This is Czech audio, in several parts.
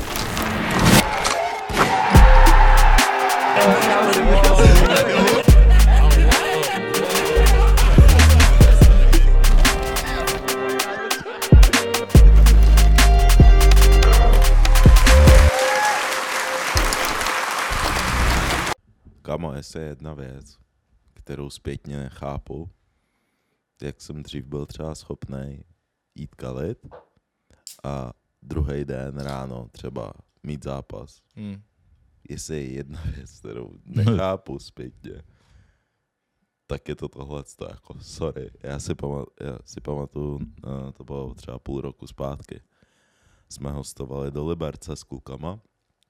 Jako Jako Kamo, jestli je jedna věc, kterou zpětně nechápu, jak jsem dřív byl třeba schopný jít kalit a druhý den ráno třeba mít zápas. Hmm. Jestli je jedna věc, kterou nechápu zpětně, tak je to tohle, jako sorry. Já si, pamat, já si pamatuju, eh, to bylo třeba půl roku zpátky, jsme hostovali do Liberce s klukama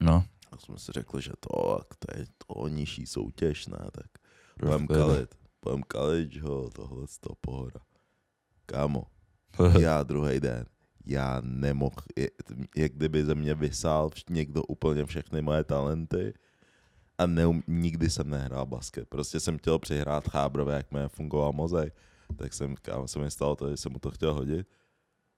No, tak jsme si řekli, že to, tak to je to nižší soutěž, ne, tak Trošku budem je to. kalit, budem kalit, že jo, tohle z toho pohoda. Kámo, já druhý den, já nemohl, je, jak kdyby ze mě vysál vš- někdo úplně všechny moje talenty a neum, nikdy jsem nehrál basket. Prostě jsem chtěl přihrát chábrově, jak mi fungoval mozek, tak jsem, kámo, se mi stalo to, že jsem mu to chtěl hodit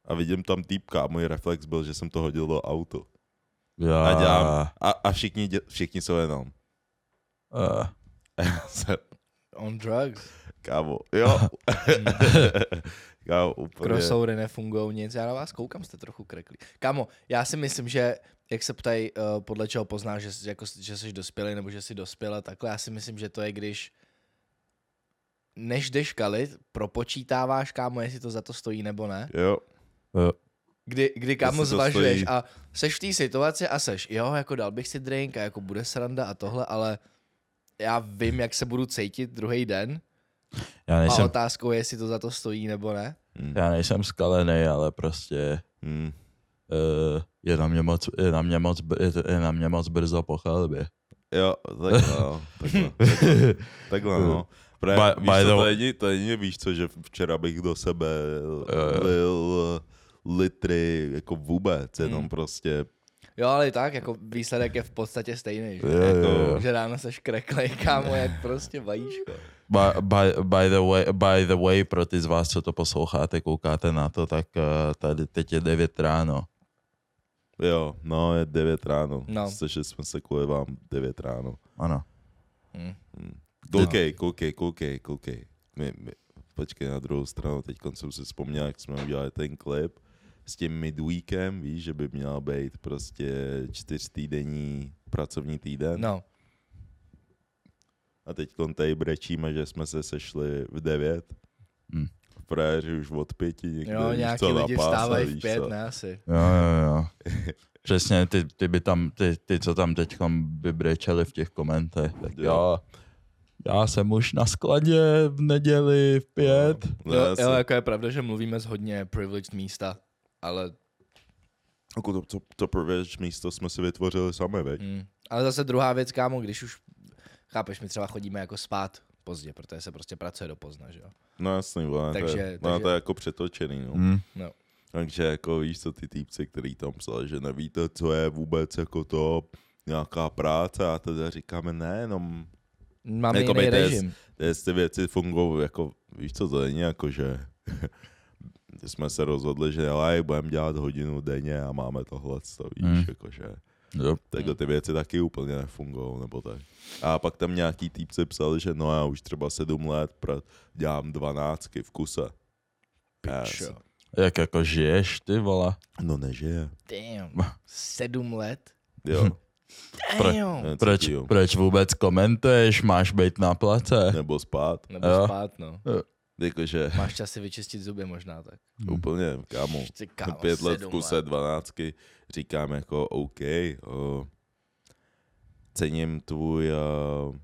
a vidím tam týpka a můj reflex byl, že jsem to hodil do autu. já... A dělám, a, a všichni, dě, všichni jsou jenom. Uh, Se- Eh. On drugs. Kámo, jo. Kámo, úplně. Crossovery nefungují nic. Já na vás koukám, jste trochu kreklí. Kamo, já si myslím, že jak se ptají, eh, podle čeho poznáš, že, jsi- jako, že jsi dospělý nebo že jsi dospělá, takhle já si myslím, že to je, když než jdeš kalit, propočítáváš, kámo, jestli to za to stojí nebo ne. Jo, Kdy, kdy kámo Jestli to zvažuješ stojí. a seš v té situaci a seš, jo, jako dal bych si drink a jako bude sranda a tohle, ale já vím, jak se budu cítit druhý den já, a nejsem, otázkou je, jestli to za to stojí nebo ne. já nejsem skalený, ale prostě hm, uh, je, na mě moc, je, na mě moc, br- je, to- je na mě moc brzo po chalbě. jo, takhle, no, takhle, takhle, takhle, no. Pre, By- víš co, by the- to, jedině, to jedině víš co, že včera bych do sebe jo. lil litry, jako vůbec, jenom Hmm. prostě, Jo, ale i tak, jako výsledek je v podstatě stejný, že? Jo, jako, jo, jo. že ráno seš kreklej, kámo, jak prostě vajíčko. By, by, by, the way, by the way, pro ty z vás, co to posloucháte, koukáte na to, tak eh, tady teď je 9 ráno. jo, no je 9 ráno, No. slyšeli jsme se kvůli vám 9 ráno. Ano. No. Koukej, koukej, koukej, koukej. My, my, počkej na druhou stranu, teď jsem si vzpomněl, jak jsme udělali ten klip s tím midweekem, víš, že by měl být prostě čtyřtýdenní pracovní týden. No, A teď tady brečíme, že jsme se sešli v devět. Hm. V Prajeři už od pěti někde, jo, víš nějaký co, na lidi páse, vstávají v víš pět, co. ne asi. Jo, jo, jo. Přesně, ty, ty, by tam, ty, ty co tam teď by brečeli v těch komentech, tak Jo. jo. Já jsem už na skladě v neděli v pět. No, Jo, jasně. jo, jako je pravda, že mluvíme z hodně privileged místa, ale Jako to, to, to privilege místo jsme si vytvořili sami, veď? Mm. Ale zase druhá věc, kámo, když už, chápeš, my třeba chodíme jako spát pozdě, protože se prostě pracuje do pozdna, že jo. No jasný, ona to, Takže- je, ona takže- to je jako přetočený, no. Hm. Takže jako víš co, ty týpci, který tam psal, že nevíte, co je vůbec jako to nějaká práce a teda říkáme, ne, no m- Máme Jako jako jiný by to je- režim. ty- ty věci fungují, jako víš co, to není jako, že jsme se rozhodli, že ale budeme dělat hodinu denně a máme tohle, to víš, Hmm. hmm. jako, že Jo. takhle ty věci taky úplně nefungují, nebo tak. A pak tam nějaký týpci psali, že no já už třeba sedm let pra, dělám dvanáctky v kuse. Já Čo? jsem- Jak jako žiješ, ty vole. No nežije. Damn. Sedm let? Jo. eh, Damn. necítím. Proč, proč vůbec komentuješ, máš být na place? Nebo spát. Nebo Jo. spát, no. Jakože Máš čas si vyčistit zuby možná tak. Hmm. úplně, kámo, Ty kámo, pět let v sedm kuse dvanáctky, říkám jako OK, o, cením tvůj, uh,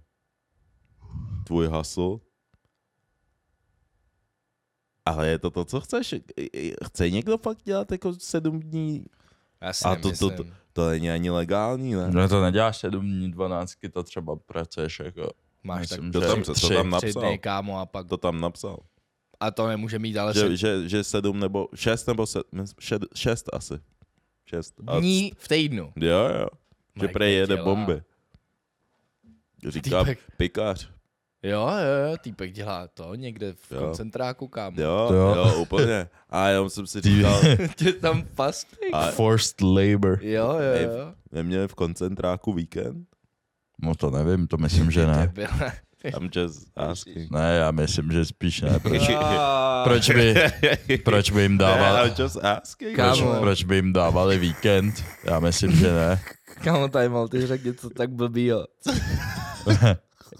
tvůj hustle, ale je to to, co chceš? I- i- Chce někdo fakt dělat jako sedm dní? Já si A a to- to- to- to, to, to, To není ani legální, ne? No to neděláš 7 dní 12, to třeba pracuješ jako. Máš tak Myslím, To že- tam, to Tři- tam tři napsal. dny, kámo, a pak... To tam napsal. A to nemůže mít, ale... Že, Že, že, že sedm nebo šest nebo sedm, šed, šest asi. Šest. A dní v týdnu. Jo, jo. Že Mike prej jede dělá. bomby. Říká Týpek. pikař. Jo, jo, jo, týpek dělá to někde v Jo. koncentráku, kámo. Jo, Jo. jo, jo, úplně. A jenom jsem si říkal, Tě tam pastí. A- Forced labor. Jo, jo, jo. neměli v koncentráku víkend? No to nevím, to myslím, že ne. Debil. I'm just asking. Ne, já myslím, že spíš ne. Proč, Ah, proč, by, proč by jim Ne, dával? I'm just asking. Proč, Kámo. proč by jim dávali víkend? Já myslím, že ne. Kámo, timeout, ty řekl něco tak blbýho.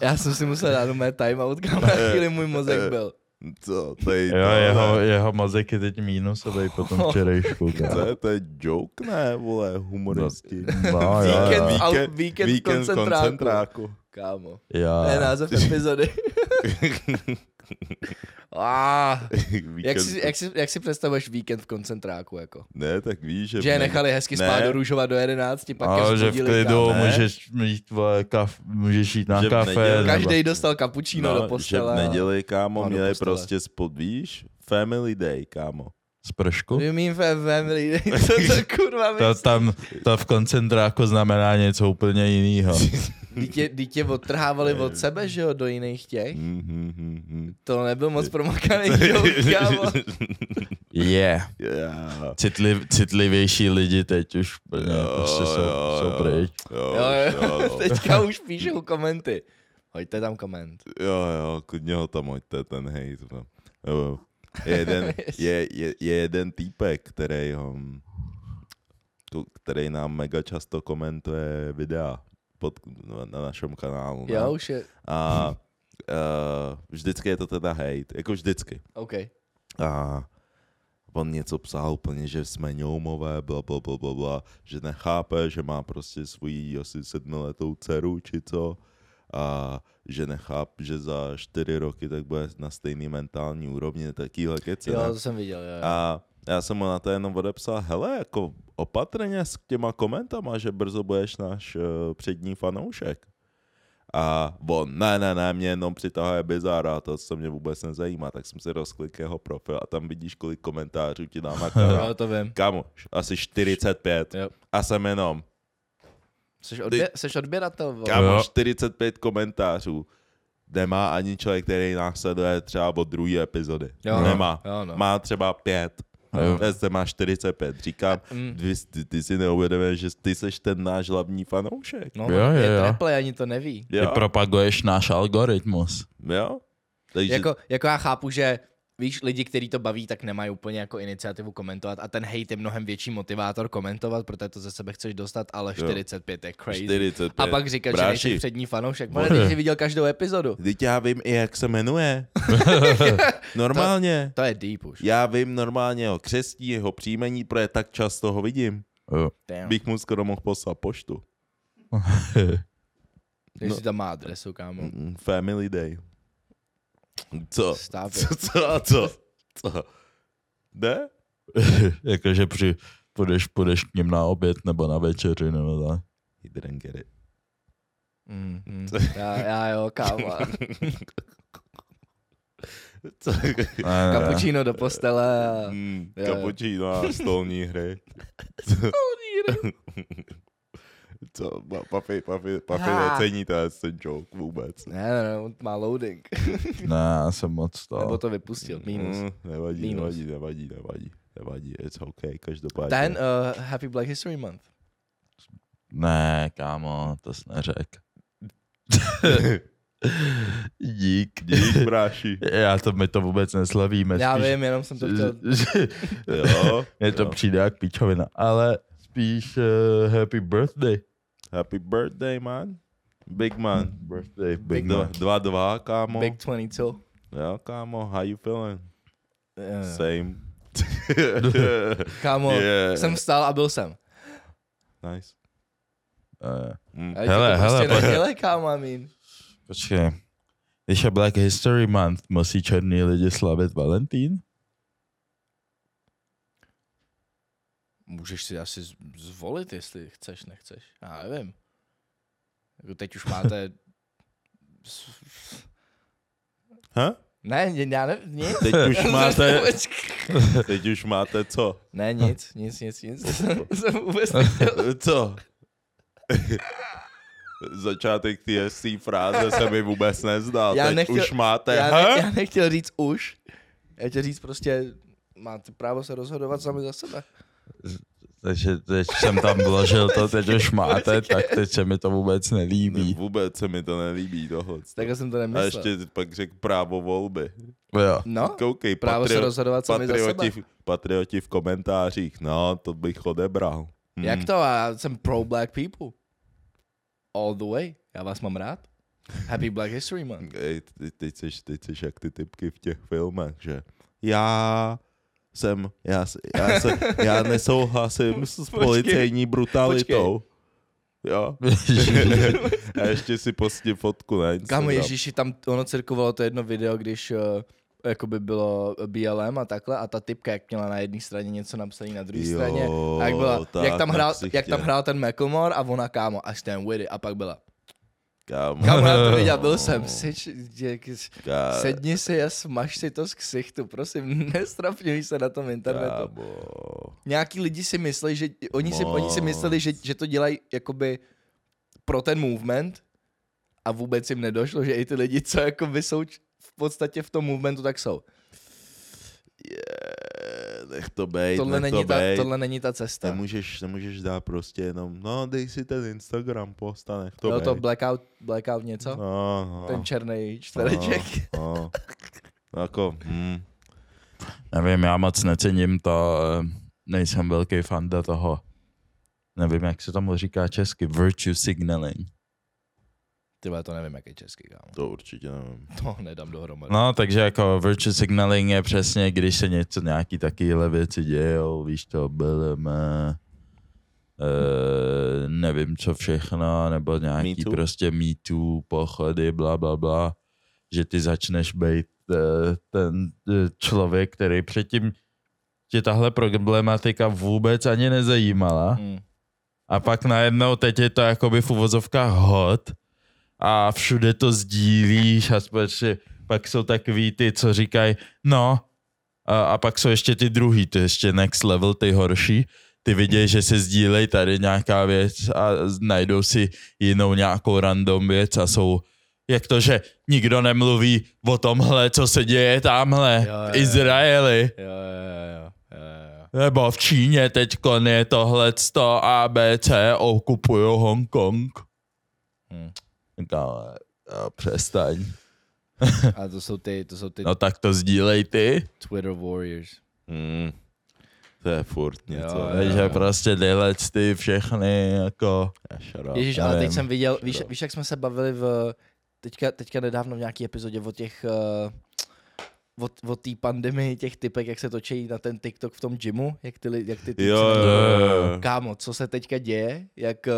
Já jsem si musel dát mé timeout, kámo, na chvíli můj mozek byl. Co, to je, Jo, to, jeho, ne? jeho mozek je teď mínusový po tom včerejšku. Co kámo. je, to je joke, ne, vole, humoristi. No, jo, Víkend jo. v au- víkend v víkend v koncentráku. koncentráku. Kámo, jo. to je název epizody. Ah, víkend, jak, si, jak, si, jak si představuješ víkend v koncentráku, jako? Ne, tak víš, že... Že je nechali hezky spát Ne. do růžova do 11, pak Ale je že v vzbudili, klidu kámo. Ne? můžeš mít, vole, kaf, můžeš jít na Že v kafe. neděli- nebo- Každý dostal No, kapučíno do postele. no, Že v neděli, kámo, a do měli postele. prostě spod, víš, family day, kámo. Z pršku? You mean fa- family day? Co to kurva To myslíš? tam, to v koncentráku znamená něco úplně jiného. Dítě, dítě odtrhávali od sebe, že jo, do jiných těch? Mhm, mhm, mhm. To nebyl moc promakaný joke, kámo. prostě Je. Yeah. Yeah. Citliv, citlivější lidi teď už úplně Jo, prostě jsou, jo, jsou jo. pryč. Jo, Jo, jo, jo, jo. teďka už píšou komenty. Hoďte tam koment. Jo, jo, klidně ho tam hoďte, ten hejt. no. Nebo je jeden, je, je, je jeden týpek, který, ho, ku- který nám mega často komentuje videa pod, na- na našem kanálu. ne? Jo, už je, A uh, vždycky je to teda hejt, jako vždycky. OK. A on něco psal úplně, že jsme ňoumové, bla, bla, bla, bla, bla, že nechápe, že má prostě svoji asi sedmiletou dceru či co a že nechápe, že za čtyři roky tak bude na stejný mentální úrovni takýhle keci. Jo, ne? to jsem viděl, jo. jo. A já jsem mu na to jenom odepsal, hele, jako opatrně s těma komentama, že brzo budeš náš uh, přední fanoušek. A on, ne, ne, ne, mě jenom přitahuje bizára, to se mě vůbec nezajímá, tak jsem si rozklik jeho profil a tam vidíš, kolik komentářů ti dá na kanál. Jo, to vím. Kamu, asi 45. Jo. A jsem jenom, Jsi, odbě, jsi odběratel, vole. Kámo, Jo. 45 komentářů. Nemá ani člověk, který nás sleduje třeba od druhé epizody. Jo, no. Nemá. Jo, no. Má třeba pět. Jo. Dnes se má 45. Říkám, Mm. ty, ty, ty si neuvědomuješ, že ty seš ten náš hlavní fanoušek. No, Jo, je jo, jo. Apple, ani to neví. Ty Jo? propaguješ náš algoritmus. jo? Takže Jako, jako já chápu, že víš, lidi, kteří to baví, tak nemají úplně jako iniciativu komentovat a ten hejt je mnohem větší motivátor komentovat, protože to ze sebe chceš dostat, ale Jo. 45 je crazy. 45. A pak říkat, že Bráši. nejsi přední fanoušek. Pane, ty jsi viděl každou epizodu. Teď já vím i, jak se jmenuje. normálně. To je deep už. Já vím normálně jeho křestí, jeho příjmení, protože tak často ho vidím. Jo. Damn. Bych mu skoro mohl poslat poštu. Ty no. si tam má adresu, kámo. Mm, Family Day. Co? Stop it. Co, co, a co? Co? Ne? Jakože při, půjdeš, půjdeš k ním na oběd nebo na večeři nebo tak. He didn't get it. Mm, mm. Já, já jo, kámo. Co? Ne, ne, ne. Kapučíno do postele a... Mm, jo, jo. Kapučíno a stolní hry. No, Co? Pa- Papi, papi, papi Ha. necení tenhle ten joke vůbec. Ne, ne, ne, on má loading. ne, já jsem moc to. Nebo to vypustil, Prostě minus. Mm, nevadí, Minus. nevadí, nevadí, nevadí. Nevadí, it's okay, každopádně. Ten, uh, Happy Black History Month. Ne, kámo, to jsi neřek. Dík, dík. eh, Dík, bráši. Já to, my to vůbec neslavíme. Já spíš- vím, jenom jsem to chtěl... Jo. Mně to jo. přijde jak píčovina, ale spíš uh, happy birthday. Happy birthday, man. Big man. Birthday, Big dva, man. dva, dva, kámo. Big 22. Jo, kámo, how you feeling? Eh, Same. Kámo, Yeah. jsem vstal a byl jsem. nice. Eh, Mm. Ale hele, Hele, to hele, hele, prostě pojď. nedělej, kámo, I mean. Počkej, když je Black History Month, musí černý lidi slavit Valentín? Můžeš si asi z- zvolit, jestli chceš, nechceš. Já nevím. Jako teď už máte... Ha? ne, ne, já nevím, nic. Teď už máte, teď už máte co? ne, nic, nic, nic, nic. To jsem- to jsem vůbec nechtěl. Co? Začátek té té fráze se mi vůbec nezdal. Já Teď nechtěl- už máte, Já, ha? ne, já nechtěl říct už. Já chtěl říct prostě, máte právo se rozhodovat sami za sebe. Takže teď jsem tam vložil to, teď už máte, tak teď se mi to vůbec nelíbí. Vůbec se mi to nelíbí tohle. Takhle jsem to A nemyslel. ještě pak řekl právo volby. Jo. No, Koukej, právo se rozhodovat sami za patrioti, sebe. v, patrioti v komentářích, no, to bych odebral. Hm. Jak to? Já jsem pro black people. All the way. Já vás mám rád. Happy Black History Month. Ej, ty- teď seš, teď seš jak ty typky v těch filmech, že já jsem, já, s- já, se, já nesouhlasím s, s Počkej. policejní brutalitou. Jo. A ještě si postí fotku na Instagram. Kámo, Ježíši, tam ono cirkovalo to jedno video, když uh, jakoby bylo BLM a takhle a ta typka, jak měla na jedné straně něco napsané na druhé Jo, straně, a jak, byla, tak jak, tam na hrál, ksichtě. jak tam hrál ten McElmore a ona kámo, až ten Widdy a pak byla. Kámo, Kámo, já to viděl, byl jsem, sič, děk, Ká- sedni si a smaž si to z ksichtu, prosím, nestrapňuj se na tom internetu. kámo. nějaký lidi si mysleli, že oni si, oni si mysleli, že, že to dělají jakoby pro ten movement a vůbec jim nedošlo, že i ty lidi, co jakoby jsou č- v podstatě v tom movementu, tak jsou. Je, nech to bejt, Tohle nech to není, ta, bejt. tohle není ta cesta. Nemůžeš, nemůžeš dát prostě jenom, no dej si ten Instagram post a nech to Bylo No, to bejt. blackout, blackout něco? No, No, no. ten černý čtvereček. No. No, no jako, hm, Nevím, já moc necením to, eh, nejsem velký fanda toho. Nevím, jak se tomu říká česky, virtue signaling. Ty vole, to nevím, jak je český, kámo. to určitě nevím. To nedám dohromady. No. No, takže jako virtue signaling je přesně, když se něco, nějaký takovýhle věci dějou, víš to, BLM, eh, nevím co všechno, nebo nějaký Me too? prostě me too, pochody, bla, bla, bla, že ty začneš být eh, ten eh, člověk, který předtím tě tahle problematika vůbec ani nezajímala. Mm. A pak najednou teď je to jakoby v uvozovkách hot a všude to sdílíš a společně pak jsou takový ty, co říkají, no a, a pak jsou ještě ty druhý, ty ještě next level, ty horší, ty vidějí, že se sdílej tady nějaká věc a z- najdou si jinou nějakou random věc a jsou jak to, že nikdo nemluví o tomhle, co se děje tamhle Jo, jo, v jo. Izraeli. Jo, jo, jo, jo, jo, jo. Nebo v Číně teď je tohle 100 ABC, okupují Hongkong. Hmm. Kále, no, přestaň. A to jsou ty, to jsou ty No tak to sdílej ty, Twitter warriors. Hm, to je furt něco. Jo, ne? takže prostě tyhle ty všechny jako... Shut up. Ježíš, já ale nevím. teď jsem viděl, víš, Škoda. víš, jak jsme se bavili v, teďka, teďka nedávno v nějaký epizodě o těch, uh, o, o té pandemii těch typek, jak se točí na ten TikTok v tom gymu, jak ty, li- jak ty typci Jo, jo, na- jo, jo. Kámo, co se teďka děje, jak, eh,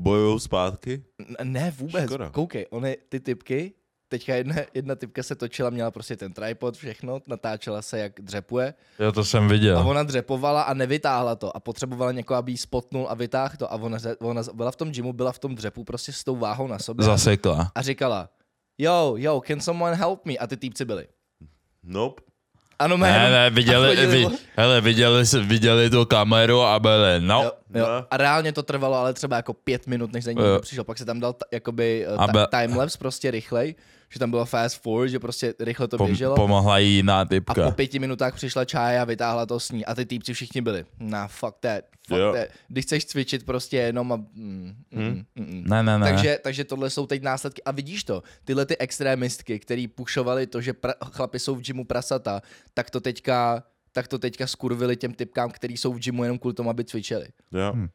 Bojujou zpátky? n- ne vůbec, Škoda. koukej, ony ty typky, teďka jedna, jedna typka se točila, měla prostě ten tripod, všechno, natáčela se, jak dřepuje Jo, to jsem a viděl. ona dřepovala a nevytáhla to a potřebovala někoho, aby jí spotnul a vytáhl to a ona, ze- ona z- byla v tom gymu, byla v tom dřepu prostě s tou váhou na sobě. Zasekla. a říkala, jo, jo, can someone help me? A ty týpci byli. Nope. Ano, Ne, jméno. ne, A viděli, chodili vi, po- hele, viděli, se- viděli tu kameru a byli, no. Jo, jo. Ne. A reálně to trvalo ale třeba jako pět minut, než za ní Jo. někdo přišel. Pak se tam dal ta, jakoby A ta, be- timelapse prostě rychlej, že tam bylo fast forward, že prostě rychle to Pom, běželo. pomohla jí jiná a po typka. pěti minutách přišla čája a vytáhla to s ní. A ty týpci všichni byli. Na fuck that, fuck Jo. Hm? that. Když chceš cvičit prostě jenom a... Mm, mm, mm, mm. Ne, ne, ne. Takže, takže tohle jsou teď následky. A vidíš to, tyhle ty extrémistky, který pušovali to, že pra, chlapi jsou v gymu prasata, tak to teďka tak to teďka skurvili těm typkám, který jsou v gymu jenom kvůli tomu, aby cvičili. Jo. Hm.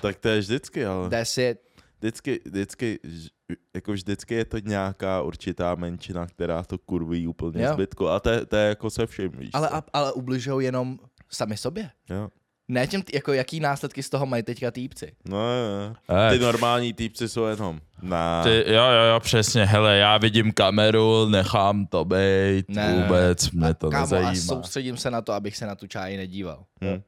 Tak to je vždycky, ale That's it. vždycky, vždycky, ž- jako vždycky je to nějaká určitá menšina, která to kurví úplně Jo. zbytku. A to, je- to je jako se vším, víš. Ale, co? a- ale ubližou jenom sami sobě. Jo. Ne těm, t- jako jaký následky z toho mají teďka týpci. No, jo, jo. Eh. Ty normální týpci jsou jenom na... Ty, jo, jo, jo, přesně, hele, já vidím kameru, nechám to Ne, být, ne, ne, vůbec, A mě to kámo, a nezajímá. soustředím se na to, abych se na tu čáji nedíval. Hm.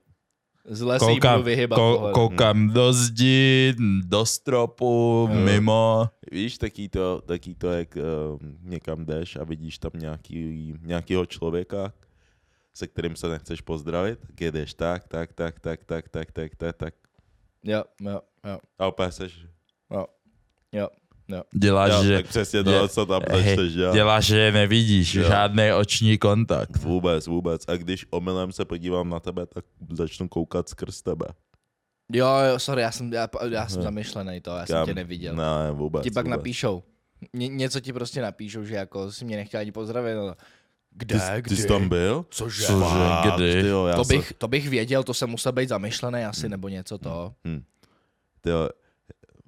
Zle se jí Koukám, budu vyhybat. ko, tohle. koukám do zdi, do stropu, Jo. mimo. Víš, taký to, taký to jak um, někam jdeš a vidíš tam nějaký, nějakýho člověka, se kterým se nechceš pozdravit, tak jedeš tak, tak, tak, tak, tak, tak, tak, tak, tak. Jo, jo, jo, A opět seš, jo, jo. Děláš, jo, že, tak přesně že- to, co tam hej, začneš dělat. děláš, že je nevidíš, Jo. žádný oční kontakt. Vůbec, vůbec. A když omylem se podívám na tebe, tak začnu koukat skrz tebe. Jo, jo, sorry, já jsem, já, já jsem Aha. zamyšlený to, já jsem Kam? tě neviděl. Ne, vůbec. ti pak vůbec. napíšou. Ně, něco ti prostě napíšou, že jako si mě nechtěl ani pozdravit. No, Ale... Kde, Ty, jsi- ty kdy? jsi tam byl? Cože? Co- Cože, Fakt, kdy? tyjo, já Hmm. To jsem- bych, to bych věděl, to jsem musel být zamyšlený asi, nebo něco to. Tyjo,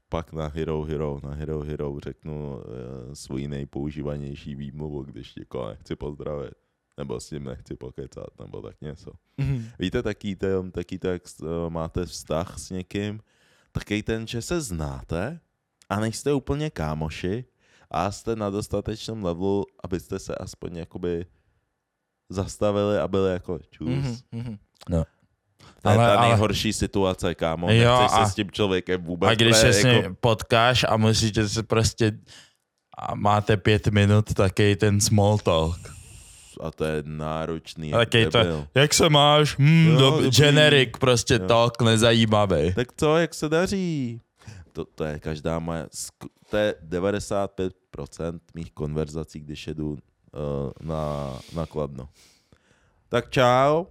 pak na Hero Hero, na Hero Hero řeknu uh, svoji nejpoužívanější výmluvu, když někoho nechci pozdravit. Nebo s ním nechci pokecat, nebo tak něco. Mhm. Víte, taký ten, taký to, jak eh, máte vztah s někým, taky ten, že se znáte a nejste úplně kámoši a jste na dostatečném levelu, abyste se aspoň jakoby zastavili a byli jako čus. Mhm, Mm-hmm. mhm. To je Ale- ta ale- nejhorší situace, kámo. Jo, Jo, Nechceš a- se s tím člověkem vůbec. jako- A když to se je s ním potkáš a musíte se prostě a máte pět minut, taky ten small talk. A to je náročný. A jak taky to, debil. jak se máš? Hmm, Jo, jo, dobrý. dob- generic, prostě Jo. talk nezajímavý. Tak co, jak se daří? To, to je každá moje, sku- to je 95% mých konverzací, když jedu uh, na, na kladno. Tak čau.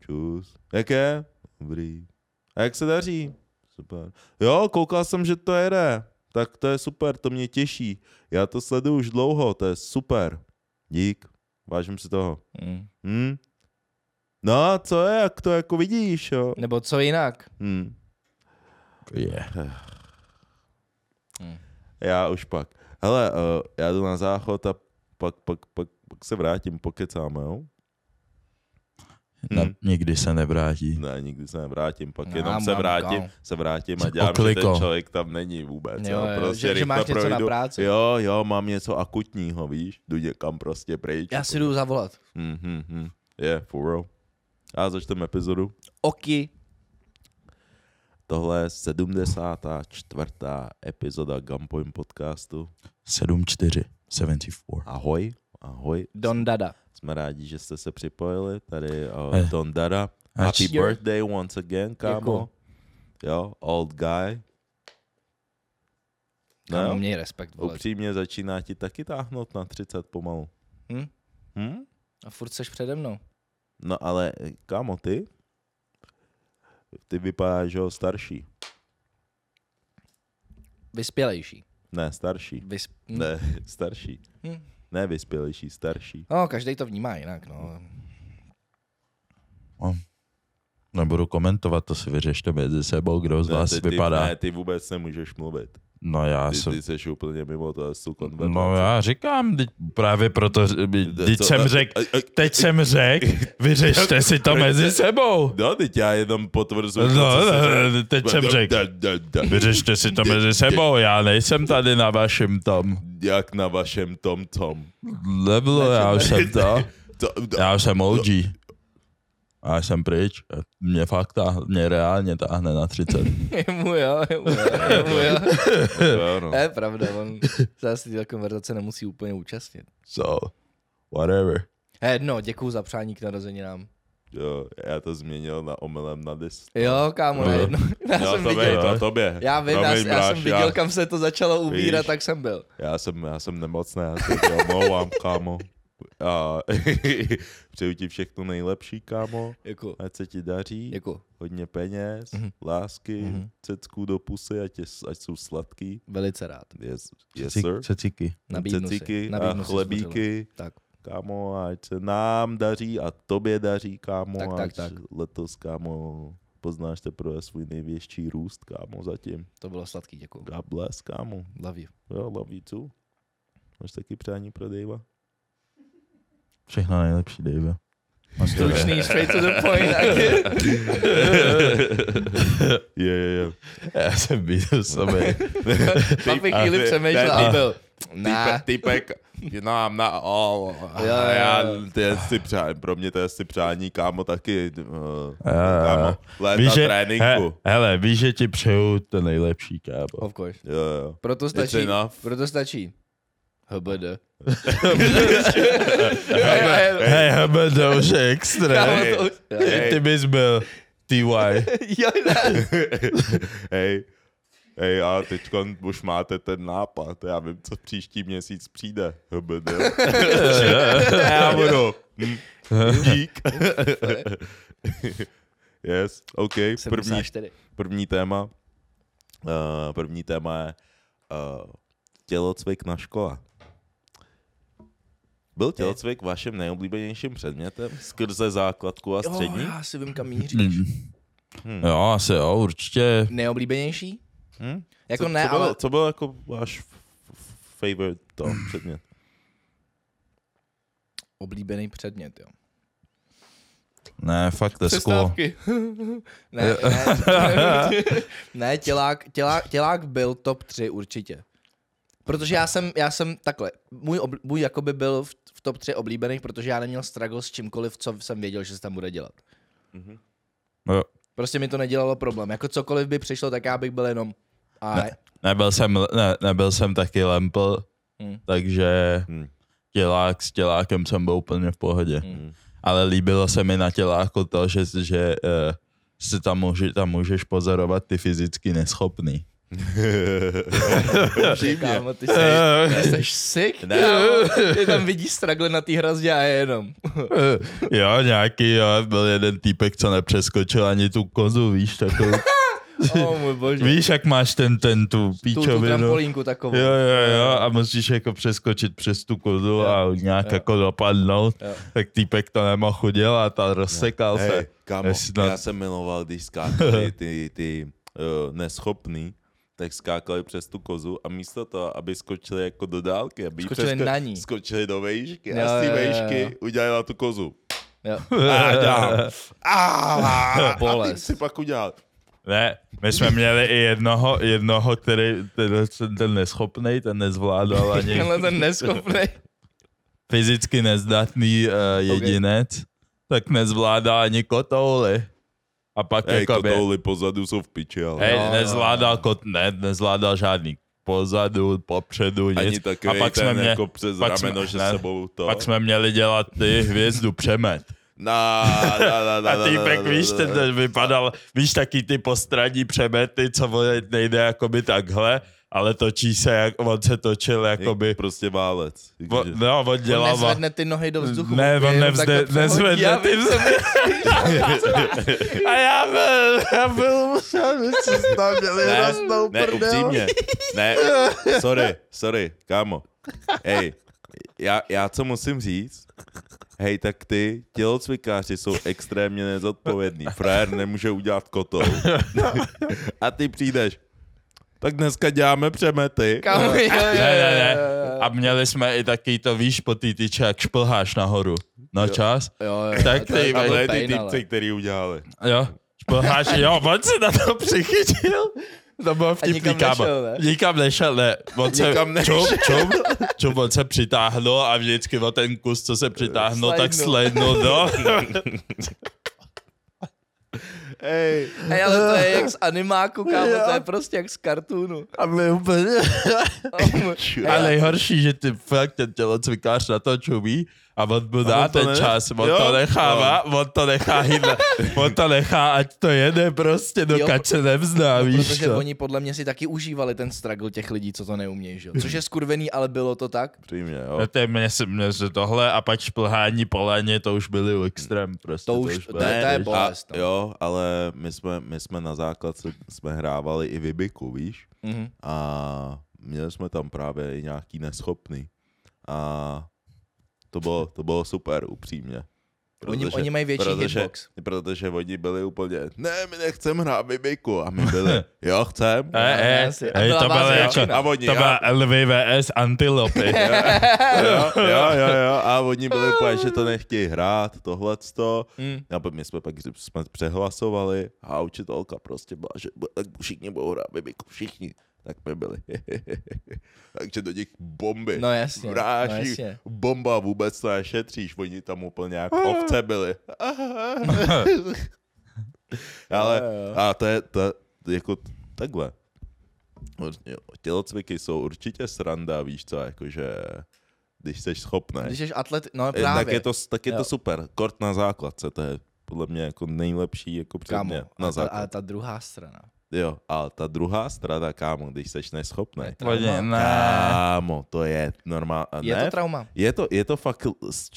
Čus. Jak je? Dobrý. A jak se daří? Super. Jo, koukal jsem, že to jede. Tak to je super, to mě těší. Já to sleduju už dlouho, to je super. Dík, vážím si toho. Mhm. Hm? No, co je, jak to jako vidíš, jo? Nebo co jinak? Hm. Yeah. Já už pak. Hele, uh, já jdu na záchod a pak, pak, pak, pak se vrátím, pokecáme, jo? Na, Hm. nikdy se nevrátí. Ne, nikdy se nevrátím, pak No, jenom se mamko. vrátím, se vrátím a Co dělám, že ten okliko. člověk tam není vůbec. Jo, Jo, jo, prostě že- že rychle máš něco na projdu. práci. Jo, jo, mám něco akutního, víš? Jdu někam prostě pryč. Já si jdu zavolat. Mhm, mhm. Je, for real. A začneme epizodu. Oky. Tohle je 74. epizoda Gunpoint podcastu. 7-4. 74. Ahoj, ahoj. Don Dada. Jsme rádi, že jste se připojili. Tady Eh. uh, Don Dara. A Happy či- Jo. birthday once again, kámo. Děkuju. Jo, old guy. No, no No, měj respekt, vole. upřímně začíná ti taky táhnout na 30 pomalu. Hm? Hm? A furt seš přede mnou. No ale, eh, kámo, ty? Ty vypadáš, že jo, starší. Vyspělejší. Ne, starší. Vysp... Ne, starší. Hm. Ne, vyspělejší, starší. No, každý to vnímá jinak, no. Nebudu komentovat, to si vyřešte mezi sebou, kdo z Ne, vás ty, vypadá. Ty, ne, ty vůbec nemůžeš mluvit. No já Ty, jsem... ty jsi úplně mimo to, jsou konverzace. No já říkám, teď právě proto, teď Co- jsem řekl, a- a- teď jsem řekl, vyřešte si to mezi sebou. No, teď já jenom potvrzuji. to, No, co jsi řekl. no, teď jsem řekl, Da, da, da. vyřešte si to mezi sebou, já nejsem tady na vašem tom. Jak na vašem tom tom. Nebylo, já už jsem to, to, to já už jsem OG. A já jsem pryč, mě fakt táhne, mě reálně táhne na 30. Jemu jo, jemu jo, jemu jo. jo, no. To je pravda, on zase tyhle konverzace nemusí úplně účastnit. So, whatever. He, no, děkuju za přání k narozeninám. jo, já to změnil na omylem na dis. Jo, kámo, No. najednou. Já No, jsem to viděl, viděl. to tobě. Já vím, já, Promiň, já jsem bráš, viděl, já, kam se to začalo ubírat, Víš? tak jsem byl. já, jsem, já jsem nemocný, já se tě omlouvám, kámo. A přeju ti všechno nejlepší, kámo. Děkuju. Ať se ti daří, Děkuju. hodně peněz, Mhm. lásky, mm-hmm. cecků do pusy, ať, je, ať jsou sladký. Velice rád. Yes, yes sir. Ceciky. Nabídnu si. Ceciky a Nabídnu si zdvořile. chlebíky. Tak. Kámo, ať se nám daří a tobě daří, kámo, Tak, tak, ať tak. letos, kámo, poznáš teprve svůj největší růst, kámo, zatím. To bylo sladký, děkuju. God bless, kámo. Love you. Jo, love you too. Máš taky přání pro Davea? Všechno nejlepší, Dave. Stručný, straight to the point. taky. Je, je, je. Já jsem viděl sobě. Pak bych chvíli a- přemýšlel a- a byl. Ne, Týpek, you know, I'm not all. Jo, jo, já, jo. ty si přání, pro mě to je si přání, kámo, taky, uh, jo, jo. kámo, léta Víš, že, he, tréninku. hele, víš, že ti přeju to nejlepší, kámo. of course. Jo, jo. Proto stačí, enough. proto stačí. HBD. Hej, hebe, to už je extra. Hej. Kámo, to už- Hej. Ty bys byl TY. Jo, ne. Hej, Hej, a teď už máte ten nápad, já vím, co příští měsíc přijde. HBD. A já budu. hm, Dík. Yes, OK. První, 74. první téma. Uh, první téma je uh, tělocvik na škole. Byl tělocvik vaším nejoblíbenějším předmětem skrze základku a střední? Hmm. Jo, já si vím, kam míříš. Mm. Jo, asi jo, určitě. Nejoblíbenější? Hm? Jako co, ne, co bylo, ale co bylo jako váš f- f- favorite to předmět? oblíbený předmět, jo. Ne, fakt Tesco. Přestávky. ne, ne, ne tělák, tělák, tělák byl top 3 určitě. Protože já jsem, já jsem takhle, můj, obl, můj jakoby byl v, v top 3 oblíbených, protože já neměl struggle s čímkoliv, co jsem věděl, že se tam bude dělat. Jo. Prostě mi to nedělalo problém. Jako cokoliv by přišlo, tak já bych byl jenom a ne. Nebyl jsem, ne, nebyl jsem taky lempl, Mm. takže Hm. tělák s tělákem jsem byl úplně v pohodě. Mm. Ale líbilo se mi na těláku to, že, že uh, si tam, může, tam můžeš pozorovat ty fyzicky neschopný. kámo, ty jsi, Eh, ty jsi sick, Ne. kámo. Ty tam vidíš struggle na té hrazdě a je jenom. jo, nějaký, jo, byl jeden týpek, co nepřeskočil ani tu kozu, víš, takovou. O můj bože. víš, jak máš ten, ten tu tu, tu píčovinu. trampolínku takovou. jo, jo, jo, a musíš jako přeskočit přes tu kozu a nějak jako dopadnout, Jo. tak týpek to nemohl udělat a rozsekal Hej, se. kámo, Jestli na- já jsem miloval, když skákali ty, ty uh, neschopný, tak skákali přes tu kozu a místo toho, aby skočili jako do dálky, aby jí Skočili na ní. skočili do vejšky Jo, a z jo, té jo, vejšky udělali na tu kozu. Jo. A dám. A, a ty Ah! Bolest. si pak udělal. Ne, my jsme měli i jednoho, jednoho který ten, ten, ten neschopnej, ten nezvládal ani Tenhle ten neschopný. fyzicky nezdatný uh, jedinec, tak nezvládá ani kotouly. A pak Hej, jako by, kotouly No, pozadu jsou v piči, ale... hej, Jo, jo, nezvládal kot, ne, nezvládal žádný pozadu, popředu, nic. Ani takový a pak ten jsme mě, jako přes pak rameno, jsme- že ne. sebou to... pak jsme měli dělat ty hvězdu přemet. Na, na, na, na, A na, týpek, na, na, víš, na, ten, na. ten vypadal, víš, taky ty postranní přemety, co vole, nejde jakoby takhle, ale točí se, jak, on se točil jakoby, Prostě válec. on, no, on On dělal, va- nezvedne ty nohy do vzduchu. Ne, je on jenom nevzde- takhle přehodí. nezvedne Já ty vím, co myslíš. a já byl, já byl, musel tam měli Ne, rostou ne, prdel. upřímně. Ne, sorry, sorry, kámo. Hej, já, já co musím říct, hej, tak ty tělocvikáři jsou extrémně nezodpovědní. Frajer nemůže udělat kotou. A ty přijdeš, tak dneska děláme přemety. Kámo, jo, jo, jo, Ne, ne, ne. jo, jo, A měli jsme i taky to, víš, po té tyče, jak šplháš nahoru na čas. Jo, jo, Tak to- ty to A byl byly ty pain, ale. typci, který udělali. Jo, šplháš, jo, on se na to přichytil. To bylo vtipný, nikam kámo. nešel, ne? Nikam nešel, ne. On se, Nikam nešel. Čum, čum, čum, on se přitáhnul a vždycky o ten kus, co se přitáhnul, tak Slidnul. slednul, no. Hej, Hej, ale to je jak z animáku, kámo, to je prostě jak z kartúnu. A my úplně... A nejhorší, že ty fakt ten tělocvikář na to čumí a on mu dá on to ten ne- čas, on Jo. to No. nechává, on to nechá jinde, on to nechá, ať to jede prostě, dokud se nevzdá, víš No, Protože co. oni podle mě si taky užívali ten struggle těch lidí, co to neumějí, že? jo? Což je skurvený, ale bylo to tak. Přímě, No jo. to je mě, se- mě se tohle a pak šplhání po léně, to už byly extrém prostě. To už- bylo- to je- to je víš. bo- bolest, A, no. jo, ale my jsme, my jsme na základce jsme hrávali i vybiku, víš? Mhm. A měli jsme tam právě i nějaký neschopný. A to bylo, to bylo super, upřímně. Oni- oni mají větší protože, hitbox. Protože oni byli úplně, ne, my nechceme hrát vybiku. A my byli, jo, chcem. E, e, Asi. A ej, byla to vás bylo jako, většina. A oni, to byla já- LVVS antilopy. jo, jo, jo, jo. A oni byli úplně, že to nechtějí hrát, tohleto. Mm. A pak my jsme pak jsme přehlasovali a učitelka prostě byla, že bu- tak všichni budou hrát mimiku, všichni. Tak my byli. Takže do nich bomby. No jasně, Vráží, no jasně. Ah. bomba vůbec to nešetříš, oni tam úplně jak ovce byli. Ale No a to je, to, jako takhle. Tělocviky jsou určitě sranda, víš co, jakože když jsi schopný. Když jsi atlet, no Eh, právě. Tak je to, tak je Jo. to super. Kort na základce, to je podle mě jako nejlepší jako Kámo, a předmět na ta, ale základce. ta druhá strana. Jo, ale ta druhá strana, kámo, když seš neschopný. No, Hodně, ne. Kámo, to je normálně. Je ne? to trauma. je to, je to fakt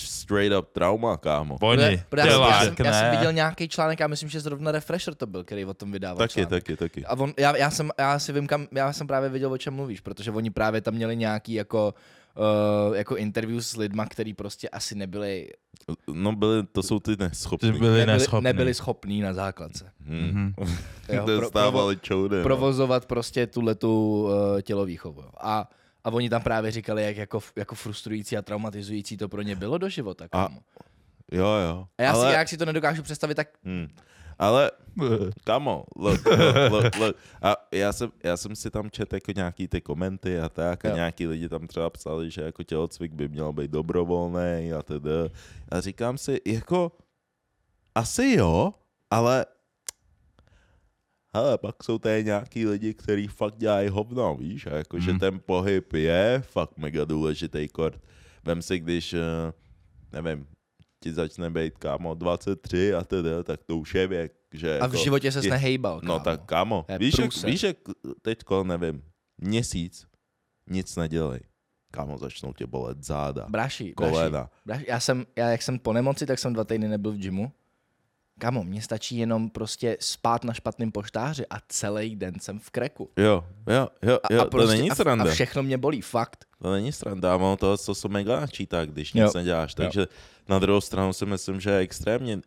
straight up trauma, kámo. Oni, Protože- protože já, jsem, já, tělák, jsem, já jsem ne. viděl nějaký článek, já myslím, že zrovna Refresher to byl, který o tom vydával Taky, článek. taky, taky. A on, já, já, jsem, já si vím, kam, já jsem právě věděl, o čem mluvíš, protože oni právě tam měli nějaký jako, uh, jako interview s lidma, který prostě asi nebyli, No byly, to jsou ty neschopní. Ty byli Mhm. nebyli, neschopní. nebyli schopní na základce Hmm. Jo, pro- Dostávali čoudy. no. provozovat prostě tuhletu uh, tělovýchovu. jo. A, a oni tam právě říkali, jak jako, jako frustrující a traumatizující to pro ně bylo do života. A- kámo. Jo, jo. A já, ale... ale, si, já jak si to nedokážu představit, tak Hmm. Ale Kamo, look, look, look, look. A já jsem, já jsem si tam četl jako nějaký ty komenty a tak a Jo. nějaký lidi tam třeba psali, že jako tělocvik by měl být dobrovolný a tedy. A říkám si, jako, asi jo, ale hele, pak jsou tady nějaký lidi, kteří fakt dělají hovno, víš, a jako, že Mhm. Hmm. ten pohyb je fakt mega důležitý kord. Vem si, když, eh, nevím, ti začne být kámo 23 a tedy, tak to už je věk, že a v jako, životě se je- nehejbal. Kámo. No tak kámo, To je víš jak, průser. víš jak teďko, nevím, měsíc nic nedělej. Kámo, začnou tě bolet záda, Bráši, bráši, kolena. bráši, já jsem, já jak jsem po nemoci, tak jsem dva týdny nebyl v gymu. Kamo, mně stačí jenom prostě spát na špatném poštáři a celý den jsem v kreku. Jo, jo, jo, A, jo a prostě, to není a, sranda. a všechno mě bolí, fakt. To není sranda, a ono to, to se mega načítá, když nic Jo. neděláš. Takže na druhou stranu si myslím, že je extrémně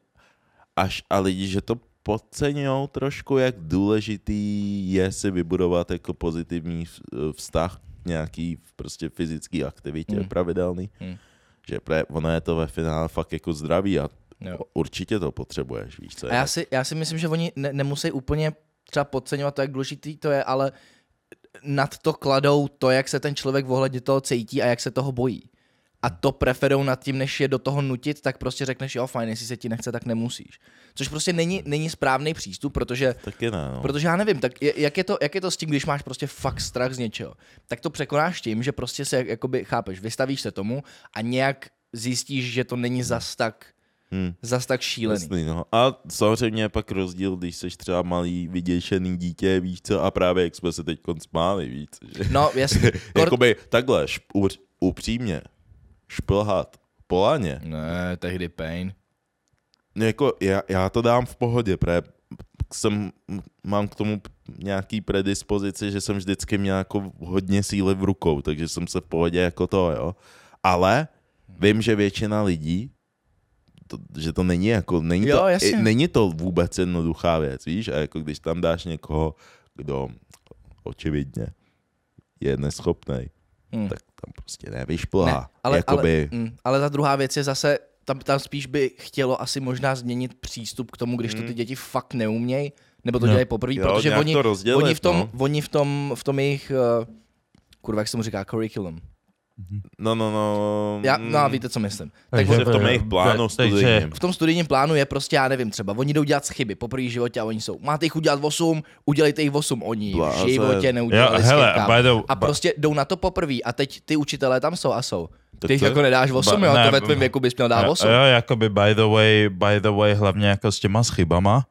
až a lidi, že to podceňují trošku, jak důležitý je si vybudovat jako pozitivní v- eh, vztah k nějaký prostě fyzický aktivitě Mm. mm. pravidelný. Mm. Mm. Že pre, ono je to ve finále fakt jako zdraví a Jo. určitě to potřebuješ, víš co? A já si, já si myslím, že oni ne, nemusí úplně třeba podceňovat to, jak důležitý to je, ale nad to kladou to, jak se ten člověk v ohledně toho cítí a jak se toho bojí. A to preferou nad tím, než je do toho nutit, tak prostě řekneš, jo, fajn, jestli se ti nechce, tak nemusíš. Což prostě není, není správný přístup, protože Taky ne, no. Protože já nevím, tak je- jak je, to, jak je to s tím, když máš prostě fakt strach z něčeho, tak to překonáš tím, že prostě se jak- jakoby, chápeš, vystavíš se tomu a nějak zjistíš, že to není zas tak, Hm. zas tak šílený. Jasný, no. A samozřejmě je pak rozdíl, když jsi třeba malý vyděšený dítě, víš co, a právě jak jsme se teď smáli, víc. Že? No, jasně. Kor- Jakoby takhle, šp- upřímně, šplhat po laně, Ne, tehdy pain. jako já, já to dám v pohodě, pre jsem, mám k tomu p- nějaký predispozici, že jsem vždycky měl jako hodně síly v rukou, takže jsem se v pohodě jako to, jo. Ale vím, že většina lidí, to, že to není jako, není Jo, to, jasně. i- není to vůbec jednoduchá věc, víš, a jako když tam dáš někoho, kdo očividně je neschopný, Hmm. tak tam prostě nevyšplhá. Ne, ale, Jakoby, ale, mm, ale ta druhá věc je zase, tam, tam spíš by chtělo asi možná změnit přístup k tomu, když to ty děti fakt neumějí, nebo to No. dělají poprvé, Hmm. Jo, protože nějak oni, to rozdělit, oni, v tom, no. oni v tom, v tom jejich, eh, kurva, jak se mu říká, curriculum. no, no, no. Já, no a mm. víte, co myslím. Tak Takže on, Takže v tom jejich plánu Takže- studijním. v tom studijním plánu je prostě, já nevím, třeba oni jdou dělat chyby po první životě a oni jsou, máte jich udělat 8, udělejte jich 8, oni Blázen. Blázen. v životě neudělali Jo, hele, skip, by the- kámo. A ba- prostě jdou na to poprvé a teď ty učitelé tam jsou a jsou. Tak Ty jich to je- jako nedáš 8, ba- jo, ne, to ve b- tvém věku bys měl dát Jo, 8. Jo, jakoby by the way, by the way, hlavně jako s těma schybama,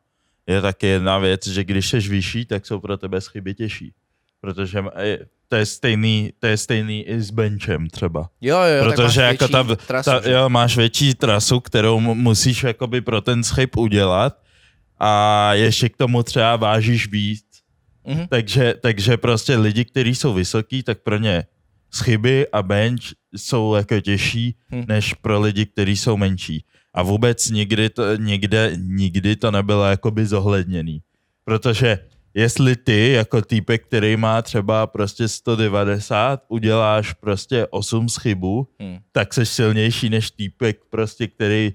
je taky jedna věc, že když jsi vyšší, tak jsou pro tebe schyby těžší. Protože eh, to je stejný, to je stejný i s benchem třeba. Jo, jo, jo, Protože tak máš jako větší ta, trasu, ta, že? jo, máš větší trasu, kterou mu- musíš jakoby pro ten schyb udělat a ještě k tomu třeba vážíš víc. Mhm. Mm-hmm. Takže, takže prostě lidi, kteří jsou vysoký, tak pro ně schyby a bench jsou jako těžší Mhm. mm. než pro lidi, kteří jsou menší. A vůbec nikdy to, nikde, nikdy to nebylo jakoby zohledněný. Protože jestli ty jako týpek, který má třeba prostě 190, uděláš prostě 8 schybů, Hm. tak seš silnější než týpek, prostě, který,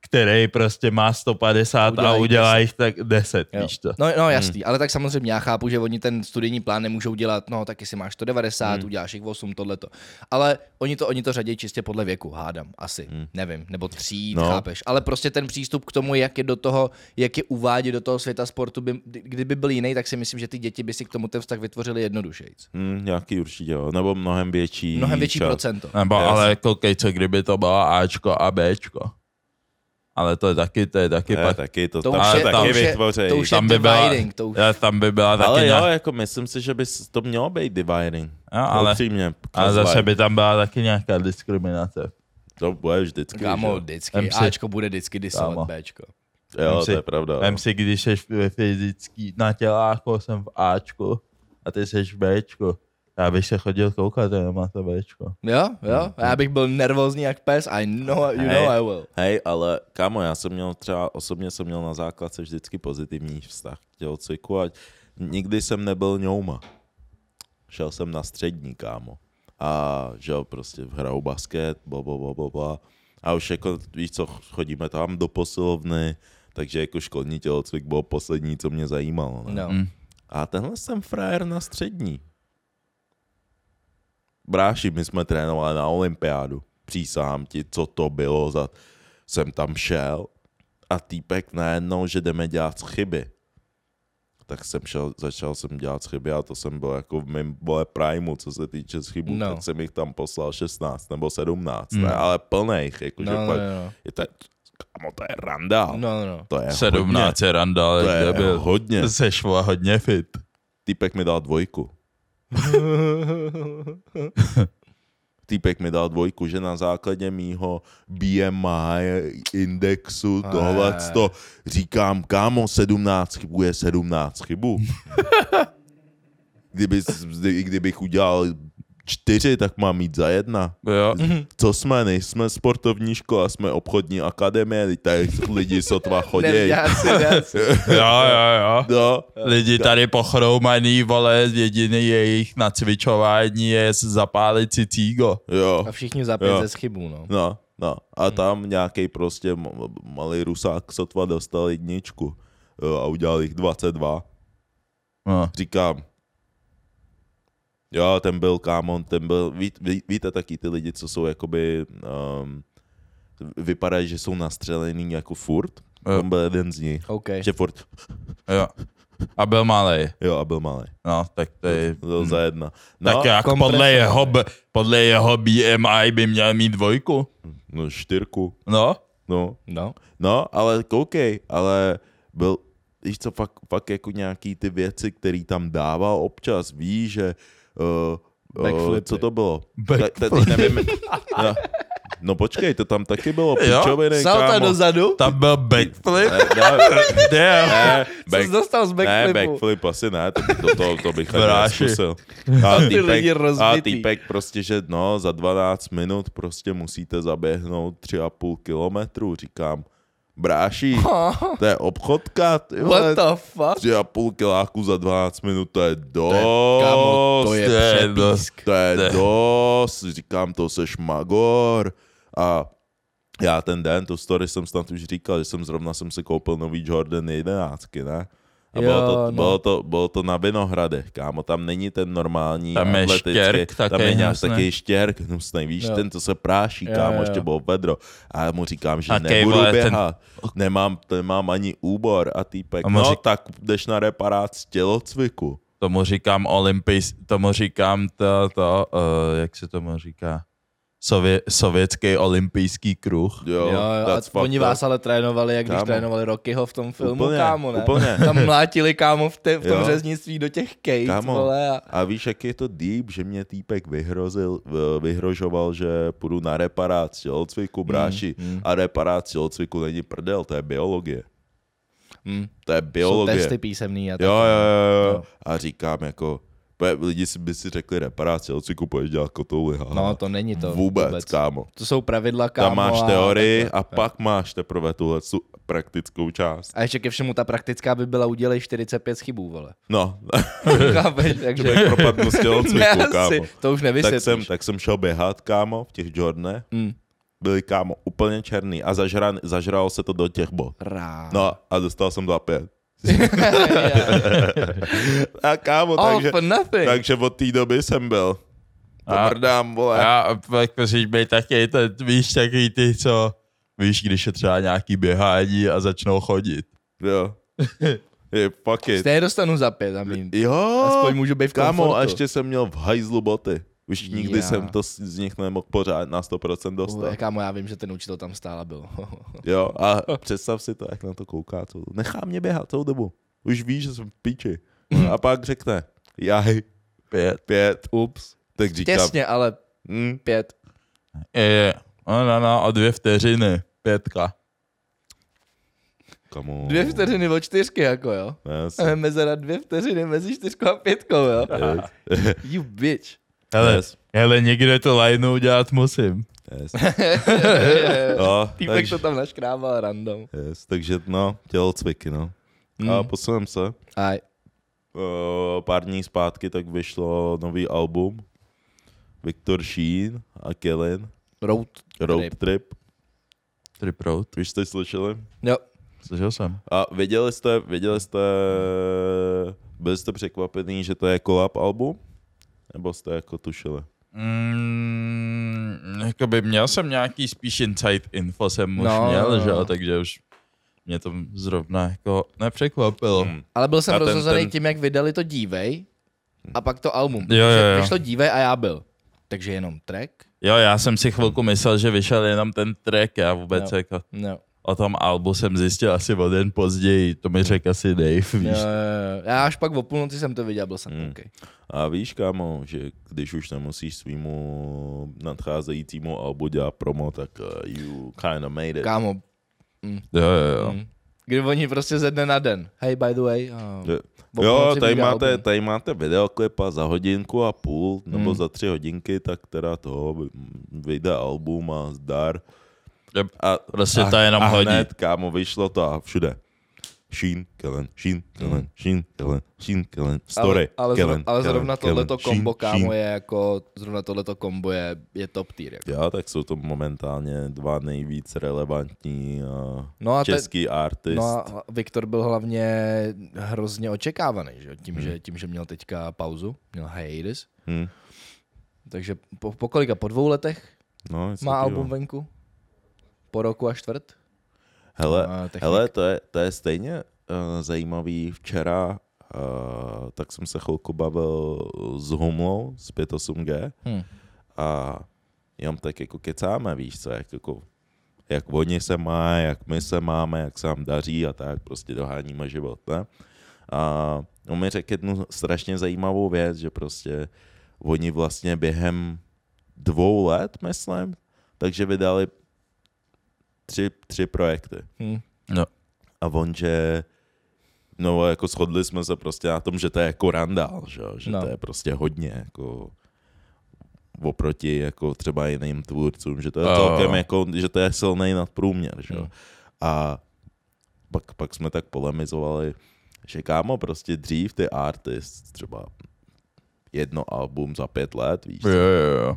který prostě má 150 Udělá a jich udělá jich tak 10, Jo. víš to. Hmm. No, no jasný, ale tak samozřejmě já chápu, že oni ten studijní plán nemůžou dělat, no tak jestli máš 190, Hmm. uděláš jich 8, tohleto. Ale oni to, oni to řadí čistě podle věku, hádám, asi, Hmm. nevím, nebo tří, no. No. chápeš. Ale prostě ten přístup k tomu, jak je do toho, jak je uvádět do toho světa sportu, by, kdyby byl jiný, tak si myslím, že ty děti by si k tomu ten vztah vytvořili jednodušejc. Hmm, nějaký určitě, jo. nebo mnohem větší. Mnohem větší čas. procento. Nebo Jasně. ale koukej, co kdyby to bylo Ačko a Bčko. ale to je taky, to je taky To je pak, taky, to, To tam už se je- to taky už je- vytvořejí. to už je tam by byla- dividing, to už Já, tam by byla taky ale jo, nějak, jako myslím si, že by s- to mělo být dividing. jo, ale, Upřímně, ale zase Kozlák. by tam byla taky nějaká diskriminace. To bude vždycky, Kámo, že? vždycky. MC. Ačko bude vždycky Kámo. disovat Bčko. Jo, Vem si- to je pravda. Vem si, když jsi ve fyzický, na těláku jsem v Ačku a ty jsi v Bčku. Já bych se chodil koukat jenom na to Bčko. Jo, Hmm, jo, a já bych byl nervózní jak pes, I know, you know I will. Hej, ale kámo, já jsem měl třeba, osobně jsem měl na základce vždycky pozitivní vztah k tělocviku a nikdy jsem nebyl ňouma. Šel jsem na střední, kámo. A že jo, prostě hraju basket, bo, bo, bo, bo, bo. A už jako, víš co, chodíme tam do posilovny, takže jako školní tělocvik byl poslední, co mě zajímalo. Ne? No. Mm. A tenhle jsem frajer na střední. Bráši, my jsme trénovali na olympiádu. Přísahám ti, co to bylo za... Jsem tam šel a týpek najednou, že jdeme dělat chyby. Tak jsem šel, začal jsem dělat chyby a to jsem byl jako v mém vole primu, co se týče chybů, No. Hmm. no. tak jsem jich tam poslal 16 nebo 17, Mm. ne, ale plných, jakože No, no, fakt- no, je to, kamo, to je randál, no, no. no, no. to je 17 je randa, ale hodně, to je kde byl? hodně, Jsi šla hodně fit. týpek mi dal dvojku. Týpek mi dal dvojku, že na základě mýho BMI indexu Ne. tohle to říkám, kámo, 17 chybů je 17 chybů. Kdyby, i kdybych udělal čtyři, tak mám mít za jedna. Jo. Co jsme, nejsme sportovní škola, jsme obchodní akademie, teď tady lidi sotva chodí. Nevědějáci, nevědějáci. jo, jo, jo. No, Lidi tady pochroumaný, vole, jediný jejich nacvičování je zapálit si cígo. jo. A všichni za pět Jo. ze schybů, no. No, no. A Hmm. tam nějaký prostě m- m- malý rusák sotva dostal jedničku jo, a udělal jich 22. No. Říkám, jo, ten byl kámon, ten byl, ví, ví, víte taky ty lidi, co jsou jakoby, um, vypadají, že jsou nastřelený jako furt. Jo. On byl jeden z nich. OK. Že furt, Jo. A byl malý. jo, a byl malý. No, tak to je... Hmm. Byl za jedna. No, Tak jak kompresor. podle jeho, b- podle jeho BMI by měl mít dvojku. no, čtyřku, No. no. No. No, ale koukej, ale byl, víš co, fakt, fakt jako nějaký ty věci, který tam dával občas, víš, že uh, uh, Backflipy. co to bylo? Backflip. Ta- ta- teď nevím, no, no počkej, to tam taky bylo, Jo, pičoviny, Salta kámo. dozadu? Tam byl backflip. Ne, ne, Damn. ne, Co jsi back, dostal z ne, backflipu? backflip asi ne, to, to, to, to bych ani Bráši. zkusil. Ty lidi a rozbitý. týpek prostě, že no, za 12 minut prostě musíte zaběhnout 3,5 kilometru, říkám, bráši, to je obchodka, ty vole, What the fuck? 3,5 kiláku za 12 minut, to je dost, Kámo, to je to je přepísk. to je Ne. dost, říkám, to seš magor. A já ten den, to story jsem snad už říkal, že jsem zrovna jsem si koupil nový Jordan 11, ne? A bylo, Jo, to, no. bylo, to, bylo to na Vinohradech, kámo, tam není ten normální Tam je atletický, štěrk tam také je nějak hnusný. taky štěrk hnusný, víš, Jo. ten, co se práší, Jo, kámo, jo, ještě jo. bylo vedro. A já mu říkám, že Takej, nebudu vole, ten- běhat, nemám, nemám ani úbor a týpek, A mu no řík- tak jdeš na reparát z tělocviku. Tomu říkám olympijs, tomu říkám to, to uh, jak se tomu říká, Sově, sovětský olympijský kruh. Jo, Jo, jo, a that's oni fucked up. vás ale trénovali, jak když Kámo. trénovali Rockyho v tom filmu, Úplně, kámo, ne? úplně. Tam mlátili, kámo, v, te, v tom Jo. řeznictví do těch kejt, Kámo. vole, a... A víš, jak je to deep, že mě týpek vyhrozil, v- vyhrožoval, že půjdu na reparát z tělocviku, bráši. Mm, mm. A reparát z tělocviku není prdel, to je biologie. Mm. To je Jsou biologie. testy písemný a tak. jo, jo, jo, Jo. jo. A říkám jako, pe- lidi si by si řekli reparát z tělocviku, půjdeš dělat kotouly. haha. No, to není to vůbec, kámo. To jsou pravidla, kámo. Tam máš a- teorii a pak máš teprve tuhle tu praktickou část. A ještě ke všemu ta praktická by byla udělej 45 chybů, vole. No, Chápeš, že takže... bych propadnu z tělocviku, asi, kámo. to už tak nevysvětlíš. jsem, tak jsem šel běhat, kámo, v těch Jordanech. Mm. Byli, kámo, úplně černý a zažran, zažralo se to do těch bot. Rá. No a dostal jsem za pět. A kámo, All takže, for nothing. takže od té doby jsem byl. To A- mrdám, vole. Já pak musíš být taky, ten, víš, takový ty, co, víš, když je třeba nějaký běhání a začnou chodit. Jo. Je, fuck it. Stejně dostanu za pět, I mean. Jo, Aspoň můžu být v kámo, komfortu. a ještě jsem měl v hajzlu boty. Už nikdy Já. Já. jsem to z- z nich nemohl pořád na 100% dostat. Jaká já vím, že ten učitel tam stále byl. Jo, a představ si to, jak na to kouká. Celou... Nechá mě běhat celou dobu. Už ví, že jsem v píči. Mhm. A pak řekne, jaj, pět, pět, ups. Tak říkám, Těsně, ale hm, pět. Je, je. No, no, no, o dvě vteřiny. Pětka. kamo. Dvě vteřiny od čtyřky, jako jo. Yes. A je Mezera dvě vteřiny mezi čtyřkou a pětkou, jo. You bitch. Hele, Yes. hele někde to lineu udělat musím. yes. Jo, Týpek takže, to tam naškrábal random. yes, takže no, tělocviky, no. Mm. A posunem se. Aj. Eh, pár dní zpátky tak vyšlo nový album. Viktor Sheen a Kellen. Road. Road Trip. Trip. Trip. Trip road. Už jste slyšeli? Jo. Slyšel jsem. A věděli jste, věděli jste, byli jste překvapený, že to je collab album? Nebo jste jako tušili? Mm, jakoby měl jsem nějaký spíš inside info, jsem už No, no, měl, no, že no. jo, takže už mě to zrovna jako nepřekvapilo. Hmm. Ale byl jsem A ten- rozhozený ten- tím, jak vydali to Dívej a pak to album. Jo, Že jo, jo. Vyšlo Dívej a já byl. Takže jenom track? Jo, já jsem si chvilku myslel, že vyšel jenom ten track, já vůbec Jo. no. jako No. o tom albu jsem zjistil asi o den později, to mi řekl asi Dave, víš. Jo, jo, jo. Já až pak o půlnoci jsem to viděl, byl jsem mm. Hmm. OK. A víš, kámo, že když už nemusíš svýmu nadcházejícímu albu dělat promo, tak uh, you kinda made it. Kámo, Jo, jo, jo. mm. kdy oni prostě ze dne na den. Hej, by the way. Uh, Jo. o Jo, půlnoci tady vyjde máte, album. tady máte videoklipa za hodinku a půl, nebo Hmm. za tři hodinky, tak teda to vyjde album a zdar. Yep. A Prostě to jenom a hodí. hned, kámo, vyšlo to a všude. Sheen, Kellen, Sheen, Kellen, Sheen, Kellen, Sheen, Kellen, Story, Hmm. ale, ale, Kellen, zrovna, ale zrovna Kellen, tohleto Kellen, kombo, Sheen, Sheen. kámo, je jako, zrovna tohleto kombo je, je top tier. Jako. Já, tak jsou to momentálně dva nejvíc relevantní uh, No a, te, český artist. no a Viktor byl hlavně hrozně očekávaný, že? jo, Hmm. Tím, že, tím, že měl teďka pauzu, měl hiatus. Hm. Takže po, po kolika, po dvou letech no něco má takového. album venku? Po roku a čtvrt? Hele, A technik. hele to, je, to je stejně uh, zajímavý. Včera uh, tak jsem se chvilku bavil s Humlou z 58G Hm. a jenom tak jako kecáme, víš co, jak, jako, jak oni se má, jak my se máme, jak se nám daří a tak, prostě doháníme život, ne? A on mi řekl jednu strašně zajímavou věc, že prostě oni vlastně během dvou let, myslím, takže vydali tři, tři projekty. Hm. No, A on, že no jako shodli jsme se prostě na tom, že to je jako randál, že, jo, že No. no. to je prostě hodně jako oproti jako třeba jiným tvůrcům, že to je Jo. celkem jako, že to je silný nadprůměr, že jo. Hmm. A pak, pak jsme tak polemizovali, že kámo, prostě dřív ty artist třeba jedno album za pět let, víš, Jo, jo, jo.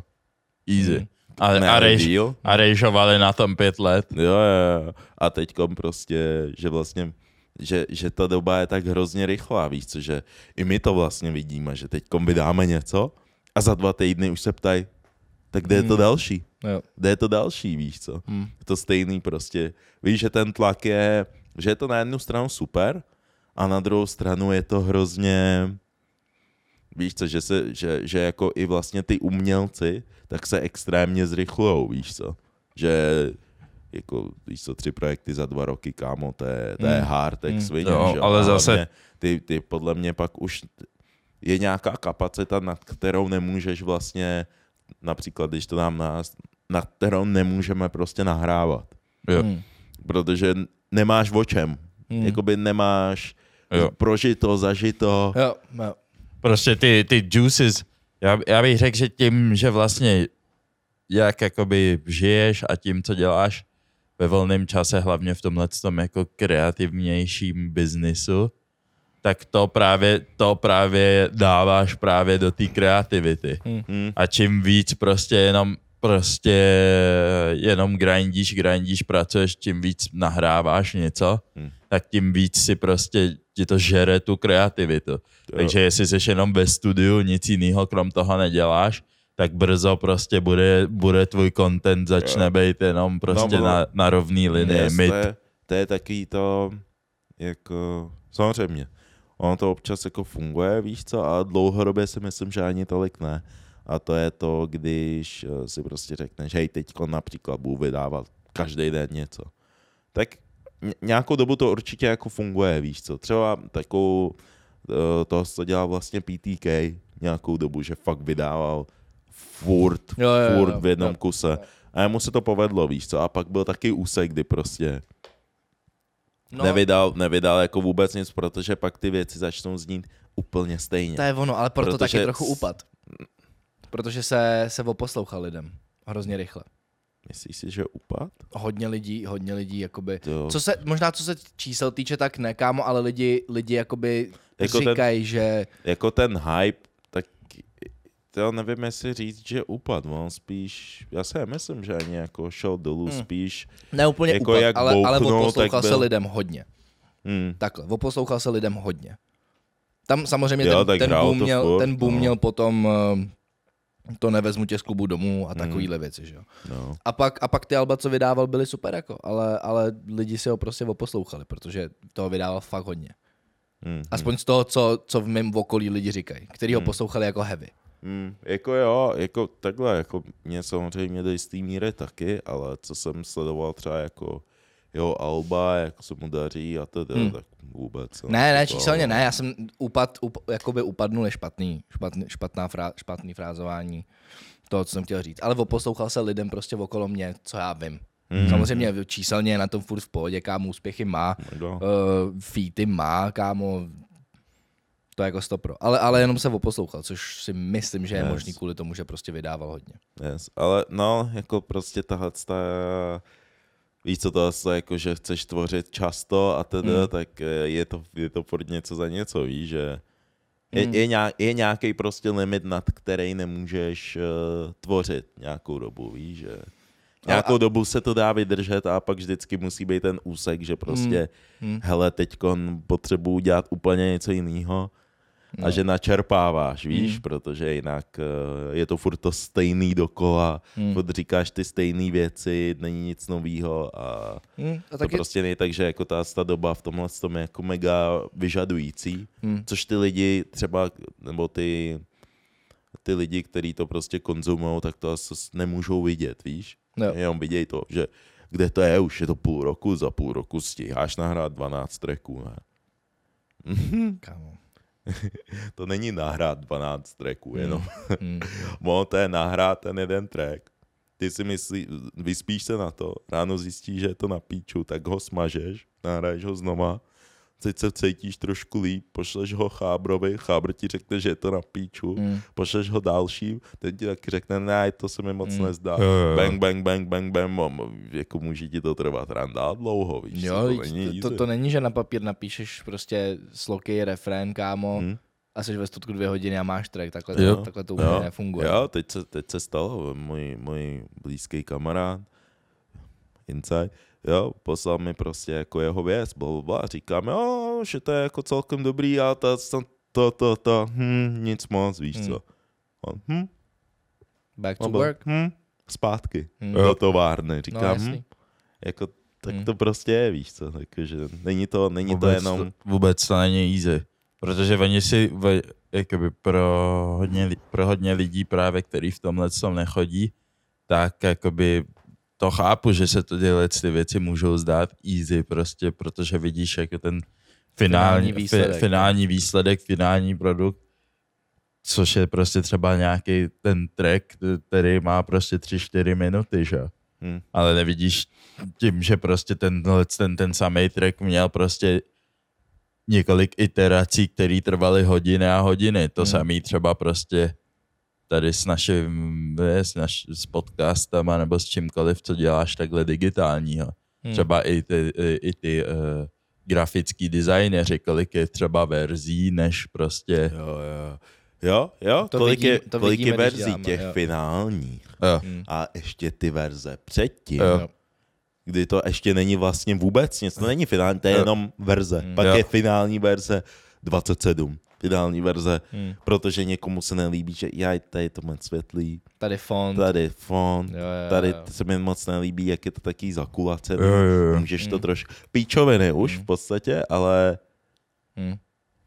Mm. Easy. A, a, Měli rejš, deal. a rejžovali na tom pět let. Jo, jo, jo. A teďkom prostě, že vlastně, že, že ta doba je tak hrozně rychlá, víš co, že i my to vlastně vidíme, že teďkom vydáme něco a za dva týdny už se ptají, tak kde je to Hmm. další? No jo. Kde je to další, víš co? Hm. To stejný prostě. Víš, že ten tlak je, že je to na jednu stranu super a na druhou stranu je to hrozně, víš co, že, se, že, že jako i vlastně ty umělci, tak se extrémně zrychlujou, víš co. Že jako, víš co, tři projekty za dva roky, kámo, to je, to je Mm. hard, jak Mm. svině, Hmm. Jo, že ale A zase- hlavně Ty, ty podle mě pak už je nějaká kapacita, nad kterou nemůžeš vlastně, například když to dám nás, nad kterou nemůžeme prostě nahrávat. Jo. Mm. Hm. Protože nemáš o čem. Hm. Jakoby nemáš Jo. prožito, zažito. Jo, No, jo. prostě ty, ty juices, já, já bych řekl, že tím, že vlastně jak jakoby žiješ a tím, co děláš ve volném čase, hlavně v tomhle tom jako kreativnějším biznisu, tak to právě, to právě dáváš právě do té kreativity. Hm. A čím víc prostě jenom prostě jenom grindíš, grindíš, pracuješ, tím víc nahráváš něco, Hmm. tak tím víc si prostě ti to žere tu kreativitu. Takže jestli jsi jenom ve studiu, nic jiného krom toho neděláš, tak brzo prostě bude, bude tvůj content začne jo. být jenom prostě No, no, no. na, na rovný linii. Yes, Mid. to, je, to je takový to, jako, samozřejmě, ono to občas jako funguje, víš co, a dlouhodobě si myslím, že ani tolik ne. A to je to, když eh, si prostě řekneš, hej, teď například budu vydávat každý den něco. Tak ně- nějakou dobu to určitě jako funguje, víš co. Třeba takovou eh, to, co dělal vlastně PTK nějakou dobu, že fakt vydával furt, Jo, jo, jo, furt jo, v jednom jo. kuse. A jemu se to povedlo, víš co. A pak byl taky úsek, kdy prostě No, nevydal, nevydal jako vůbec nic, protože pak ty věci začnou znít úplně stejně. to je ono, ale proto Protože- taky trochu upad. Protože se, se oposlouchal lidem hrozně rychle. Myslíš si, že upad? Hodně lidí, hodně lidí, jakoby... To, Co se, možná co se čísel týče, tak ne, kámo, ale lidi, lidi jakoby Jako jako ten- říkají, ten... že... Jako ten hype, tak já nevím, jestli říct, že upad, on spíš, já si nemyslím, že ani jako šel dolů, Hm. hmm. spíš, Ne úplně Jako jako upad, jak ale, ale bouchnul, oposlouchal tak byl- se lidem hodně. hmm, Takhle, oposlouchal se lidem hodně. Tam samozřejmě Jo, ten, tak ten, hrál boom to měl, furt, ten boom no. měl potom eh, to nevezmu tě z klubu domů a Mhm. takovýhle věci, že jo. no. A pak, a pak ty alba, co vydával, byly super jako, ale, ale lidi si ho prostě oposlouchali, protože toho vydával fakt hodně. Hmm. Aspoň z toho, co, co v mém okolí lidi říkají, který ho poslouchali jako heavy. Hmm, jako jo, jako takhle, jako mě samozřejmě do jistý míry taky, ale co jsem sledoval třeba jako jeho alba, jak se mu daří a tedy, hmm. tak vůbec. jo, Ne, ne, jako, číselně ne, já jsem upad, up, jakoby upadnul je špatný, špatný, špatná frá, špatný frázování toho, co jsem chtěl říct. Ale oposlouchal se lidem prostě okolo mě, co já vím. Mm. Samozřejmě číselně je na tom furt v pohodě, kámo, úspěchy má, No. uh, feety má, kámo, to je jako stopro. Ale, ale jenom se oposlouchal, což si myslím, že je Yes. yes. možný kvůli tomu, že prostě vydával hodně. Yes, ale no, jako prostě tahle ta, víš co to je, jako že chceš tvořit často a tedy, mm. tak eh, je to, je to furt něco za něco, víš, že je, mm. je, nějak, je nějaký prostě limit, nad který nemůžeš uh, tvořit nějakou dobu, víš, že nějakou a, dobu se to dá vydržet a pak vždycky musí být ten úsek, že prostě, mm. hele, teďkon potřebuju dělat úplně něco jiného, a že načerpáváš, víš, mm. protože jinak eh, je to furt to stejný dokola, mm. furt říkáš ty stejné věci, není nic nového a Mm, a tak to taky, prostě není tak, že jako ta, ta doba v tomhle tom je jako mega vyžadující, hmm. což ty lidi třeba, nebo ty, ty lidi, kteří to prostě konzumují, tak to asi s- nemůžou vidět, víš? Jo. Jenom vidějí to, že kde to je, už je to půl roku, za půl roku stíháš nahrát 12 tracků, ne? Hm. kámo. To není nahrát 12 tracků, jenom. Hm. Ono to je nahrát ten jeden track. Ty si myslí, vyspíš se na to, ráno zjistíš, že je to na píču, tak ho smažeš, nahraješ ho znova, teď se cítíš trošku líp, pošleš ho chábrovi, chábr ti řekne, že je to na píču, mm. pošleš ho dalším, ten ti taky řekne, ne, to se mi moc mm. nezdá. Jo, jo, jo. Bang, bang, bang, bang, bang, mom. jako může ti to trvat randál dlouho, víš, co, Jo, to není to, to, easy. to není, že na papír napíšeš prostě sloky, refrén, kámo, Hm. hmm. a jsi ve studku dvě hodiny a máš track, takhle, Jo. to, takhle to úplně jo, nefunguje. Jo, teď se, teď se stalo, můj, můj blízký kamarád, Inside, jo, poslal mi prostě jako jeho věc, blablabla, a říkám, jo, že to je jako celkem dobrý a to, to, to, to, to hm, nic moc, víš co. On, hm, Back Hmm. to on byl, work. hm, zpátky Hm. do továrny, No, říkám, hm, jasný. jako tak Hm. to prostě je, víš co, takže není to, není to jenom... To, vůbec to není easy. Protože oni si ve, jakoby pro, hodně, li- pro hodně lidí právě, který v tomhle tom nechodí, tak jakoby to chápu, že se to tyhle ty věci můžou zdát easy prostě, protože vidíš jako ten Finální finální, finální, výsledek, výsledek, no. fi, finální výsledek, finální produkt, což je prostě třeba nějaký ten track, který má prostě 3-4 minuty, že? jo. Hmm. Hm. Ale nevidíš tím, že prostě ten, ten, ten samý track měl prostě několik iterací, které trvaly hodiny a hodiny. To hmm. samý třeba prostě tady s naším, ne, s, naš, s podcastama nebo s čímkoliv, co děláš takhle digitálního. Hmm. Třeba i ty, i, i ty uh, grafický designéři, kolik je třeba verzí, než prostě... Jo, jo. Jo, jo, To to kolik, vidím- je, to kolik je vidíme, když verzí děláme, těch jo. finálních. Jo. A ještě ty verze předtím, Jo. Jo. kdy to ještě není vlastně vůbec nic, to není finální, to je Jo. Mm. jenom verze. Pak Jo. je finální verze 27, finální verze, Mm. protože někomu se nelíbí, že já tady je to moc světlý, Tady Mm. fond. tady fond, Jo, jo, tady jo. se mi moc nelíbí, jak je to taký zakulacený, Jo, Mm. jo, jo. můžeš to trošku, píčoviny už v podstatě, ale Hm.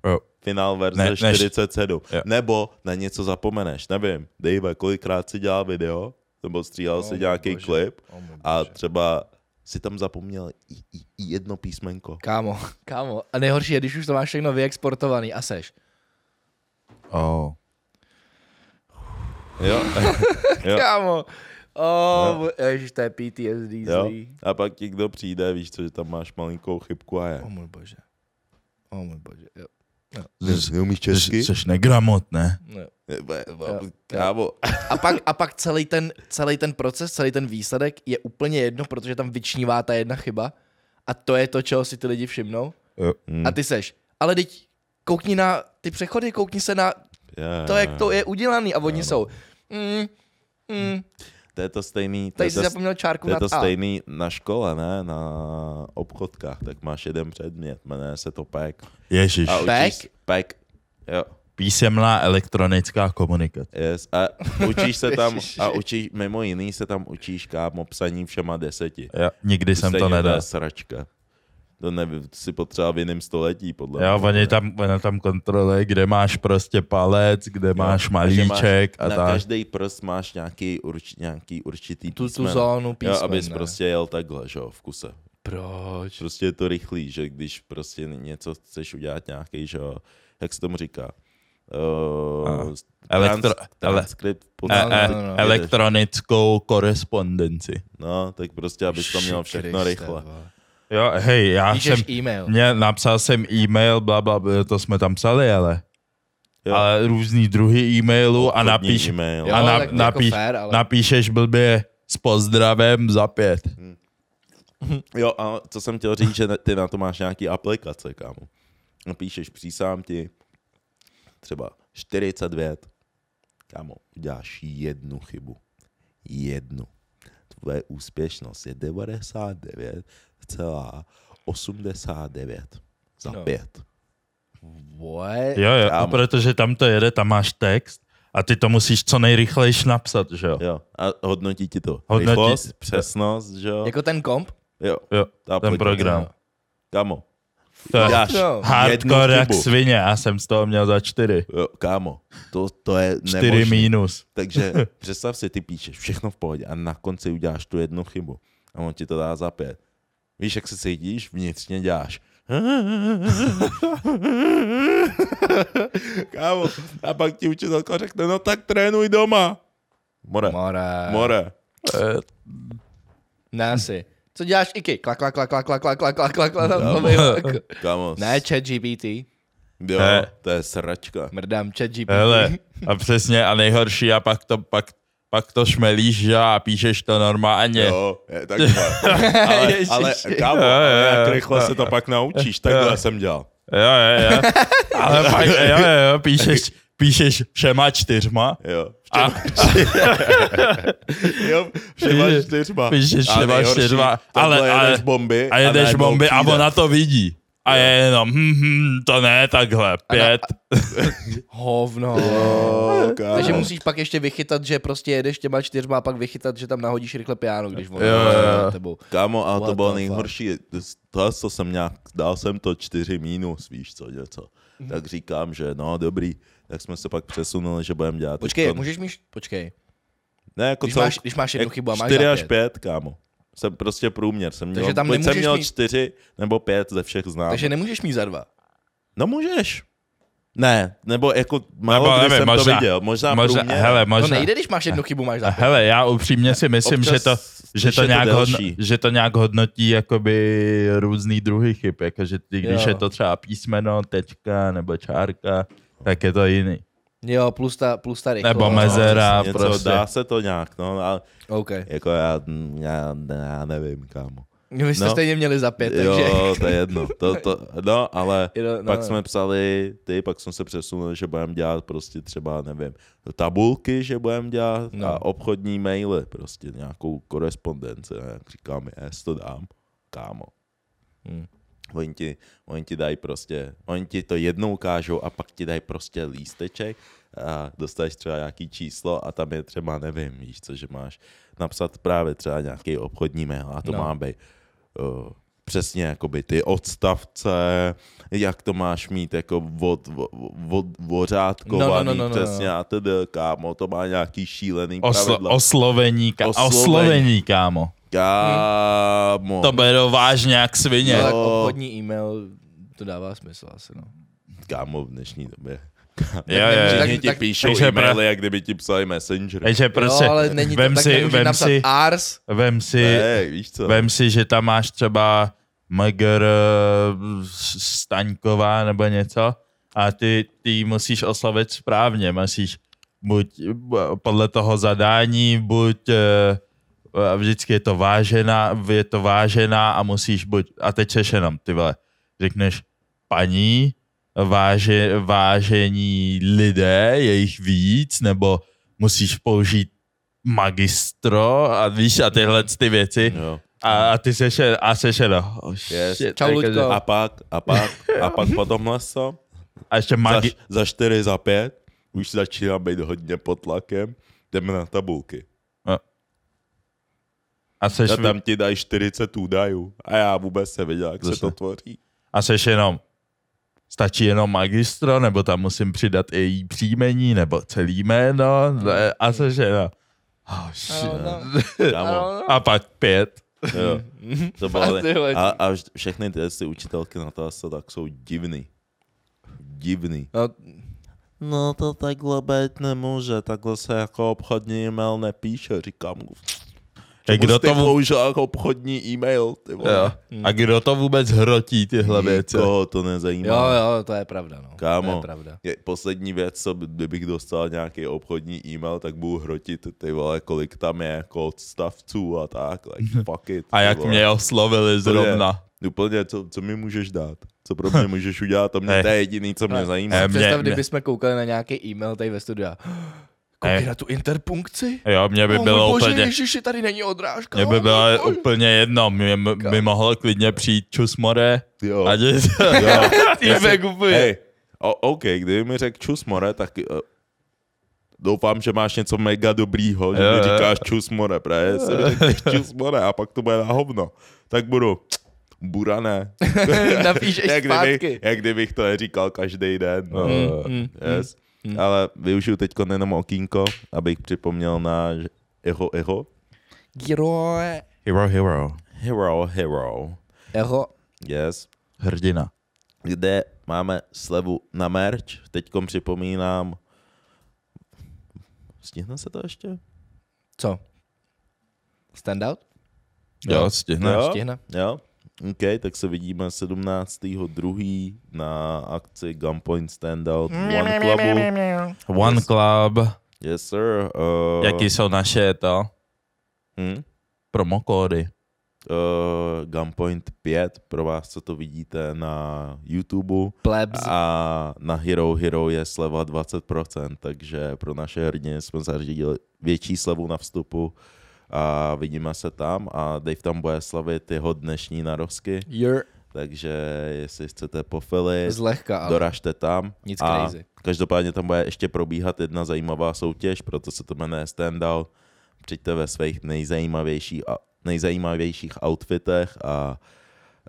Jo. Finál verze Ne, ne, než- 47. Jo. Nebo na něco zapomeneš, nevím. Dave, kolikrát si dělal video, nebo stříhal No, si nějaký bože. klip Oh můj a bože. třeba si tam zapomněl i, i, i jedno písmenko. Kámo, kámo. A nejhorší je, když už to máš všechno vyexportovaný a seš. Oh. Jo. Jo. Kámo. Oh, ježiš, to je PTSD jo. zlý. A pak ti kdo přijde, víš co, že tam máš malinkou chybku a je. Oh můj bože. Oh můj bože. Jo. Neumíš Jsi, jsi negramot, ne? No. Nebe- Jo. Kámo. A pak, a pak celý, ten, celý ten proces, celý ten výsledek je úplně jedno, protože tam vyčnívá ta jedna chyba. A to je to, čeho si ty lidi všimnou. Hm, A ty seš. Ale teď koukni na ty přechody, koukni se na je, to, je, jak je. to je udělaný. A oni jsou. Mm, mm, To je to stejný. To tady je jsi to, zapomněl čárku to, je nad to A. stejný na škole, ne? Na obchodkách. Tak máš jeden předmět, jmenuje se to PEK. Ježíš. A učíš, Pek? PEK. Jo, Písemná elektronická komunikace. yes. A učíš se tam, Ježiši. a učíš, mimo jiný se tam učíš, kámo, psaní všema deseti. Já, nikdy jsem to Stejně je nedal. sračka. To nevím, to si potřeba v jiném století, podle Jo, mě. oni tam, ona tam kontroluje, kde máš prostě palec, kde jo, máš Takže malíček a na tak. každý prst máš nějaký, urč, nějaký určitý Tu, tu písmeno. zónu Jo, písmen, abys ne? prostě jel takhle, že jo, v kuse. Proč? Prostě je to rychlý, že když prostě něco chceš udělat nějaký, že jo, jak se tomu říká? Uh, A. Elektro- ele- transkript, pod- E, e, No, no, no. elektronickou korespondenci. No, tak prostě, abys tam měl všechno rychle. Jo, hej, já Píšeš jsem, e-mail. mě, napsal jsem e-mail, bla, bla, bla, to jsme tam psali, ale, Jo. ale různý druhy e-mailu a Obchodní napíš, e-mail. Jo, a na, tak jako napíš, fair, ale- napíšeš blbě s pozdravem za pět. Jo, a co jsem chtěl říct, že ty na to máš nějaký aplikace, kámo. Napíšeš přísám ti třeba 40 vět, kámo, uděláš jednu chybu. Jednu. Tvoje úspěšnost je 99,89 za No. no. pět. What? Jo, jo, Kámo. protože tam to jede, tam máš text a ty to musíš co nejrychlejš napsat, že jo? Jo, a hodnotí ti to Hodnotí- rychlost, přesnost, že jo? Jako ten komp? jo, Jo, ta ten aplikace. program. Kámo, To je uděláš no. jednu hardcore jak chybu. svině, já jsem z toho měl za čtyři. Jo, kámo, to, to je Čtyři nemožný. mínus. Takže představ si, ty píšeš všechno v pohodě a na konci uděláš tu jednu chybu a on ti to dá za pět. Víš, jak se cítíš, vnitřně děláš. Kámo, a pak ti učitelka řekne, no tak trénuj doma. More, More. more. Eh, Ne asi. Co děláš, Iky? Klak, klak, klak, klak, klak, klak, klak, klak, klak, klak, Kámo. klak, klak. Kámo, Ne, s- chat GPT. jo, Ne. to je sračka. Mrdám, chat GPT. Hele, a přesně, a nejhorší, a pak to, pak, pak to šmelíš, že jo, a píšeš to normálně. Jo, je, takhle. ale, ale Ježiši. kámo, Jo, ale jo, jak jo. rychle se to pak naučíš, takhle jsem dělal. Jo, jo, jo. Ale pak, jo, jo, jo, píšeš, píšeš všema čtyřma. Jo, A, Jo, všema čtyřma. Píšeš A všema nejhorší, čtyřma, takhle ale- ale- jedeš bomby a jedeš najednou bomby a přijde. ona to vidí. A je jenom, hm, hm, to ne, takhle, pět. Hovno. Jo, Oh, kámo. Takže musíš pak ještě vychytat, že prostě jedeš těma čtyřma a pak vychytat, že tam nahodíš rychle piano, když on Jo, jo, jo. za tebou. Kámo, ale to What bylo the fuck? nejhorší. To, co jsem nějak, dal jsem to čtyři minus, víš co, něco. Mhm. Tak říkám, že no dobrý, tak jsme se pak přesunuli, že budeme dělat. Počkej, teďkon- můžeš mi... š- Počkej. Ne, jako Když celk- máš, když máš jednu jak chybu a máš čtyři za až pět, kámo. Jsem prostě průměr. Jsem Takže měl, tam buď jsem nemůžeš měl mít- čtyři nebo pět ze všech znám. Takže nemůžeš mít za dva. No můžeš. Ne, nebo jako málo Nebo kdy nevím, jsem možná- to viděl. Možná, No, Možná, průměr. hele, To možná. nejde, když máš jednu chybu, máš A za pět. hele, já upřímně si myslím, Občas že to, že spíš to, je to nějak hodno, delší. že to nějak hodnotí jakoby různý druhy chyb. Jakože ty, když Jo. jo. je to třeba písmeno, tečka nebo čárka, tak je to jiný. Jo, plus ta, plus ta rychlost. Nebo no. meze- Zera, něco, prostě. Dá se to nějak, no, ale OK. jako já, já, já nevím, kámo. Vy jste No. stejně měli za pět, takže... Jo, to je jedno. To, to, no, ale Jo, no, pak no. jsme psali, ty, pak jsme se přesunuli, že budeme dělat prostě třeba, nevím, tabulky, že budeme dělat No. a obchodní maily, prostě nějakou korespondenci. A jak říkám, jest to dám, kámo. Hmm. Oni ti, oni ti dají prostě, oni ti to jednou ukážou a pak ti dají prostě lísteček a dostaneš třeba nějaký číslo a tam je třeba, nevím, víš co, že máš napsat právě třeba nějaký obchodní mail a to No. no. má být uh, přesně jakoby ty odstavce, jak to máš mít jako od, od, ořádkovaný, No, no, no, no, no, přesně no. a tedy, kámo, to má nějaký šílený Oslo, pravidla. oslovení, ka- Oslovení. oslovení. kámo. kámo. To berou vážně jak svině. No, Jo. tak obchodní e-mail, to dává smysl asi, no. Kámo, Kámo v dnešní době. Jo, jo, Všichni jo. ti tak- píšou takže pra- e-maily, jak kdyby ti psali messenger. Takže prostě, jo, No, ale není to, vem, tak si, nemůžeš vem, napsat si, ARS, vem si, Ne, víš co? vem si, že tam máš třeba MGR eh, Staňková nebo něco a ty, ty ji musíš oslovit správně. Musíš buď eh, podle toho zadání, buď eh, a vždycky je to vážená, je to vážená a musíš buď, a teď seš jenom, ty vole, řekneš paní, váže, vážení lidé, je jich víc, nebo musíš použít magistro a víš, a tyhle ty věci. Jo. A, a ty seš, a seš jenom, oh, Yes. shit, Čau, jakože- Luďko. A pak, a pak, a pak po tomhle co? A ještě Za, magi, za 4, za 5 už začíná být hodně pod tlakem. Jdeme na tabulky. a seš, A tam ti dají 40 údajů. A já vůbec nevěděl, jak se to Přesně. tvoří. a seš jenom, stačí jenom magistro, nebo tam musím přidat i její příjmení, nebo celý jméno, ne, a seš jenom, oh, shit. no. Kámo, A pak pět. jo, to bylo, Fakt, ty vole. a, a vž- všechny ty ty učitelky na to asi tak jsou divný. Divný. No, No to takhle být nemůže, takhle se jako obchodní e-mail nepíše, říkám. Jak kdo to, vů- jako obchodní e-mail, ty vole. jo. A kdo to vůbec hrotí tyhle věci? Nikoho to nezajímá. jo, jo, to je pravda, no. To Kámo. je pravda. Je poslední věc, co by- kdybych dostal nějaký obchodní e-mail, tak budu hrotit ty vole, kolik tam je jako odstavců a tak, like fuck it. A ty jak vole. mě oslovili zrovna. Úplně, co, co mi můžeš dát? Co pro mě můžeš udělat? To, mě, Hej. to je jediný, co mě Ne. zajímá. Em. Mě- Představ, mě- kdybychom koukali na nějaký e-mail tady ve studiu a koukej Ne. na tu interpunkci. Jo, Eh. mě by oh, bylo můj bože, úplně, ježiši, tady není odrážka. mě by oh, můj bylo bože. úplně jedno, mě, by mohlo klidně přijít čus more. Jo. Ať je jo. Ty bek úplně. Hej, o, OK, kdyby mi řekl čus more, tak uh, doufám, že máš něco mega dobrýho, že Jo, mi jo. říkáš čus more, protože jestli mi řekneš čus more a pak to bude na hovno, tak budu burané. Napíšeš jak, kdyby, zpátky. jak kdybych to neříkal každý den. No. Mm, yes. Ale využiju teď jenom okýnko, abych připomněl na jeho, jeho, Giroe. Hero, hero. hero, hero, Jeho. yes, Hrdina. kde máme slevu na merch. Teďkom připomínám, stihne se to ještě? Co? Standout? Jo, stihne. Jo. Stihne? Jo, OK, tak se vidíme 17.2. na akci Gunpoint Standout One Clubu. One Yes. Club. Yes, sir. Uh, Jaký jsou naše to? Hm? Promokódy. Uh, Gunpoint 5, pro vás, co to vidíte na YouTube. Plebs. A na Hero Hero je sleva 20%, takže pro naše hrdiny jsme zařídili větší slevu na vstupu a vidíme se tam a Dave tam bude slavit jeho dnešní narosky, You're takže jestli chcete pofilit, zlehka, ale doražte tam. nic a crazy. Každopádně tam bude ještě probíhat jedna zajímavá soutěž, proto se to jmenuje Stand Out. Přijďte ve svých nejzajímavější, a- nejzajímavějších outfitech a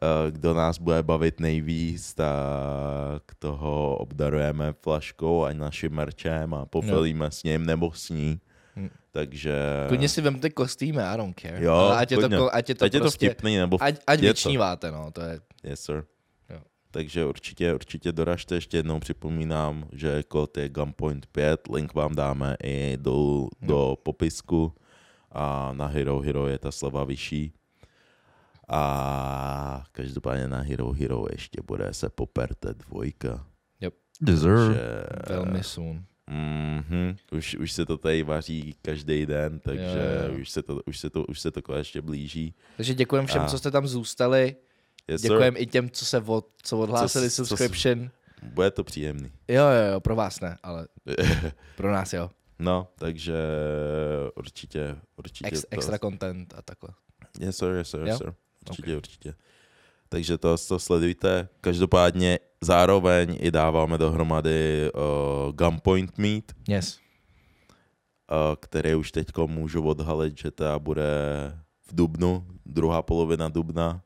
eh, kdo nás bude bavit nejvíc, tak toho obdarujeme flaškou a naším merčem a pofilíme s ním nebo s ní. Hm. Takže Klidně si vemte kostýmy, I don't care. Jo, ale ať je to, klidně. ko- ať je to, ať je to prostě, vtipný nebo ať, ať je to. vyčníváte, no, to je Yes, sir. Jo. Takže určitě, určitě doražte. Ještě jednou připomínám, že kód je Gunpoint 5. Link vám dáme i dolů do popisku. A na Hero Hero je ta slova vyšší. A každopádně na Hero Hero ještě bude se poperte dvojka. Deserve. Že, velmi soon. mm-hmm, už, už se to tady vaří každý den, takže jo, jo. Už, se to, už, se to, už se to konečně blíží. Takže děkujeme všem, A- co jste tam zůstali. Yes, sir. Děkujeme i těm, co se od, co odhlásili Co- co- subscription. Bude to příjemný. Jo, jo, jo, pro vás ne, ale pro nás jo. No, takže určitě, určitě. Ex, to- extra content a takhle. Yes, sir, yes, sir, Jo? yes, sir. Určitě, určitě. Takže to, to sledujte. Každopádně zároveň i dáváme dohromady uh, Gunpoint Meet, uh, Yes. který už teď můžu odhalit, že ta bude v Dubnu, druhá polovina Dubna.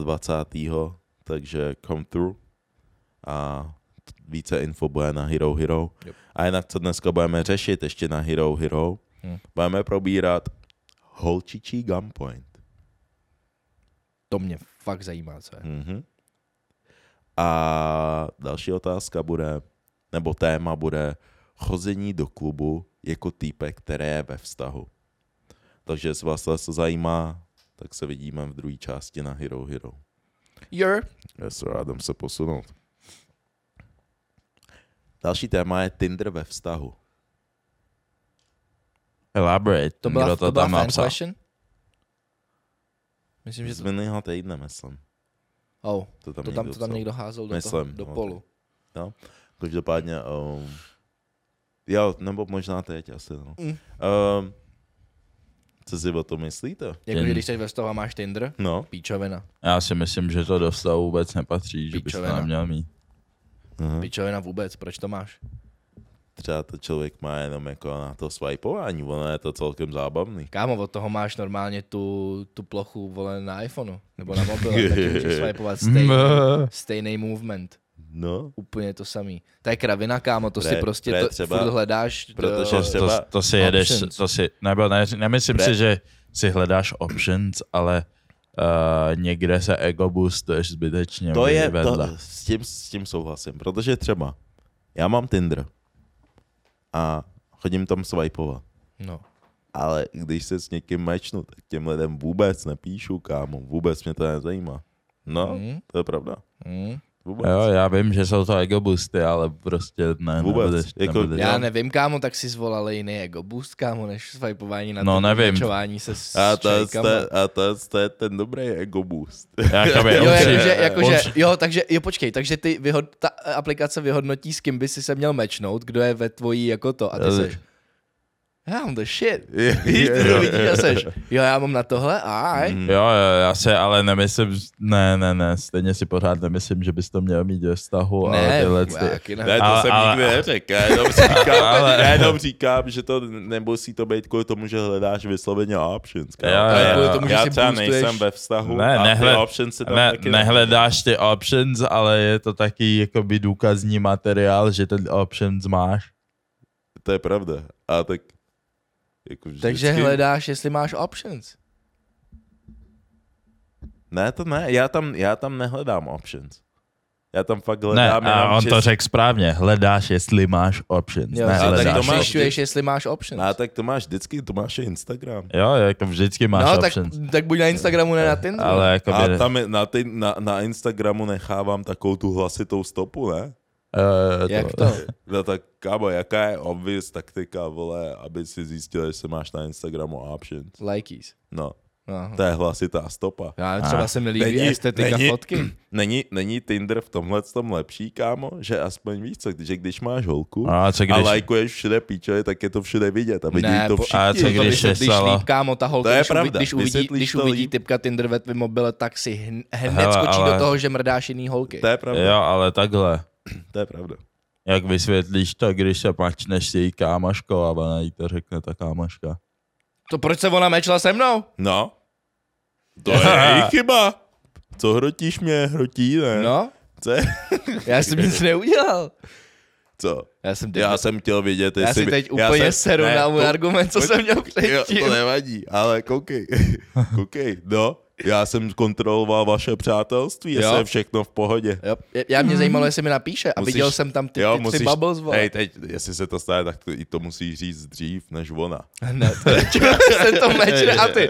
22. Takže come through. A více info bude na Hero Hero. Yep. A jinak, co dneska budeme řešit ještě na Hero Hero, Hm. budeme probírat holčičí gunpoint. To mě fakt zajímá, co je. Mhm. A další otázka bude, nebo téma bude chození do klubu jako týpek, který je ve vztahu. Takže jestli vás to zajímá, tak se vidíme v druhé části na Hero Hero. Your Já se rádám se posunout. Další téma je Tinder ve vztahu. Elaborate. To byla, to, kdo to, to byla tam fan napsal. question? Myslím, že Z to... minulého týdne, myslím. Oh, To tam, to tam, někdo to tam psal. někdo házel do, Myslím, toho, do no, polu. Každopádně, um, jo, nebo možná teď asi, no. Mm. Um, co si o to myslíte? Jako Jen- když jsi ve vztahu a máš Tinder, No. píčovina. Já si myslím, že to do vztahu vůbec nepatří, že bys to Pičovina. neměl mít. Aha. Píčovina vůbec, proč to máš? Třeba to člověk má jenom jako na to swipeování, ono je to celkem zábavný. Kámo, od toho máš normálně tu, tu plochu vole na iPhoneu, nebo na mobilu, takže můžeš swipeovat stejný, Mh. stejný movement. No, Úplně to samý. To je kravina, kámo, to si Pre- prostě pre to, třeba- furt hledáš. do- protože To, třeba- to, to si jedeš, Options. to si, nebo ne, nemyslím Pre- si, že si hledáš options, ale uh, někde se ego boostuješ zbytečně. to je, vedle. to, s, tím, s tím souhlasím, protože třeba já mám Tinder a chodím tam swipeovat. No. Ale když se s někým mečnu, tak těm lidem vůbec nepíšu, kámo. Vůbec mě to nezajímá. No, Mm, to je pravda. mm. Vůbec. Jo, já vím, že jsou to ego boosty, ale prostě ne, Vůbec, nebudeš, jako- nebudeš. Já Jo. nevím, kámo, tak si zvolali jiný ego boost, kámo, než swipeování na No, Tinderu, nevím. mečování se s A to, čajkama. jste, a to, to je ten dobrý ego boost. Jakoby, Jo, určitě. jakože, jakože, Určitě. jo, takže, jo, počkej, takže ty vyhod, ta eh, aplikace vyhodnotí, s kým by si se měl mečnout, kdo je ve tvojí jako to, a ty Jo. seš, I'm the shit. Je- Víš, ty je- to vidíš a seš, jo, já mám na tohle, aj. Mm. Hmm. Jo, jo, já se ale nemyslím, ne, ne, ne, stejně si pořád nemyslím, že bys to měl mít ve vztahu, ale Ne, jako tyhle já ty, taky Ne, ne. to Ale- jsem ale- nikdy neřekl. Já jenom, říkám, Ale- já jenom říkám, že to nemusí to být kvůli tomu, že hledáš vysloveně options. kámo. Jo, jo, Ale jo. kvůli tomu, že já si třeba boostuješ- nejsem ve vztahu Ne, a nehle- ty options se tam ne, taky nehledáš ty options, ale je to taky jakoby důkazní materiál, že ten options máš. To je pravda. A tak jako vždycky... Takže hledáš, jestli máš options. Ne, to ne. Já tam, já tam nehledám options. Já tam fakt Ne, hledám a jenom on čist... to řekl správně, hledáš, jestli máš options, Jo, ne, tak ale tak hledáš. to máš- zjišťuješ, jestli máš options. Ne, No, tak to máš vždycky, to máš i Instagram. Jo, jako vždycky máš no, tak, options, tak buď na Instagramu, ne na Tinderu. ale jako A tam je- na, ty, na, na Instagramu nechávám takovou tu hlasitou stopu, ne? Eh, Jak to? No tak kámo, jaká je obvious taktika, vole, aby si zjistil, že se máš na Instagramu options. Likies. No, No. to je hlasitá stopa. Já třeba A. se mi líbí Není- estetika není- fotky. Není, není Tinder v tomhle tom lepší, kámo, že aspoň víš co, že když máš holku No, A co a když, lajkuješ všude píčově, tak je to všude vidět a vidí Ne, to po- všichni. a co to když je vysvětlíš sala? líp, kámo, ta holka, To je když, uvi- pravda, když uvidí, vysvětlíš když to uvidí líp. typka Tinder ve tvém mobile, tak si hn- hned Hele, skočí ale- do toho, že mrdáš jiný holky. To je pravda, jo, ale takhle. to je pravda. Jak vysvětlíš to, když se mačneš s její kámoškou a ona jí to řekne ta kámoška? To proč se ona mečla se mnou? No, to je její chyba. Co hrotíš mě, hrotí, ne? No, Co? je- já jsem nic neudělal. co? Já jsem, Já jsem chtěl vědět, já jestli... si by- teď úplně jsem- seru ne, na můj to- argument, co to- jsem měl Jo, předtím. to nevadí, ale koukej, koukej, no, já jsem kontroloval vaše přátelství, jestli Jo. je všechno v pohodě. Jo, je- já mě zajímalo, jestli mi napíše a Hmm. Musíš- viděl jsem tam ty, jo, ty tři musíš- bubbles, vole. Hej, teď, jestli se to stane, tak to, i to musíš říct dřív než ona. Ne, to je- se to mečne a ty.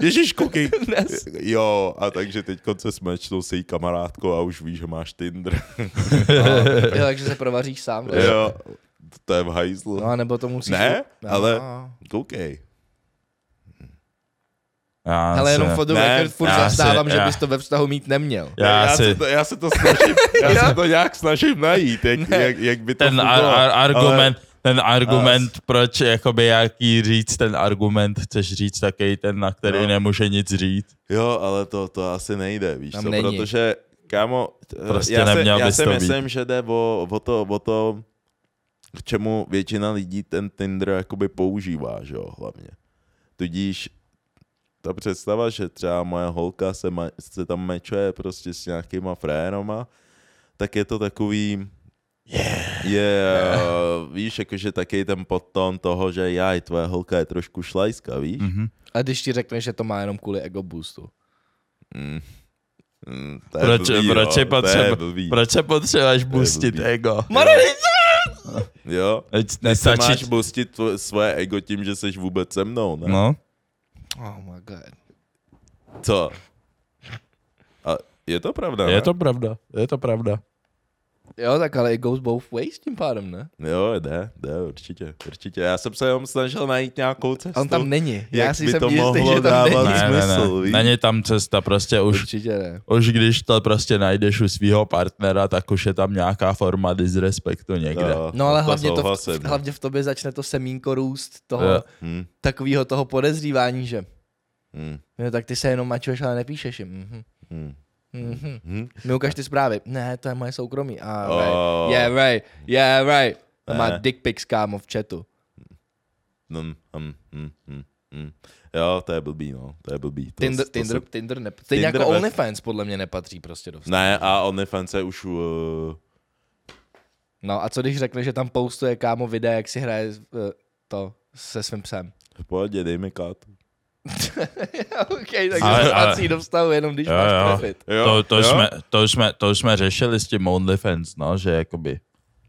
Ježíš, koukej. Dnes. Jo, a takže teď se smečnou se jí kamarádkou a už víš, že máš Tinder. No, Jo, No, takže se provaříš sám. vole. jo, to je v hajzlu. No, nebo to musíš... Ne, No. ale- Koukej. Já Hele, se- jenom for the Ne, record furt já zastávám, se- že já- bys to ve vztahu mít neměl. Já já, si- se to, já se to snažím, já se to nějak snažím najít, jak, jak, jak by to ten ar- fungovalo. ar- Ale- argument, ten argument, proč, jakoby, jaký říct ten argument, chceš říct takový ten, na který No. nemůže nic říct. Jo, ale to, to asi nejde, víš Tam co, není. protože, kámo, eh, Prostě já, se, neměl já bys si to myslím, že jde o, o, to, o to, k čemu většina lidí ten Tinder jakoby používá, že jo, hlavně. Tudíž ta představa, že třeba moje holka se, ma, se tam mečuje prostě s nějakýma frérama, tak je to takový, je, yeah, víš, jakože taky ten podton toho, že jaj, tvoje holka je trošku šlajska, víš? Mhm. A když ti řekne, že to má jenom kvůli ego boostu. Mm. Mm, to je Proč- blbý, proč jo, je To je potřeba- blbý. Proč se potřebuješ boostit blbý. ego? Maronice! Jo? Ať Ty se máš Nestačí... boostit tvo- svoje ego tím, že jsi vůbec se mnou, ne? No, Oh my god. Co? A je to pravda, je ne? to pravda, je to pravda. Jo, tak ale it goes both ways tím pádem, ne? Jo, jde, jde, určitě, určitě. Já jsem se jenom snažil najít nějakou cestu. A on tam není. Já Jak si by jsem to jistý, mohlo že tam dávat není. smysl? Ne, ne, ne, víš? není tam cesta, prostě už, Určitě ne. už když to prostě najdeš u svého partnera, tak už je tam nějaká forma disrespektu někde. Jo, No ale to hlavně, to v, souhlasím. v, hlavně v tobě začne to semínko růst toho Jo. Hm, takového toho podezřívání, že hm, no, tak ty se jenom mačuješ, ale nepíšeš jim. Mhm. Hmm. hm, Mhm. hm. Mi ukaž ty zprávy. Ne, to je moje soukromí. A Oh. right. Yeah, right. Yeah, right. A má Eh. Ne. dick pics, kámo, v chatu. Hm, hm, hm, hm, hm. Jo, to je blbý, no, to je blbý. To, Tinder, to Tinder, se- Tinder, ne, stejně Tinder jako bez- OnlyFans podle mě nepatří prostě do vztahu. Ne, a OnlyFans je už... Uh, No a co když řekne, že tam postuje kámo videa, jak si hraje eh, to se svým psem. v pohodě, dej mi kátu. OK, takže Ale- se ale- vrací do vztahu jenom, když Jo, máš jo. profit. Jo, to, to, jo? jsme, to, už jsme, to už jsme řešili s tím OnlyFans, no, že jakoby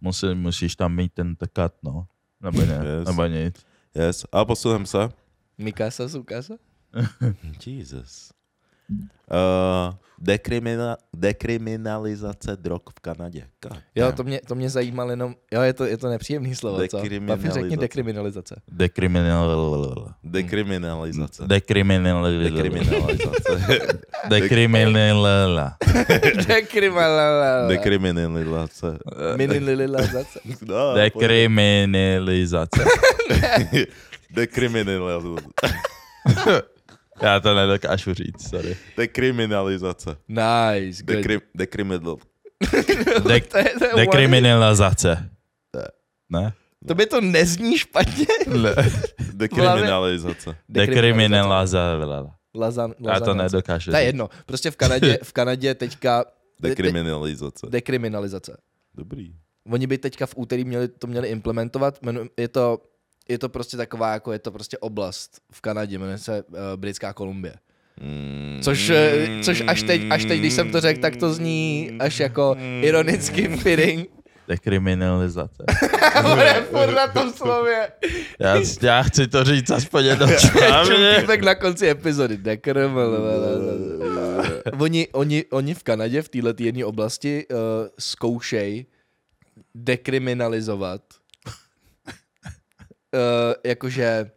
musí, musíš tam mít ten takat, no. Nebo ne, Yes. yes. nebo nic. Yes, a posunem se. Mikasa Sukasa? Jesus. Uh, dekrimina- dekriminalizace drog v Kanadě. Ka- Jo, to mě, to mě zajímalo jenom, jo, je to, je to nepříjemný slovo, co? Papi, řekni Dekriminalizace. dekriminalizace. Dekriminalizace. Dekriminalizace. Dekriminalizace. Dekriminalizace. Dekriminalizace. Dekriminalizace. Dekriminalizace. Eh. Minililizace. No, pojď. Dekriminalizace. Dekriminalizace. Já to nedokážu říct, sorry. Dekriminalizace. Nice, good. Dekri- dekriminal- Dek- To je- to je one- dekriminalizace. Ne. Ne? To by to nezní špatně. Dekriminalizace. Dekriminalizace. Lazan, Já to lazanace. nedokážu To je říct. jedno. Prostě v Kanadě, v Kanadě teďka Dekriminalizace. dekriminalizace. Dobrý. Oni by teďka v úterý měli, to měli implementovat. Jmenu- Je to, je to prostě taková, jako je to prostě oblast v Kanadě, jmenuje se uh, Britská Kolumbie. Mm. Což, eh, což až, teď, až teď, když jsem to řekl, tak to zní až jako ironický fitting. Dekriminalizace. Ale furt na tom slově. Já, já chci to říct aspoň jednou správně. Tak na konci epizody. Dekrml. oni, oni, oni v Kanadě v této jedné oblasti uh, zkoušej dekriminalizovat uh, jakože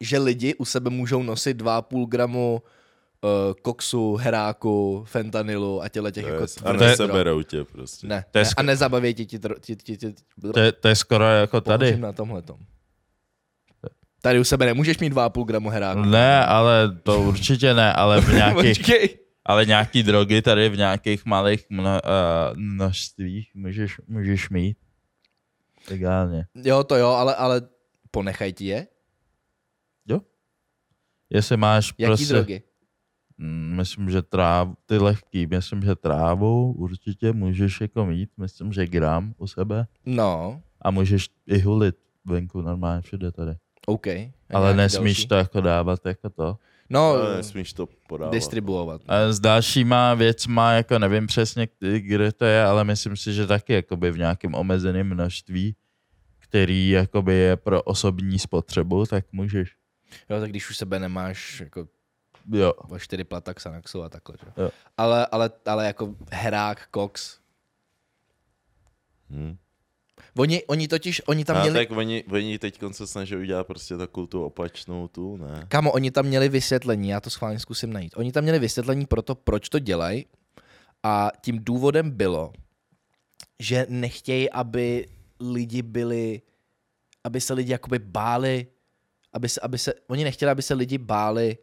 že lidi u sebe můžou nosit 2,5 gramu uh, koksu, heráku, fentanylu a těle těch jako Yes. Eh, A tvrdých drog. neseberou tě prostě. Ne, To je ne sk- a nezabaví tě ti dro- ti- ti- ti- To, je- to je skoro jako Použím tady. na tomhletom. Tady u sebe nemůžeš mít 2,5 gramu heráku. Ne, ale to určitě ne, ale v nějakých, Počkej. ale nějaký drogy tady v nějakých malých mno, uh, množstvích můžeš, můžeš mít. Legálně. Jo, to jo, ale, ale ponechaj ti je. Jestli máš Jaký prostě... drogy? Mm, Myslím, že tráv, ty lehký, myslím, že trávu určitě můžeš jako mít, myslím, že gram u sebe No, a můžeš i hulit venku normálně všude tady. OK. A Ale nějaký nesmíš další? to jako dávat jako to. No, Ale nesmíš to podávat. distribuovat. A s dalšíma věcma, jako nevím přesně, kdy- kde to je, ale myslím si, že taky jakoby v nějakém omezeném množství, který jakoby je pro osobní spotřebu, tak můžeš. Jo, tak když už sebe nemáš jako Jo. o čtyři platak Xanaxu a takhle. Že? Jo. Ale, ale, ale jako herák, koks. Hm. Oni, oni totiž, oni tam a měli... tak oni, oni teď se snaží udělat prostě takovou tu opačnou tu, ne? Kamo, oni tam měli vysvětlení, já to schválně zkusím najít. Oni tam měli vysvětlení pro to, proč to dělají a tím důvodem bylo, že nechtějí, aby lidi byli, aby se lidi jakoby báli, aby se, aby se, oni nechtěli, aby se lidi báli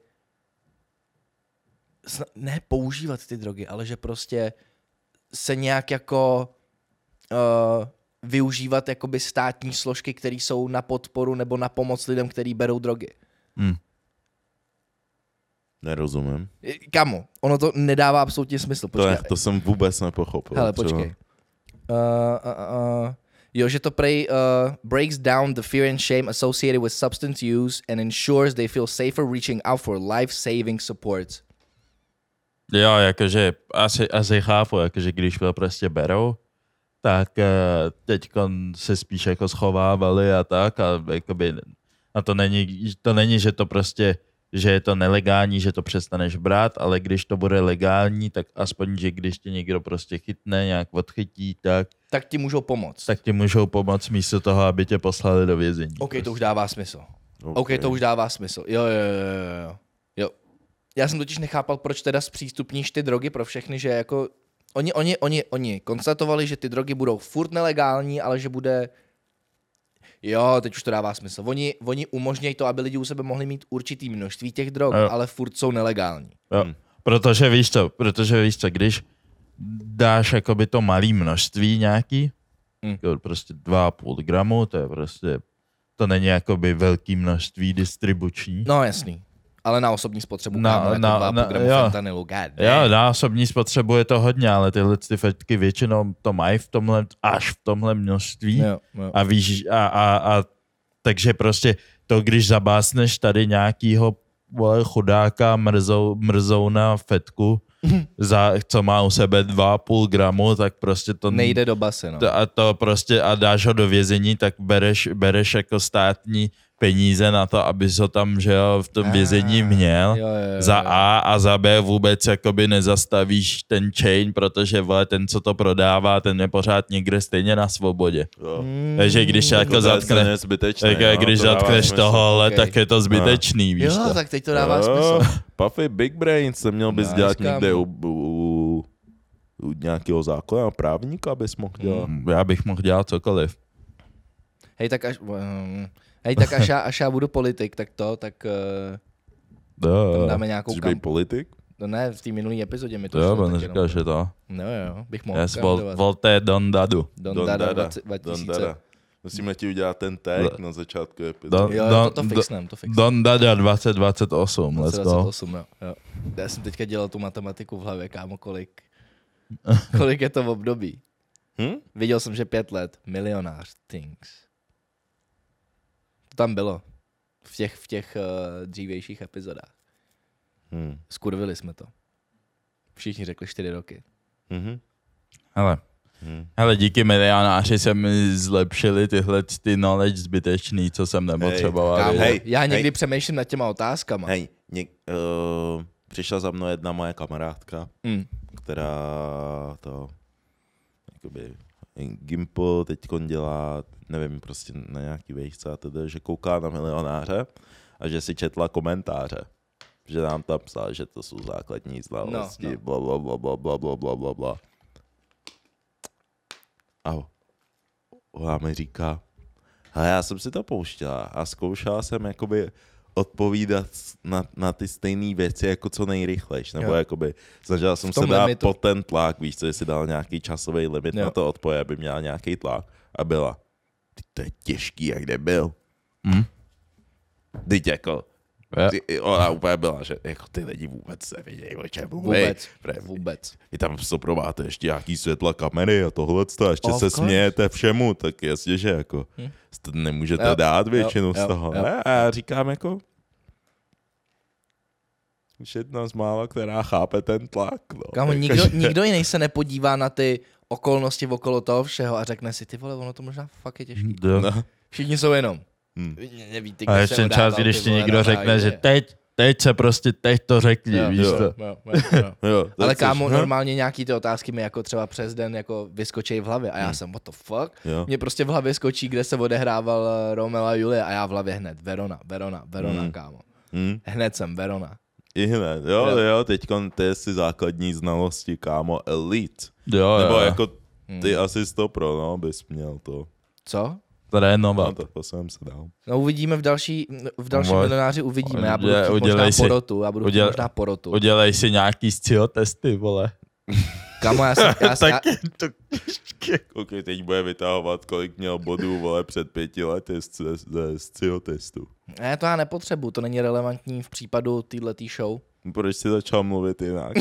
sna- ne používat ty drogy, ale že prostě se nějak jako uh, využívat jakoby státní složky, které jsou na podporu nebo na pomoc lidem, který berou drogy. Nerozumím. Kamu, Eh, ono to nedává absolutně smysl. To, Počkej, je, to jsem vůbec nepochopil. Hele, třeba. počkej. Uh, uh, uh, jo, že to prej uh, breaks down the fear and shame associated with substance use and ensures they feel safer reaching out for life-saving support. Jo, jakože asi, asi chápu, jakože když byl prostě berou, tak eh, teď se spíš jako schovávali a tak a jakoby, a to není, to není, že to prostě, že je to nelegální, že to přestaneš brát, ale když to bude legální, tak aspoň, že když tě někdo prostě chytne, nějak odchytí, tak, Tak ti můžou pomoct. tak ti můžou pomoct místo toho, aby tě poslali do vězení. OK, to už dává smysl. OK, to už dává smysl. Jo, jo, jo, jo, jo. jo. Já jsem totiž nechápal, proč teda zpřístupníš ty drogy pro všechny, že jako... Oni, oni, oni, oni konstatovali, že ty drogy budou furt nelegální, ale že bude... Jo, teď už to dává smysl. Oni, oni umožňují to, aby lidi u sebe mohli mít určitý množství těch drog, Jo. ale furt jsou nelegální. Jo. Protože víš co, protože víš co, když dáš jakoby to malý množství nějaký, Mm. mm. prostě 2,5 gramu, to je prostě, to není jakoby velký množství distribuční. No jasný. Ale na osobní spotřebu Na- na, kámo, na- na, jako na- 2 gramů jo. fentanylu, god damn. Jo, na osobní spotřebu je to hodně, ale tyhle ty fetky většinou to mají v tomhle, až v tomhle množství. jo, jo. A víš, a, a, a takže prostě to, když zabásneš tady nějakýho vole, chudáka mrzou, mrzou na fetku, za, co má u sebe 2,5 gramu, tak prostě to Nejde do basy, no. To, a to prostě a dáš ho do vězení, tak bereš, bereš jako státní peníze na to, aby ho tam, že jo, v tom vězení Ah, měl. jo, jo, jo, Za jo. A a za B vůbec jakoby nezastavíš ten chain, protože vole, ten, co to prodává, ten je pořád někde stejně na svobodě. Jo. Hmm. Takže Hmm. když jako zatkne, zbytečné. tak, když zatkneš tohohle, Ok. tak je No. to zbytečný, víš Jo, to. tak teď to dává smysl. Puffy Big Brain se měl bys Nice, dělat kámo. někde u, u, u nějakého zákona právníka, abys mohl Hmm. dělat. Hmm, Já bych mohl dělat cokoliv. Hej, tak až, um, hej, tak až, já, až já budu politik, tak to, tak uh, Jo, dáme nějakou Chceš být kam... politik? No ne, v té minulé epizodě mi to jo, šlo, on tak říkal, jenom- že to. No jo, bych mohl Yes, vol, kandidovat. volte Don Dadu. Don, Don Dada, Dada, 20 2000. Don Dada. Musíme ti udělat ten tag na začátku epizody. Don- Jo, Don- to, to Don- fixnem, to fixnem. Don Dada 2028, let's go. 28, jo, jo. Já jsem teďka dělal tu matematiku v hlavě, kámo, kolik, kolik je to v období. Hm? Viděl jsem, že pět let, milionář, things. To tam bylo. V těch, v těch uh, dřívějších epizodách. Hm. Skurvili jsme to. Všichni řekli čtyři roky. Mhm. Hele. Hm. Hele, díky milionáři se mi zlepšily tyhle ty knowledge zbytečný, co jsem nepotřeboval. Kámo, vědět. hej, já někdy hej. přemýšlím nad těma otázkama. Hej, něk, uh, přišla za mnou jedna moje kamarádka, Mm. která to jakoby Gimple teď dělá, nevím, prostě na nějaký vejšce a tedy, že kouká na milionáře a že si četla komentáře. Že nám tam psal, že to jsou základní znalosti, no. bla, bla, bla, bla, bla, bla, bla, bla, bla. A ona mi říká, a já jsem si to pouštěla a zkoušela jsem jakoby odpovídat na, na ty stejné věci jako co nejrychlejš, nebo Jo. jakoby snažila jsem V se tom dát limitu. pod ten tlak, víš co, jestli dal nějaký časový limit Jo. na to odpoje, aby měla nějaký tlak a byla, ty to je těžký, jak nebyl. Hm? Teď jako, Jo. ty, ona úplně byla, že jako ty lidi vůbec nevědějí, o čem mluví. Vůbec, Pre- vůbec. I tam soprováte ještě nějaký světla kamery a tohle, a ještě Of se course. Hm. smějete všemu, tak jasně, že jako st- nemůžete Jo, dát většinu jo, z toho. jo. Ne? A já říkám jako, už jedna z mála, která chápe ten tlak. No. Kámo, Jako, nikdo, že- nikdo jiný se nepodívá na ty okolnosti okolo toho všeho a řekne si, ty vole, ono to možná fakt je těžké. Do- No. Všichni jsou jenom. Hm. "Vy Nevíte, A kde ještě jsem ho čas, dával, když ty ti vole, někdo na řekne, že zájde." teď, teď se prostě, teď to řekni, Jo, víš jo, to. jo, jo, jo. Jo, tak Ale což- kámo, no. normálně nějaký ty otázky mi jako třeba přes den jako vyskočí v hlavě a Hmm. já jsem, what the fuck? Jo. Mě prostě v hlavě skočí, kde se odehrával eh, Romeo a Julie a já v hlavě hned Verona, Verona, Verona, Hmm. Mm. kámo. Hm. Hned jsem Verona. I hned, jo, Jo. jo, jo teď to je si základní znalosti, kámo, elite. Jo, Nebo jo. jako ty Hm. asi 100 pro, no, bys měl to. Co? No, trénovat. to, to jsem se dal. No uvidíme v další, v dalším Vole. milionáři uvidíme. Já budu Udělej- chtít udělej možná si- porotu, já budu chtít udělej- možná porotu. Udělej si nějaký sciotesty, vole. Kamo, já jsem, já, já, Tak to... Ok, teď bude vytahovat, kolik měl bodů, vole, před pěti lety z, z, z CIO testu. Ne, to já nepotřebuju, to není relevantní v případu této show. Proč jsi začal mluvit jinak?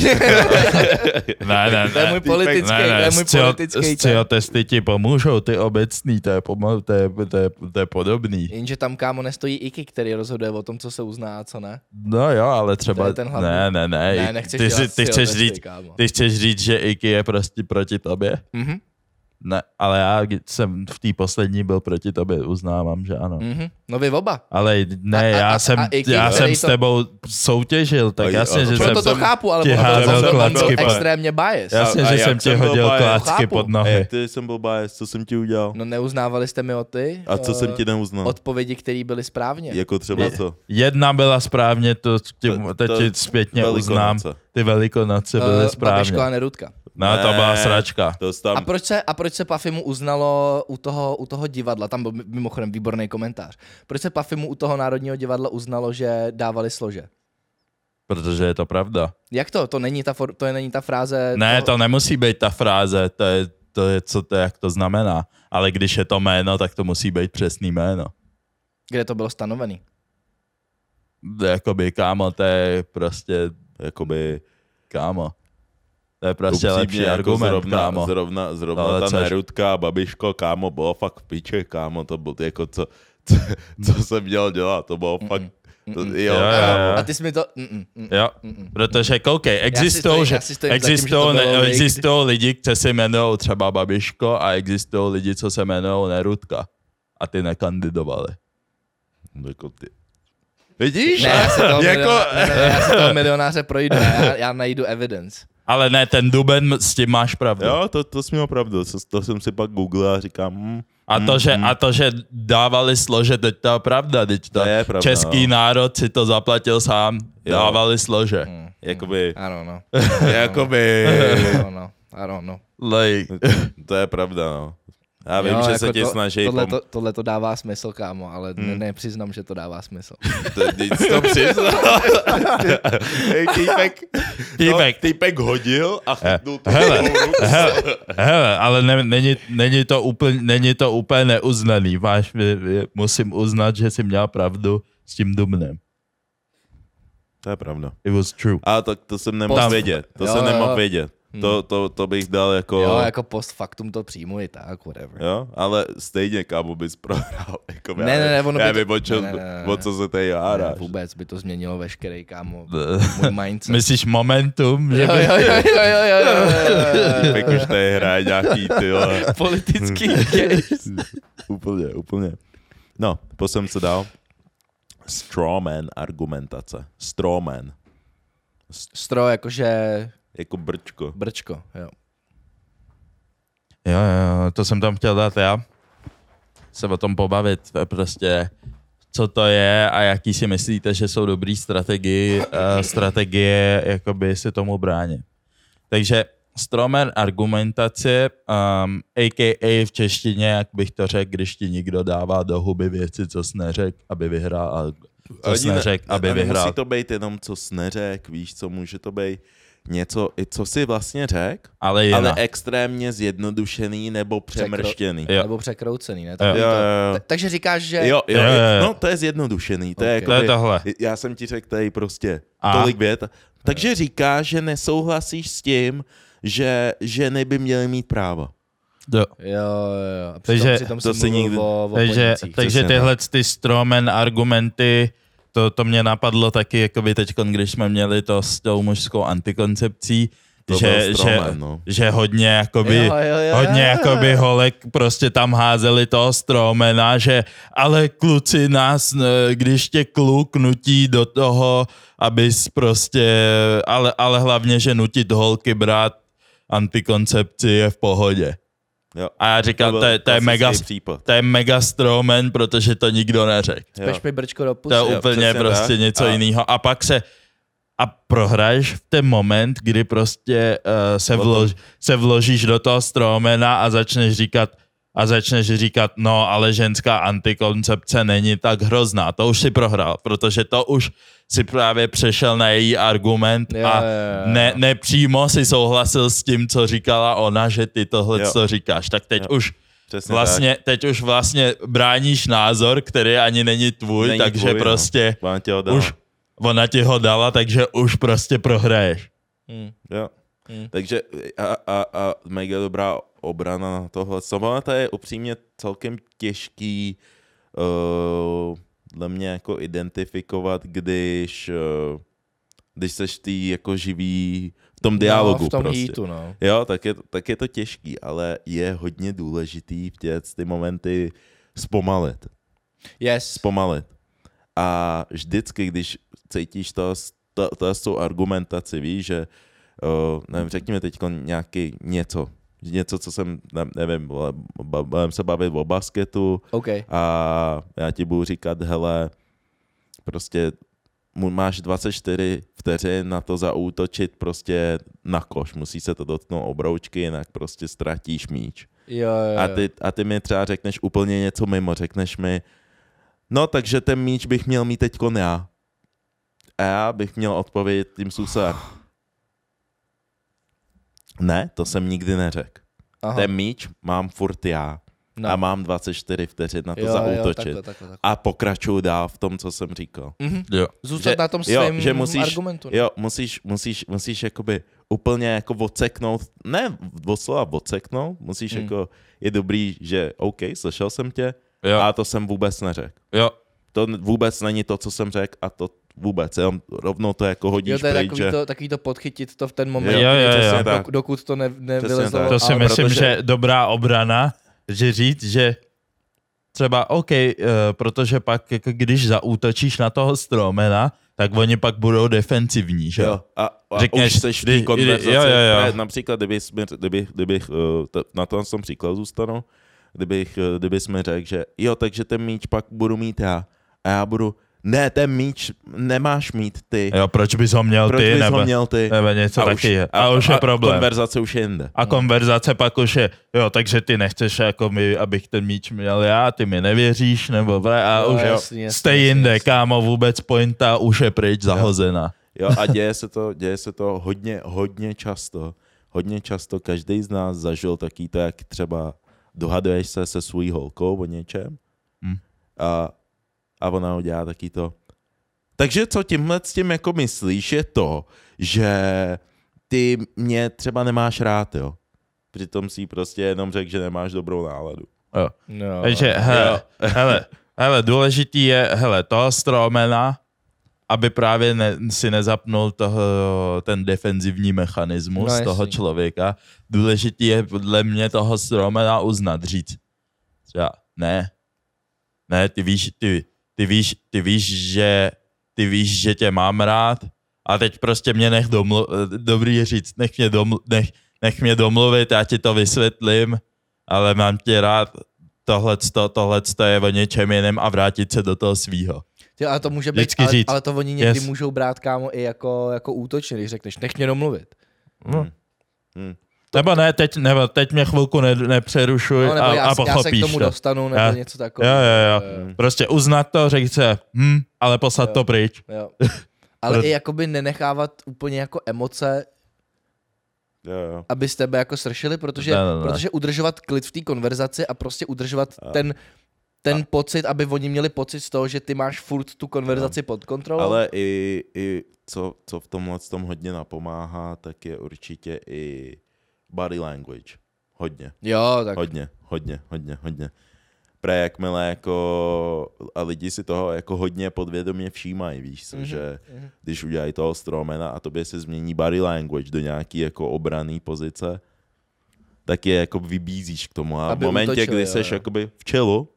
Ne, ne, To je můj ne. politický, Ne, to ne, je můj politický scio ten. testy ti pomůžou, ty obecný, to je, pomo- to je, to je, to je podobný. Jenže tam kámo nestojí IKI, který rozhoduje o tom, co se uzná a co ne. No jo, ale třeba... To je ten hlavní. Ne, ne, ne. Ne, nechceš ty, dělat si, ty, chceš scio testy, říct, kámo. ty chceš říct, že Iky je prostě proti tobě? Mhm, Ne, ale já kdy- jsem v té poslední byl proti tobě, uznávám, že ano. mhm. No vy oba. Ale ne, A- a- já a- jsem, a Iky, já jsem který s to- tebou soutěžil, tak A- jasně, a- že jsem, Proto to jsem chápu, ale ti proto házel jsem byl- on klacky, byl pane. extrémně bias. jasně, a- a že jak jsem ti jsem byl hodil bajen, klácky chápu. pod Hej, nohy. ty jsem byl bias, co jsem ti udělal? No neuznávali jste mi o ty A co eh, jsem ti no. neuznal? odpovědi, které byly správně. Jako třeba co? Jedna byla správně, to ti, To- to, to- ti zpětně uznám. Velikonoce. Ty velikonoce byly Eh, správně. Babiško a Nerudka. No, to Ne. byla sračka. To jsi A tam... proč se, a proč se Pafimu uznalo u toho, u toho divadla, tam byl mimochodem výborný komentář, proč se Pafimu u toho Národního divadla uznalo, že dávali slože? Protože je to pravda. Jak to? To není ta, for, to je, není ta fráze... Ne, to nemusí být ta fráze, to je, to je co to, je, jak to znamená. Ale když je to jméno, tak to musí být přesný jméno. Kde to bylo stanovený? Jakoby kámo, to je prostě Jakoby... kámo. To je prostě upřímně, jako lepší argument, zrovna, kámo. Zrovna, zrovna Ale ta co až- Nerudka a babiško, kámo, bylo fakt v piče, kámo, to bylo jako co, co, co jsem měl dělat, to bylo fakt... To, jo, Jo, jo, kámo. jo. A ty jsi mi to... Mm, mm, mm. Jo, protože koukej, stojím- existují já si stojím za tím, že existují to bylo ne, někdy. existují lidi, kteří se jmenují třeba Babiško a existují lidi, co se jmenují Nerudka. A ty nekandidovali. Jako ty. Vidíš? Ne, já si toho, Jako- milionáře, ne, ne, já si toho milionáře projdu, já, já najdu evidence. Ale ne, ten Duben, s tím máš pravdu. Jo, to, to jsi měl pravdu, to, to jsem si pak googlil a říkám, hm, A to, že, a to, že dávali slože, teď to je pravda, teď to, To je pravda, no. český jo. národ si to zaplatil sám, dávali slože. Mm. jakoby, I don't know. jakoby, I don't know. I don't know. Like, to je pravda, no. Já vím, že se ti snaží tohle, pom- jako Hmm. to, tohle to dává smysl, kámo, ale ne, nepřiznám, že to dává smysl. To, nic to přiznal. Hej, týpek, Týpek. No, týpek hodil a chytnul tu hele, druhou ruku. hele, ale ne, není, není, to úplně, není to úplně neuznaný. Váš, musím uznat, že jsi měl pravdu s tím Dubnem. To je pravda. It was true. A tak to jsem nemohl Tam- vědět. To Jo, jsem jo. Hmm. nemohl vědět. To, to, to bych dal jako... Jo, jako post factum to přijmu i tak, whatever. Jo, ale stejně kámo bys prohrál. Jako, já Ne, ne, ne, ono by já to- vím, o, čem, ne, ne, ne, ne. o co se tady Ne, hádáš. vůbec by to změnilo veškerý, kámo, Eh, můj mindset. Myslíš momentum, že Jo, by... jo, jo, jo, jo, jo, jo, jo. Týpek už tady hraje nějaký, ty vole. Politický Hmm. case. Úplně, úplně. No, po jsem se dal. Strawman argumentace. Strawman. Stro, jakože Jako brčko. brčko, jo. Jo, jo, to jsem tam chtěl dát já. Se o tom pobavit, eh, prostě co to je a jaký si myslíte, že jsou dobrý strategie, eh, strategie jakoby se tomu bránit. Takže stromer argumentace, um, a.k.a. v češtině, jak bych to řekl, když ti někdo dává do huby věci, co jsi neřekl, aby vyhrál, a co jsi Ani ne- neřekl, a aby vyhrál. Musí to být jenom, co jsi neřek, víš, co může to být něco, i co jsi vlastně řek, Ale ale jinak. extrémně zjednodušený nebo přemrštěný. Jo. Nebo překroucený, ne? Jo, Takový jo, to- jo. Ta- Takže říkáš, že... Jo, jo, Jo, jo, jo. no to je zjednodušený, to je Ok. jako To je tohle. já jsem ti řekl tady prostě A? a? tolik vět. Takže říká, že nesouhlasíš s tím, že ženy by měly mít práva. Jo. Jo, jo, jo. Takže- to si nikdy- O, o Takže, podnicích. takže přesně tyhle ty stromen argumenty, to, to mě napadlo taky, jakoby teď, když jsme měli to s tou mužskou antikoncepcí, To že, byl že, stromen, no. že hodně jakoby, Jo, jo, jo, hodně jo. jakoby holek prostě tam házeli toho stromena, že ale kluci nás, eh, když tě kluk nutí do toho, abys prostě, ale, ale hlavně, že nutit holky brát antikoncepci je v pohodě. Jo. A já říkám, byl to, je- to, je klasický mega, případ. to je mega stromen, protože to nikdo neřekl. Jo. Peš mi brčko do To pusy. je jo, úplně přesně prostě tak. něco A- jiného. A pak se a prohraješ v ten moment, kdy prostě uh, se, Potom- vlož, se vložíš do toho stromena a začneš říkat a začneš říkat, no ale ženská antikoncepce není tak hrozná. To už si prohrál, protože to už si právě přešel na její argument Jo, a jo, jo, jo. ne, nepřímo si souhlasil s tím, co říkala ona, že ty tohle, Jo. co říkáš. Tak teď Jo. už Přesně Vlastně, teď už vlastně bráníš názor, který ani není tvůj, Není takže tvůj, no. prostě tak. Vám tě ho už, ona ti ho dala, takže už prostě prohraješ. Hmm. Jo. Mm. Hmm. Takže a, a, a mega dobrá obrana na tohle. Samozřejmě to je upřímně celkem těžký uh, dle mě jako identifikovat, když uh, když seš ty jako živý v tom dialogu no, v tom prostě. heatu, no. Jo, tak je, tak je to těžký, ale je hodně důležitý v těch ty momenty zpomalit. Yes. Zpomalit. A vždycky, když cítíš to, to, to s tou argumentaci, víš, že uh, nevím, řekněme teď nějaký něco, něco, co jsem, ne- nevím, vole, ba- budeme se bavit o basketu OK. a já ti budu říkat, hele, prostě mu- máš 24 vteřin na to zaútočit prostě na koš, musí se to dotknout obroučky, jinak prostě ztratíš míč. Jo, jo, jo. A ty, a ty mi třeba řekneš úplně něco mimo, řekneš mi, no takže ten míč bych měl mít teďkon já. A já bych měl odpovědět tím způsobem. Ne, to jsem nikdy neřekl. Aha. Ten míč mám furt já no. a mám 24 vteřin na to jo, jo, zaútočit. takhle, takhle, takhle. a pokračuju dál v tom, co jsem říkal. Mhm. Jo. Zůstat Že- na tom jo, svém že musíš- argumentu. no. Jo, musíš, musíš, musíš jakoby úplně jako odseknout, ne doslova odseknout, musíš Hmm. hmm. jako, je dobrý, že OK, slyšel jsem tě, Jo, a to jsem vůbec neřekl. jo. To n- vůbec není to, co jsem řekl a to vůbec, jenom rovnou to jako hodíš Jo, to je pryč, takový že... to, takový to podchytit to v ten moment, Jo, kdy- jo, jo, přesně jo. tak. dok- dokud to ne, nevylezlo. tak. To si ale- myslím, protože- že je dobrá obrana, že říct, že třeba OK, eh, protože pak jako když zaútočíš na toho stromena, tak oni pak budou defensivní, že jo? Jo, a, a Řekneš, už seš v kdy- té kdy- konverzaci. jo, jo, jo. Ne, Například, kdyby, jsme, kdyby, kdybych, eh, to- na tom jsem příklad zůstanu, kdybych, eh, kdyby jsme řekl, že jo, takže ten míč pak budu mít já a já budu, ne, ten míč nemáš mít ty, Jo, proč bys ho měl proč ty, bys nebo, ho měl ty? nebo něco a, taky. už, je. a, a už je problém. konverzace už je jinde. a konverzace pak už je, jo, takže ty nechceš, jako my, abych ten míč měl já, ty mi nevěříš, nebo vle, a Jo, už jasný, jo, jasný, stay jasný, jinde, jasný. kámo, vůbec pointa už je pryč, zahozena. Jo, a děje se to, děje se to hodně, hodně často. Hodně často každý z nás zažil taký to, jak třeba dohaduješ se se svojí holkou o něčem Hm. a, a ona udělá taký to. Takže co tímhle s tím jako myslíš, je to, že ty mě třeba nemáš rád, jo. Přitom si jí prostě jenom řekl, že nemáš dobrou náladu. Jo. No, Takže hele, hele, hele, důležitý je, hele, toho Stromena, aby právě ne, si nezapnul toho, ten defenzivní mechanismus No, no, toho jasný. člověka. Důležitý je podle mě toho Stromena uznat, říct. Třeba, ne, ne, ty víš, ty, ty víš, ty víš, že, ty víš, že tě mám rád a teď prostě mě nech domlu, eh, dobrý je říct, nech mě, domlu, nech, nech mě domluvit, já ti to vysvětlím, ale mám tě rád, tohleto, tohleto je o něčem jiném a vrátit se do toho svýho. Ty, ale to může být, Vždycky ale, říct. ale, to oni někdy Yes. můžou brát kámo i jako, jako útočně, když řekneš, nech mě domluvit. No. Hm. Hmm. Hm. Nebo ne, teď, nebo teď mě chvilku ne, nepřerušuj No, nebo a, já, a já se k pochopíš tomu to. dostanu, nebo Já- něco Jo, takového. jo, jo. Prostě uznat to, řekl se, hm, ale poslat Jo. to pryč. jo. Ale Pro- i jakoby nenechávat úplně jako emoce, Jo, jo. aby z tebe jako sršili, protože, Ne, ne, ne. protože udržovat klid v té konverzaci a prostě udržovat A- ten, ten pocit, aby oni měli pocit z toho, že ty máš furt tu No. konverzaci pod kontrolou. Ale i, i co, co v tomhle tom hodně napomáhá, tak je určitě i body language. Hodně, jo, tak hodně, hodně, hodně, hodně. Pre jakmile jako, a lidi si toho jako hodně podvědomě všímají, víš, mm-hmm. že mhm. když udělají toho stromena a tobě se změní body language do nějaký jako obraný pozice, tak je jako vybízíš k tomu. A Aby v momentě, útočili, kdy jo, seš jo. jakoby v čelu,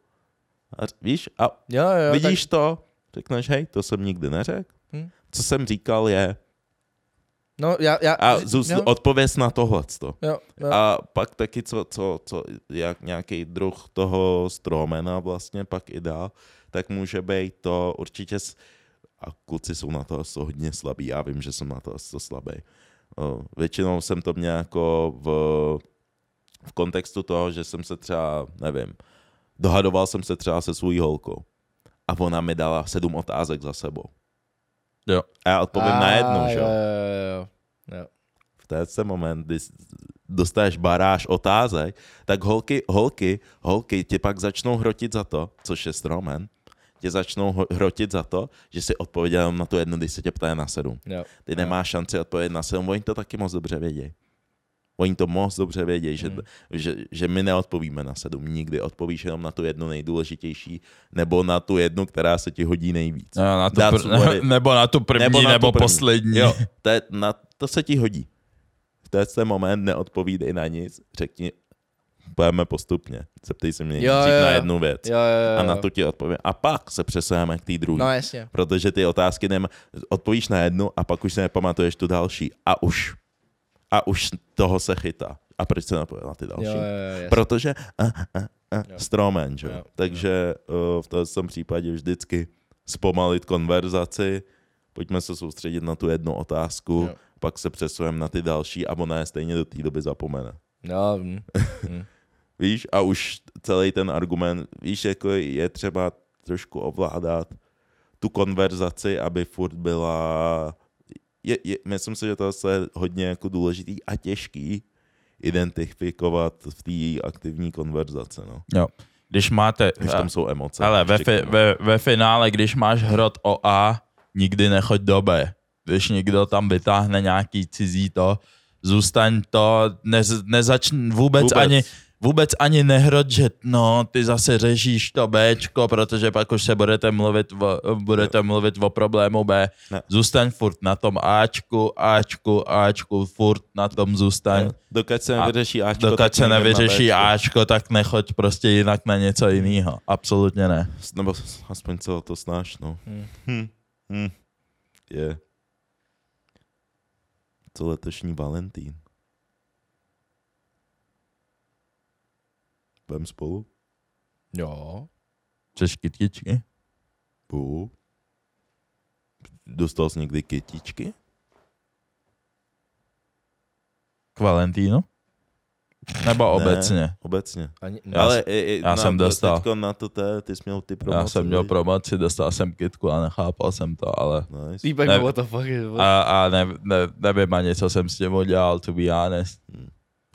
a, víš, a jo, jo, Vidíš to, řekneš, hej, to jsem nikdy neřekl. Hm. Hmm. Co jsem říkal je, Tak, no, já, já, a zůst, jo, odpověz na tohleto. jo, jo. A pak taky, co, co, co jak nějaký druh toho stromena vlastně pak i dál, tak může být to určitě, s, a kluci jsou na to jsou hodně slabí, já vím, že jsem na to so slabý. O, Většinou jsem to měl jako v, v kontextu toho, že jsem se třeba, nevím, dohadoval jsem se třeba se svou holkou a ona mi dala sedm otázek za sebou. Jo. A já odpovím na jednu, že jo. jo jo, jo. v ten moment, kdy s- dostaneš baráž otázek, tak holky, holky, holky ti pak začnou hrotit za to, což je stromen, tě začnou ho- hrotit za to, že si odpověděl jenom na tu jednu, když se tě ptá na sedm. Jo. Ty Jo. nemáš šanci odpovědět na sedm, oni to taky moc dobře vědějí. Oni to moc dobře vědějí, že, Hmm. že, že my neodpovíme na sedm nikdy, odpovíš jenom na tu jednu nejdůležitější, nebo na tu jednu, která se ti hodí nejvíc. No, na tu That's what pr- it- nebo na tu první, nebo, Nebo na tu nebo první. poslední. Jo, to, je, na, to se ti hodí. V ten ten moment neodpovídej na nic, řekni, pojďme postupně, zeptej se mě Jo, nejdřív jo, na jo. jednu věc Jo, jo, jo. a na to ti odpovím. A pak se přesuneme k té druhé. No jasně. Protože ty otázky nem... odpovíš na jednu a pak už se nepamatuješ tu další. A už. A už toho se chytá. A proč se nepověděl na ty další? Jo, jo, jo, jasně. Protože a, a, a, Jo. stromen, že? Jo, jo. Takže uh, v tom případě vždycky zpomalit konverzaci, pojďme se soustředit na tu jednu otázku, Jo. jo. pak se přesuneme na ty další a ona je stejně do té doby zapomene. No, hm. Víš, a už celý ten argument, víš, jako je třeba trošku ovládat tu konverzaci, aby furt byla... Je, je, myslím si, že to zase je hodně jako důležitý a těžký identifikovat v té aktivní konverzaci, no. jo. Když máte... eh, Když tam jsou emoce. Ale ve, ještě fi, k tomu. ve, ve finále, když máš hrot o A, nikdy nechoď do B. Když někdo tam vytáhne nějaký cizí to, zůstaň to, ne, nezačn vůbec, vůbec Vůbec. ani vůbec ani nehrot, že no, ty zase řešíš to Bčko, protože pak už se budete mluvit o, budete mluvit o problému B. Ne. Zůstaň furt na tom Ačku, Ačku, Ačku, furt na tom zůstaň. Jo, Dokud se A nevyřeší Ačko, tak Dokud se nikdy na nevyřeší Bčko. Ačko, tak nechoď prostě jinak na něco jiného. Absolutně ne. Nebo s- aspoň co to znáš, no. Hmm. Hm. Hm. Je. Co letošní Valentín? Vem spolu? jo. Chceš kytičky? Bu. Dostal jsi někdy kytičky? K Valentínu? Nebo ne. obecně? Obecně. Ani, no, Já Ale i, i, já na jsem to- dostal. teďko na to té, ty jsi měl ty promoce. Já jsem měl viď? promoci, dostal jsem kitku a nechápal jsem to, ale... Nice. Týpek, Ne- ne, what the fuck is what? A, a ne, ne, nevím ani, co jsem s tím udělal, to be honest.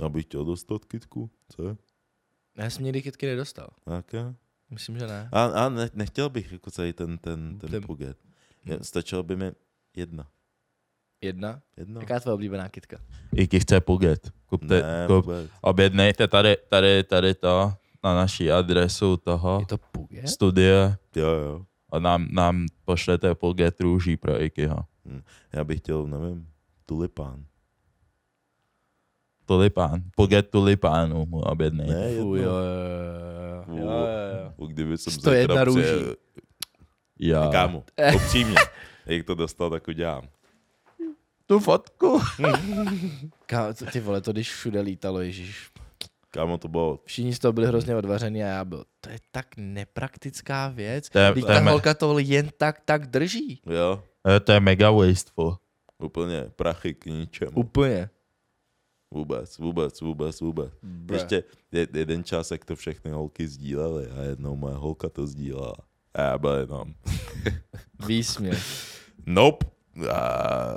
Já bych chtěl dostat kytku, co? Já jsem nikdy kytky nedostal. Jaké? Myslím, že ne. A, a ne, nechtěl bych jako celý ten, ten, ten Ten- Hmm. poget. Je- Stačilo by mi jedna. Jedna? No. Jedna. Jaká je tvoje oblíbená kytka? Jaký chce puget. Kupte, Ne, jako- kup, vůbec. objednejte tady, tady, tady to na naší adresu toho Je to puge? studie Jo, jo. a nám, nám pošlete puget růží pro Ikyho. Já bych chtěl, nevím, tulipán. Tulipán. Puget tulipánů mu objednej. Ne, jedno. Fuj, jo, jo, jo, U- jo, jo, jo, jo. u- Kdyby jsem 101 zítra růží. přijel- Já. Kámo, upřímně. Jak to dostal, tak udělám. Tu fotku. Ka- co- Ty vole, to když všude lítalo, ježíš. Kámo, to bylo... Všichni z toho byli hrozně odvařený a já byl, to je tak nepraktická věc. To je- Teď to je ta me- holka to jen tak tak drží. Jo, Eh, To je mega wasteful. úplně prachy k ničemu. Úplně. Vůbec, vůbec, vůbec, vůbec. Ještě je- jeden čas, jak to všechny holky sdílely a jednou moje holka to sdílela. A já byl jenom, Výsměch. nope. A-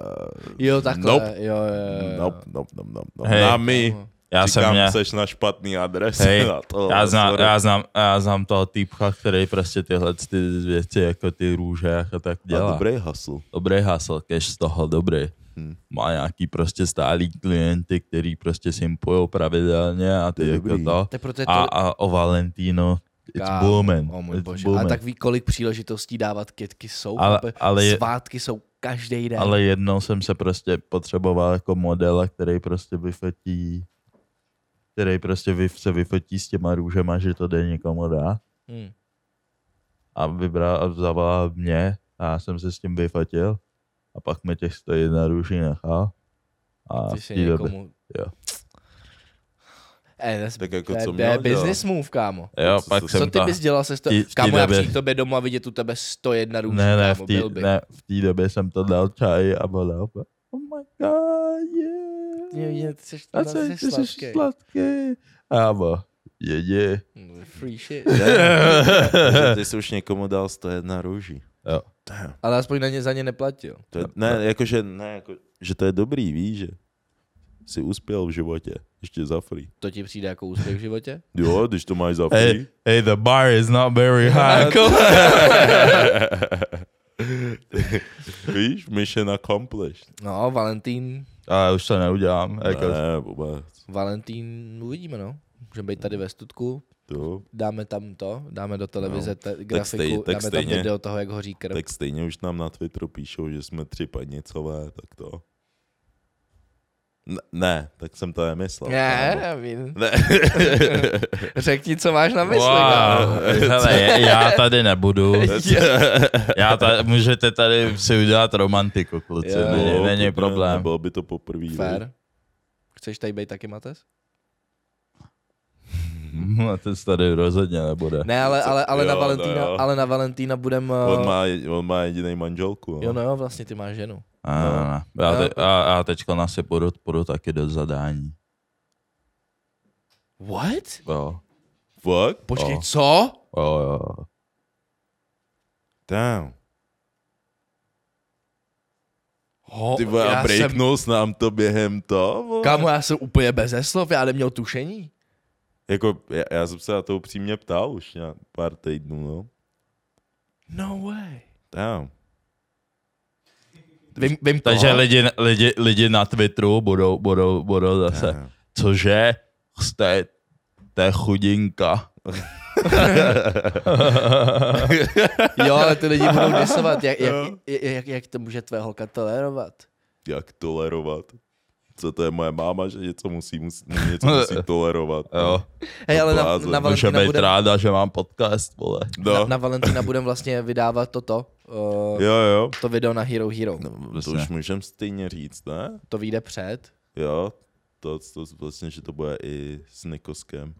Jo, takhle. Nope. Jo, jo, jo. Nope, nope, nope, nope, nope. Hej. Hey. Na my. Já jsem Říkám, mě... seš na špatný adrese. Hej, na to, Já znám, sorry. já, znám, já znám toho týpka, který prostě tyhle ty věci, jako ty růže, jako tak A dělá. Dobrý, dobrý hasl. dobrý hasl, cash z toho, dobrý. Hm. Má nějaký prostě stálý klienty, který prostě simpujou pravidelně a To ty je jako dobrý. to. To je proto je to... A, a o Valentino, it's Kámo, booming. O můj it's bože. booming. A tak ví, kolik příležitostí dávat kytky jsou. Ale- Ale, ale je- Svátky jsou každý den. Ale jednou jsem se prostě potřeboval jako modela, který prostě vyfotí, který prostě vyf, se vyfotí s těma růžema, že to jde někomu dát. Hmm. a vybral a zavolal mě a já jsem se s tím vyfotil a pak mi těch 101 růží nechal. A Ty v té si době, někomu... jo. jako Eh, that's- Tak jako, to je- co to je měl business move, kámo. jo, Co- pak co- jsem Co ty ta- bys dělal se sto... Ti- v té Kámo, já době- přijdu k tobě domů a vidět u tebe 101 růží, ne, ne, kámo, v byl té by. ne, v té době jsem to dal čaj a volal. úplně, Oh my god, yeah. Ty mě- ty seš- a ty co, seš ty jsi sladkej. sladký. A já byl, je, je. Mm, Free shit. Takže ty jsi už někomu dal 101 růží. Jo. Damn. Ale aspoň na ně za ně neplatil. To je, ne, jakože, ne, jako, že to je dobrý, víš, že si uspěl v životě, ještě za free. To ti přijde jako úspěch v životě? Jo, když to máš za free. Hey, hey, the bar is not very high. Jako, Víš, mission accomplished. no, Valentín, Ale už to neudělám. Jako, Ne, vůbec. Valentín uvidíme, no. Můžeme být tady ve studku, Jo, dáme tam to, dáme do No, televize te- grafiku, stejně- tak dáme stejně. tam video toho, jak hoří krv. tak stejně už nám na Twitteru píšou, že jsme tři panicové, tak to. Ne, ne tak jsem to nemyslel. ne, kámo. já vím. ne. Řekni, co máš na mysli. kámo. Wow. Hele, je- já tady nebudu. Já tady, můžete tady si udělat romantiku, kluci. no, Jo. není, Jo, není to- problém. Nebylo by to poprvé. viď? Fair. Chceš tady být taky, Mates? Hm, A to se tady rozhodně nebude. Ne, ale, ale, ale, na, Jo, no Valentína, jo. ale na Valentína budem... On eh, má, on má jediný manželku. No. Jo, no jo, vlastně ty máš ženu. A, No. no. no. Já, te, a, a teďko na si půjdu, půjdu taky do zadání. What? Jo, Fuck? Oh, Počkej, Jo. co? jo, jo. Damn. Ho, Ty vole, a já jsem, breaknul jsem... nám to během to? vole? kámo, já jsem úplně beze slov, já neměl tušení. Jako, já, já, jsem se na to upřímně ptal už nějak pár týdnů, no. No way. Damn. Vím, vím Takže koho. lidi, lidi, lidi na Twitteru budou, budou, budou zase, Damn. cože, jste, to je chudinka. Jo, ale ty lidi budou disovat. Jak, jak, jak, jak, jak to může tvé holka tolerovat? Jak tolerovat? Co to je moje máma, že něco musí, musí něco musí tolerovat? Jo, Hej, ale na, blázen, na, může Valentína být budem, ráda, že mám podcast, vole. No. na, na Valentína budem vlastně vydávat toto. Uh, Jo, jo. to video na Hero Hero. No, to Přesně. už můžem stejně říct, ne? To vyjde před. Jo. To, to vlastně, že to bude i s Nikoskem.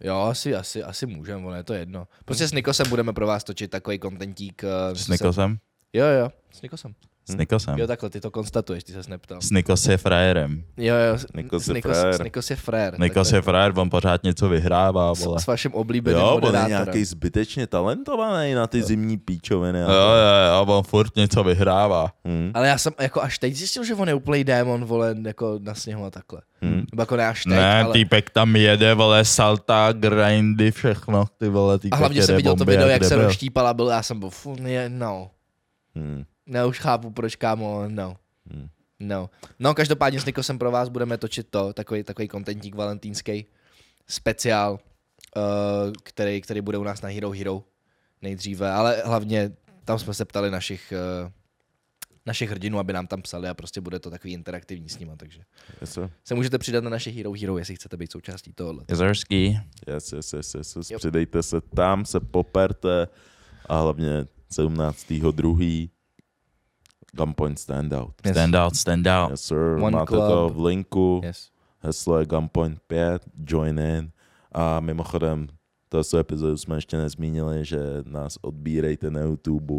Jo, asi, asi, asi můžem, ono je to jedno. Prostě s Nikosem budeme pro vás točit takový kontentík. eh, S se- Nikosem? Jo, jo, s Nikosem. S Nikosem. Jo, takhle, ty to konstatuješ, ty ses neptal. S Nikos je frajerem. Jo, jo, s- Nikos s je Nikos, frajer. s Nikos je frér. Nikos je frajer, on pořád něco vyhrává, s, vole. s vaším oblíbeným Jo, on je moderátorem. nějaký zbytečně talentovaný na ty zimní píčoviny. No. Jo, jo, jo, on furt něco vyhrává. Hm. Ale já jsem jako až teď zjistil, že on je úplný démon, vole, jako na sněhu a takhle. Hmm. Nebo jako ne až teď, Ne, ale... týpek tam jede, vole, salta, grindy, všechno, ty vole, týpek A hlavně jede jsem viděl to bomby, video, jak se debil. roštípala, byl, já jsem byl, "Fu, ne, no. Hm. Ne, už chápu, proč, kámo, no. Hmm. No. No, každopádně s Nikosem pro vás budeme točit to, takový, takový kontentík valentýnský speciál, eh, který, který bude u nás na Hero Hero nejdříve, ale hlavně tam jsme se ptali našich, eh, našich hrdinů, aby nám tam psali a prostě bude to takový interaktivní s nima, takže Yes, sir. se můžete přidat na naše Hero Hero, jestli chcete být součástí tohohle. Jezerský. Yes, yes, yes, yes, yes. Jo. Přidejte se tam, se poperte a hlavně 17.2. Gunpoint Standout. Yes. Stand out, stand out. Yes, sir. No. One Máte to club. v linku. Yes. Heslo je Gunpoint 5, join in. A mimochodem, tuto epizodu jsme ještě nezmínili, že nás odbírejte na YouTube.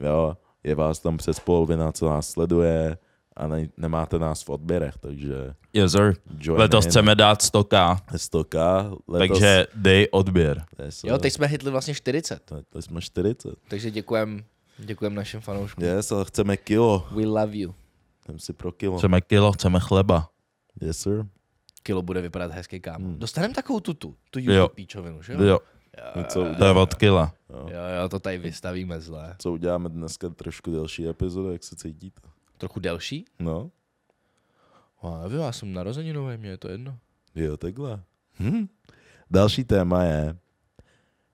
Jo, je vás tam přes polovina, co nás sleduje a ne, nemáte nás v odběrech, takže Yes, sir. join Letos in. chceme dát 100k, 100k, letos, takže dej odběr. Yes, Jo, teď jsme hitli vlastně 40, To, to jsme 40. takže děkujem, děkujem našim fanouškům. Yes, ale chceme kilo. We love you. Jdem si pro kilo. Chceme kilo, chceme chleba. Yes, sir. Kilo bude vypadat hezky, kámo. Hmm. Hmm. Dostaneme takovou tutu, tu Jo. YouTube jo. píčovinu, že jo? Jo, Eh. Co to je uděláme, od kila. Jo, jo, to tady vystavíme zle. co uděláme dneska trošku delší epizodu, jak se cítíte? Trochu delší? No, Já nevím, já jsem narozeninový, mě je to jedno. jo, takhle. Hm. Další téma je,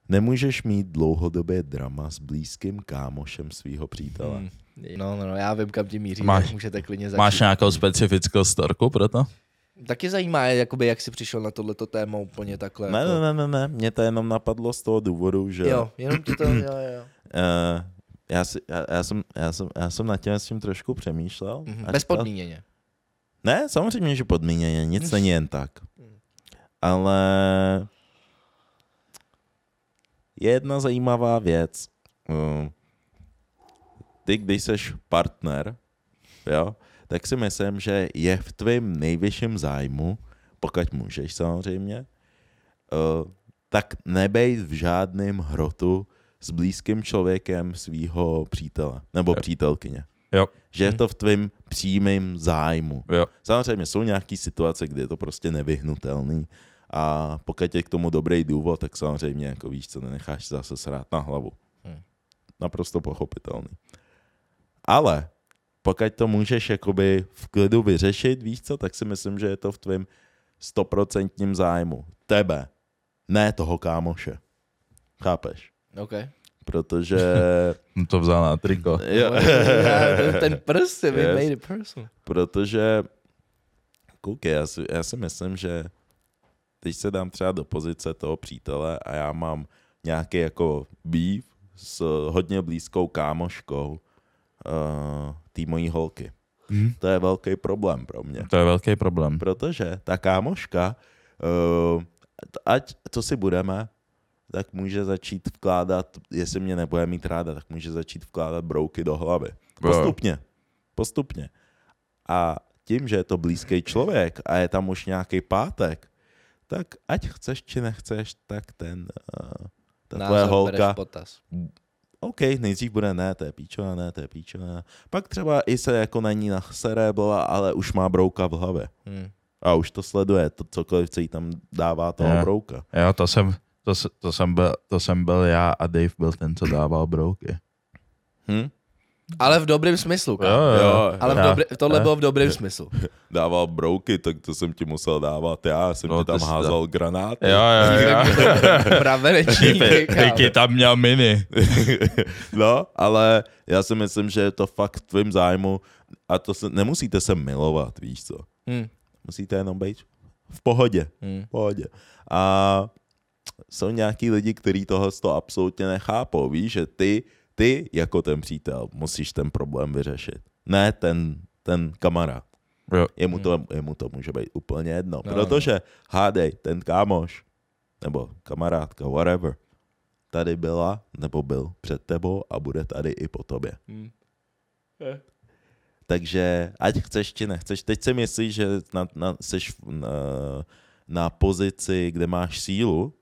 nemůžeš mít dlouhodobě drama s blízkým kámošem svého přítele. Hmm. No, no, no, já vím, kam tím míří, Máš- máš, můžete klidně začít. Máš Máš... nějakou specifickou storku pro to? Taky zajímá, jakoby, jak jsi přišel na tohleto téma úplně takhle. Ne, jako. ne, ne, ne, ne, mě to jenom napadlo z toho důvodu, že... Jo, jenom ti to, jo, jo. eh, já, si, já, já, jsem, já, jsem, já jsem nad tím s tím trošku přemýšlel. Mhm. a říkal- Bezpodmíněně. Ne, samozřejmě, že podmíněně, nic není jen tak. Ale je jedna zajímavá věc. Mm. Ty, když seš partner, jo, tak si myslím, že je v tvém nejvyšším zájmu, pokud můžeš samozřejmě, eh, tak nebejt v žádném hrotu s blízkým člověkem svého přítele nebo přítelkyně. Jo. Že je to v tvém přímém zájmu. Jo. Samozřejmě jsou nějaké situace, kde je to prostě nevyhnutelný a pokud je k tomu dobrý důvod, tak samozřejmě jako víš co, nenecháš se zase srát na hlavu. Hmm. Naprosto pochopitelný. Ale pokud to můžeš jakoby v klidu vyřešit, víš co, tak si myslím, že je to v tvém stoprocentním zájmu. Tebe, ne toho kámoše. Chápeš? OK. Protože... No To vzal na triko. jo, Ten prst, we Yes. made it personal. protože... Koukej, já si, já si myslím, že teď se dám třeba do pozice toho přítele a já mám nějaký jako býv s hodně blízkou kámoškou uh, té mojí holky. Mhm. To je velký problém pro mě. To je velký problém. Protože ta kámoška, uh, ať co si budeme, tak může začít vkládat, jestli mě nebude mít ráda, tak může začít vkládat brouky do hlavy. Jo. Postupně. Postupně. A tím, že je to blízký člověk a je tam už nějaký pátek, tak ať chceš či nechceš, tak ten, uh, ta tvoje Názor bereš holka v potaz. OK, nejdřív bude ne, to je píčová, ne, to je píčová. Pak třeba i se jako na ní nasere byla, ale už má brouka v hlavě. Hmm. A už to sleduje, to cokoliv, co jí tam dává toho Jo. brouka. Jo, to jsem, to, s- to, jsem byl, to jsem byl já a Dave byl ten, co dával brouky. Hm? Ale v dobrém smyslu, kámo. jo. Ale v Já- dobrý, tohle já- bylo v dobrém smyslu. Dával brouky, tak to jsem ti musel dávat já, jsem No, ti tam to jsi- házal granáty. Jo, jo, jo. Pravenečníky, Ricky tam měl mini. no, ale já si myslím, že je to fakt v tvým zájmu a to se, nemusíte se milovat, víš co. Hm. Musíte jenom být v pohodě. Hmm. Hm. pohodě. A jsou nějaký lidi, kteří tohle to absolutně nechápou, víš, že ty, ty jako ten přítel musíš ten problém vyřešit. Ne ten, ten kamarád. Jo. Jemu to, jemu to může být úplně jedno, Hmm. No, no, no. protože hádej, ten kámoš, nebo kamarádka, whatever, tady byla, nebo byl před tebou a bude tady i po tobě. Hm. Takže ať chceš, či nechceš. Teď si myslíš, že na, na, seš na, na pozici, kde máš sílu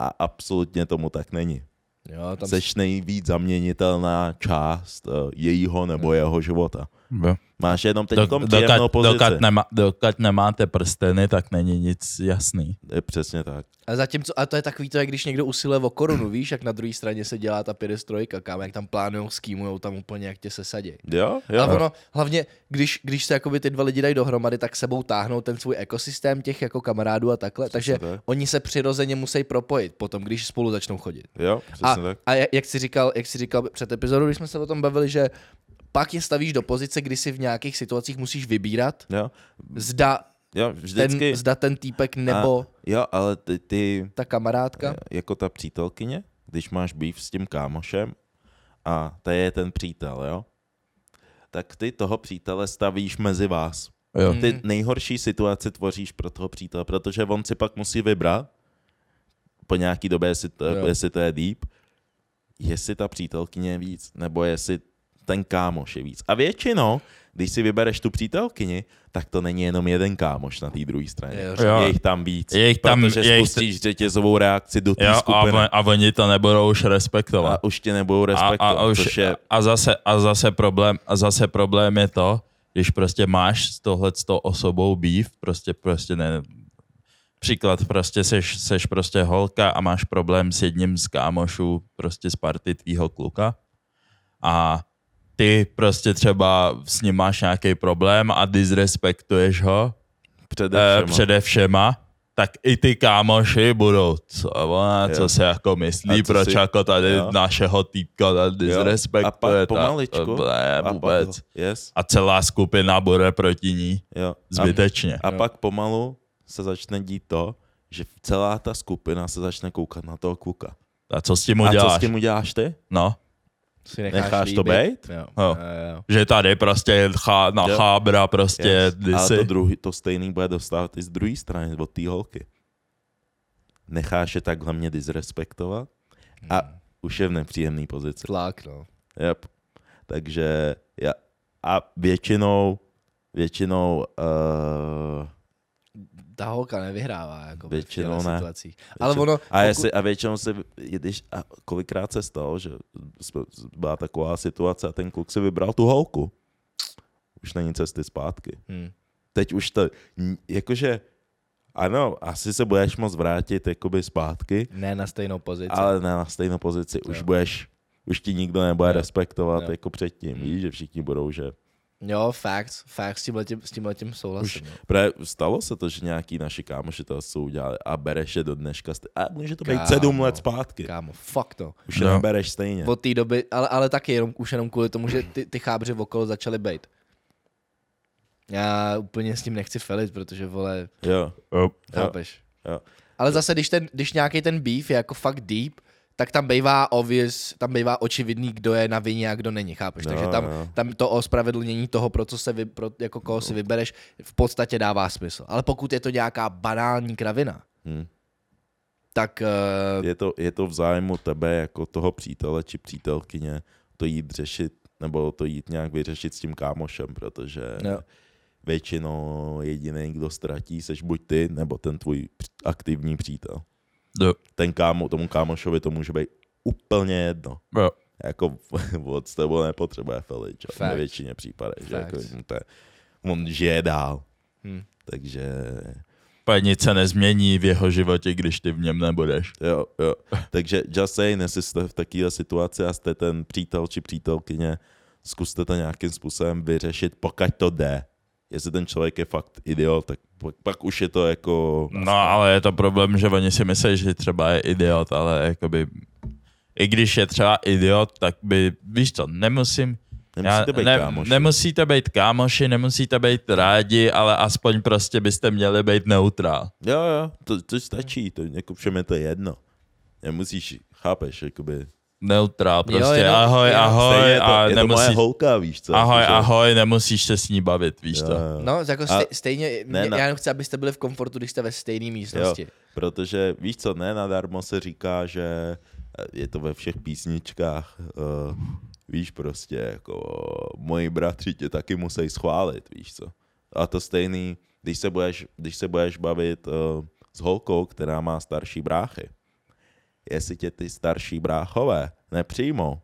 a absolutně tomu tak není. Jo, tam Tam seš nejvíc zaměnitelná část uh, jejího nebo Hmm. jeho života. jo. Máš jenom teď Dok- příjemnou dokud, pozici. dokud, nemá, dokud nemáte prsteny, tak není nic jasný. Je Přesně tak. A zatímco, a to je takový to, jak když někdo usiluje o korunu, víš, jak na druhé straně se dělá ta pědestrojka, kámo, jak tam plánujou, skýmujou tam úplně, jak tě se sadí. Jo, Jo. jo. A ono, hlavně, když, když se jakoby ty dva lidi dají dohromady, tak sebou táhnou ten svůj ekosystém těch jako kamarádů a takhle, takže tak. oni se přirozeně musí propojit potom, když spolu začnou chodit. Jo, A, přesně tak. a jak, jak, jsi říkal, jak jsi říkal před epizodou, když jsme se o tom bavili, že pak je stavíš do pozice, kdy si v nějakých situacích musíš vybírat, Jo, zda jo ten, vždycky. zda ten týpek nebo a... Jo, ale ty, ty ta kamarádka. jako ta přítelkyně, když máš býv s tím kámošem a to je ten přítel, jo? Tak ty toho přítele stavíš mezi vás. Jo. Mm. Ty nejhorší situaci tvoříš pro toho přítele, protože on si pak musí vybrat po nějaký době, jestli to, Jo. jestli to je deep, jestli ta přítelkyně je víc, nebo jestli ten kámoš je víc. A většinou, když si vybereš tu přítelkyni, tak to není jenom jeden kámoš na té druhé straně. Jo. Je jich tam víc. Je jich tam- protože je jich- spustíš řetězovou reakci do té Jo, a, skupiny. on, a oni to nebudou už respektovat. A už tě nebudou respektovat, a, eh, a, a což je... a, zase, a, zase problém, a zase problém je to, když prostě máš s tohletou osobou býv, prostě, prostě ne, příklad, prostě seš, seš prostě holka a máš problém s jedním z kámošů, prostě z party tvýho kluka a ty prostě třeba s ním máš nějaký problém a disrespektuješ ho, Přede Eh, všema. přede všema, tak i ty kámoši budou, co, ona, co Jo. se jako A myslí, co proč si- jako tady jo. našeho týpka tady A pak disrespektuje. pomaličku. Ta, ne, a pak- vůbec. Yes, A celá skupina bude proti ní jo. A zbytečně. A Jo. pak pomalu se začne dít to, že celá ta skupina se začne koukat na toho kluka. A co s tím A co uděláš? s tím uděláš ty? No, Si necháš to líbit. bejt? Jo. Jo. Jo, jo. že tady prostě chá, na Jo. chábra prostě yes. Ale to, kdysi. druhý, to stejný bude dostávat i z druhé strany, od té holky. Necháš je takhle mě disrespektovat a už je v nepříjemné pozici. Tlak, no. Yep. Takže já, a většinou, většinou uh, ta holka nevyhrává jako Většinou v těchto ne. situacích. Ale ono, A, jestli, a většinou se, i když, a kolikrát se stalo, že jsme- byla taková situace a ten kluk si vybral tu holku. Už není cesty zpátky. hm, Teď už to, n- jakože, ano, asi se budeš moc vrátit jakoby zpátky, ne na stejnou pozici. ale ne na stejnou pozici. Už Jo. budeš, už ti nikdo nebude Jo. respektovat Jo. jako předtím. Mm. Víš, že všichni budou, že Jo, fakt, fakt s tím letím, s tím letím souhlasím. Už, Pre, stalo se to, že nějaký naši kámoši to asi udělali a bereš je do dneška. Stej... A může to Kámo. být sedm let zpátky. kámo, fuck to. Už je No. nebereš stejně. Od té doby, ale, ale taky jenom, už jenom kvůli tomu, že ty, ty chábři okolo začaly bejt. Já úplně s tím nechci felit, protože vole, Jo. Jo. Jo, chápeš. jo. Ale zase, když, ten, když nějaký ten beef je jako fakt deep, tak tam bývá obvious, tam bývá očividný, kdo je na vině a kdo není, chápeš? Jo, Takže tam, jo. tam to ospravedlnění toho, pro co se vy, pro, jako koho si vybereš, v podstatě dává smysl. Ale pokud je to nějaká banální kravina, Hm. tak eh, Je, to, je to v zájmu tebe jako toho přítele či přítelkyně to jít řešit nebo to jít nějak vyřešit s tím kámošem, protože Jo. většinou jediný, kdo ztratí, seš buď ty, nebo ten tvůj př- aktivní přítel. Jo. Ten kámo, tomu kámošovi to může být úplně jedno. Jo. jako od s tebou nepotřebuje felit, čo? Fakt. ve většině případech, že Fakt. jako, mu to je, on žije dál, Hm. takže Pak nic se nezmění v jeho životě, když ty v něm nebudeš. jo, jo. takže just saying, jestli jste v takové situaci a jste ten přítel či přítelkyně, zkuste to nějakým způsobem vyřešit, pokud to jde. Jestli ten člověk je fakt idiot, tak pak, pak už je to jako... No, ale je to problém, že oni si myslí, že třeba je idiot, ale jakoby... I když je třeba idiot, tak by, víš co, nemusím... Nemusíte být ne, kámoši. Nemusíte být kámoši, nemusíte být rádi, ale aspoň prostě byste měli být neutrál. Jo, jo, to, to stačí, to, jako všem je to jedno. Nemusíš, chápeš, jakoby... Neutrál prostě, jenom- ahoj, jo. ahoj, Stejně je to, a je to moje nemusíš... holka, víš Eh, co? Ahoj, jakože- ahoj, nemusíš se s ní bavit, víš Jo, to. jo. No, jako stej, stejně, ne, mě, na- já jenom chci, abyste byli v komfortu, když jste ve stejné místnosti. Jo, protože víš co, ne nadarmo se říká, že eh, je to ve všech písničkách, uh, víš prostě, jako moji bratři tě taky musí schválit, víš co. A to stejný, když se budeš, když se budeš bavit uh, s holkou, která má starší bráchy. Jestli tě ty starší bráchové nepřijmou,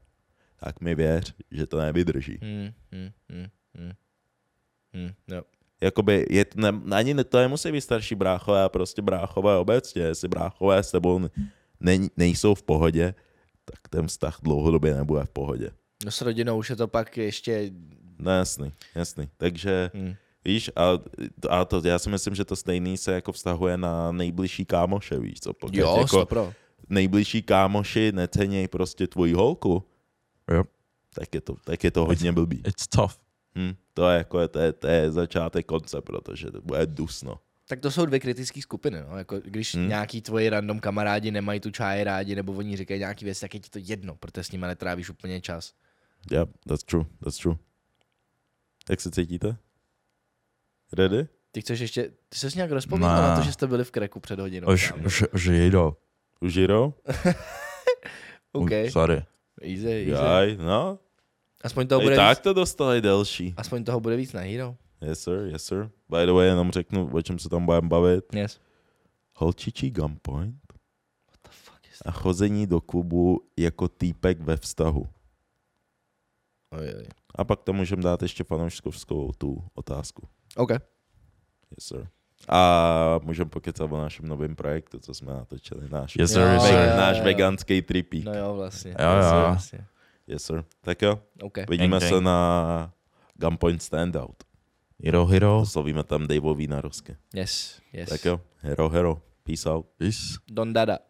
tak mi věř, že to nevydrží. Hmm, hmm, hmm, hmm. Hmm, jo. Jakoby je, t- ne, ani ne, to nemusí být starší bráchové, a prostě bráchové obecně. Jestli bráchové s tebou n- ne, nejsou v pohodě, tak ten vztah dlouhodobě nebude v pohodě. No s rodinou už je to pak ještě... No jasný, jasný. Takže Hmm. víš, a, a to, já si myslím, že to stejný se jako vztahuje na nejbližší kámoše, víš co? Pokud Jo, jako jako... pro. nejbližší kámoši necenějí prostě tvoji holku, Jo. tak je to, tak je to hodně blbý. It's tough. Hm, to je jako, to je, to je začátek konce, protože to bude dusno. Tak to jsou dvě kritické skupiny, no. Jako, když Hmm. hmm. nějaký tvoji random kamarádi nemají tu čáje rádi, nebo oni říkají nějaký věci, tak je ti to jedno, protože s nimi netrávíš úplně čas. Yeah, that's true, that's true. Jak se cítíte? Ready? Ty chceš ještě... Ty ses nějak rozpomínal Ne. na to, že jste byli v kreku před hodinou. Už, kámo. už, už jdu. Už jdou? OK, Sorry. easy, easy. Jaj, no. Aspoň To toho, bude tak víc, to dostali delší. aspoň toho bude víc na Hero. Yes sir, yes sir. By the way, jenom řeknu, o čem se tam budeme bavit. Yes. Holčičí gunpoint What the fuck is a chození do klubu jako týpek ve vztahu. that? A pak tam můžeme dát ještě fanouškovskou tu otázku. OK. Yes sir. A můžeme pokecat o našem novém projektu, co jsme natočili. Náš, Yes, Jo, sir, yes, ve- jo, sir. jo. náš veganský tripík. No jo, vlastně. Jo, jo. Vlastně, Vlastně. Yes sir. Tak jo. OK. Vidíme Gang, se gang. na Gunpoint Standout. Hero, hero. Oslovíme tam Daveový na rusky. Yes, yes. Tak jo, hero, hero. Peace out. Peace. Don Dada.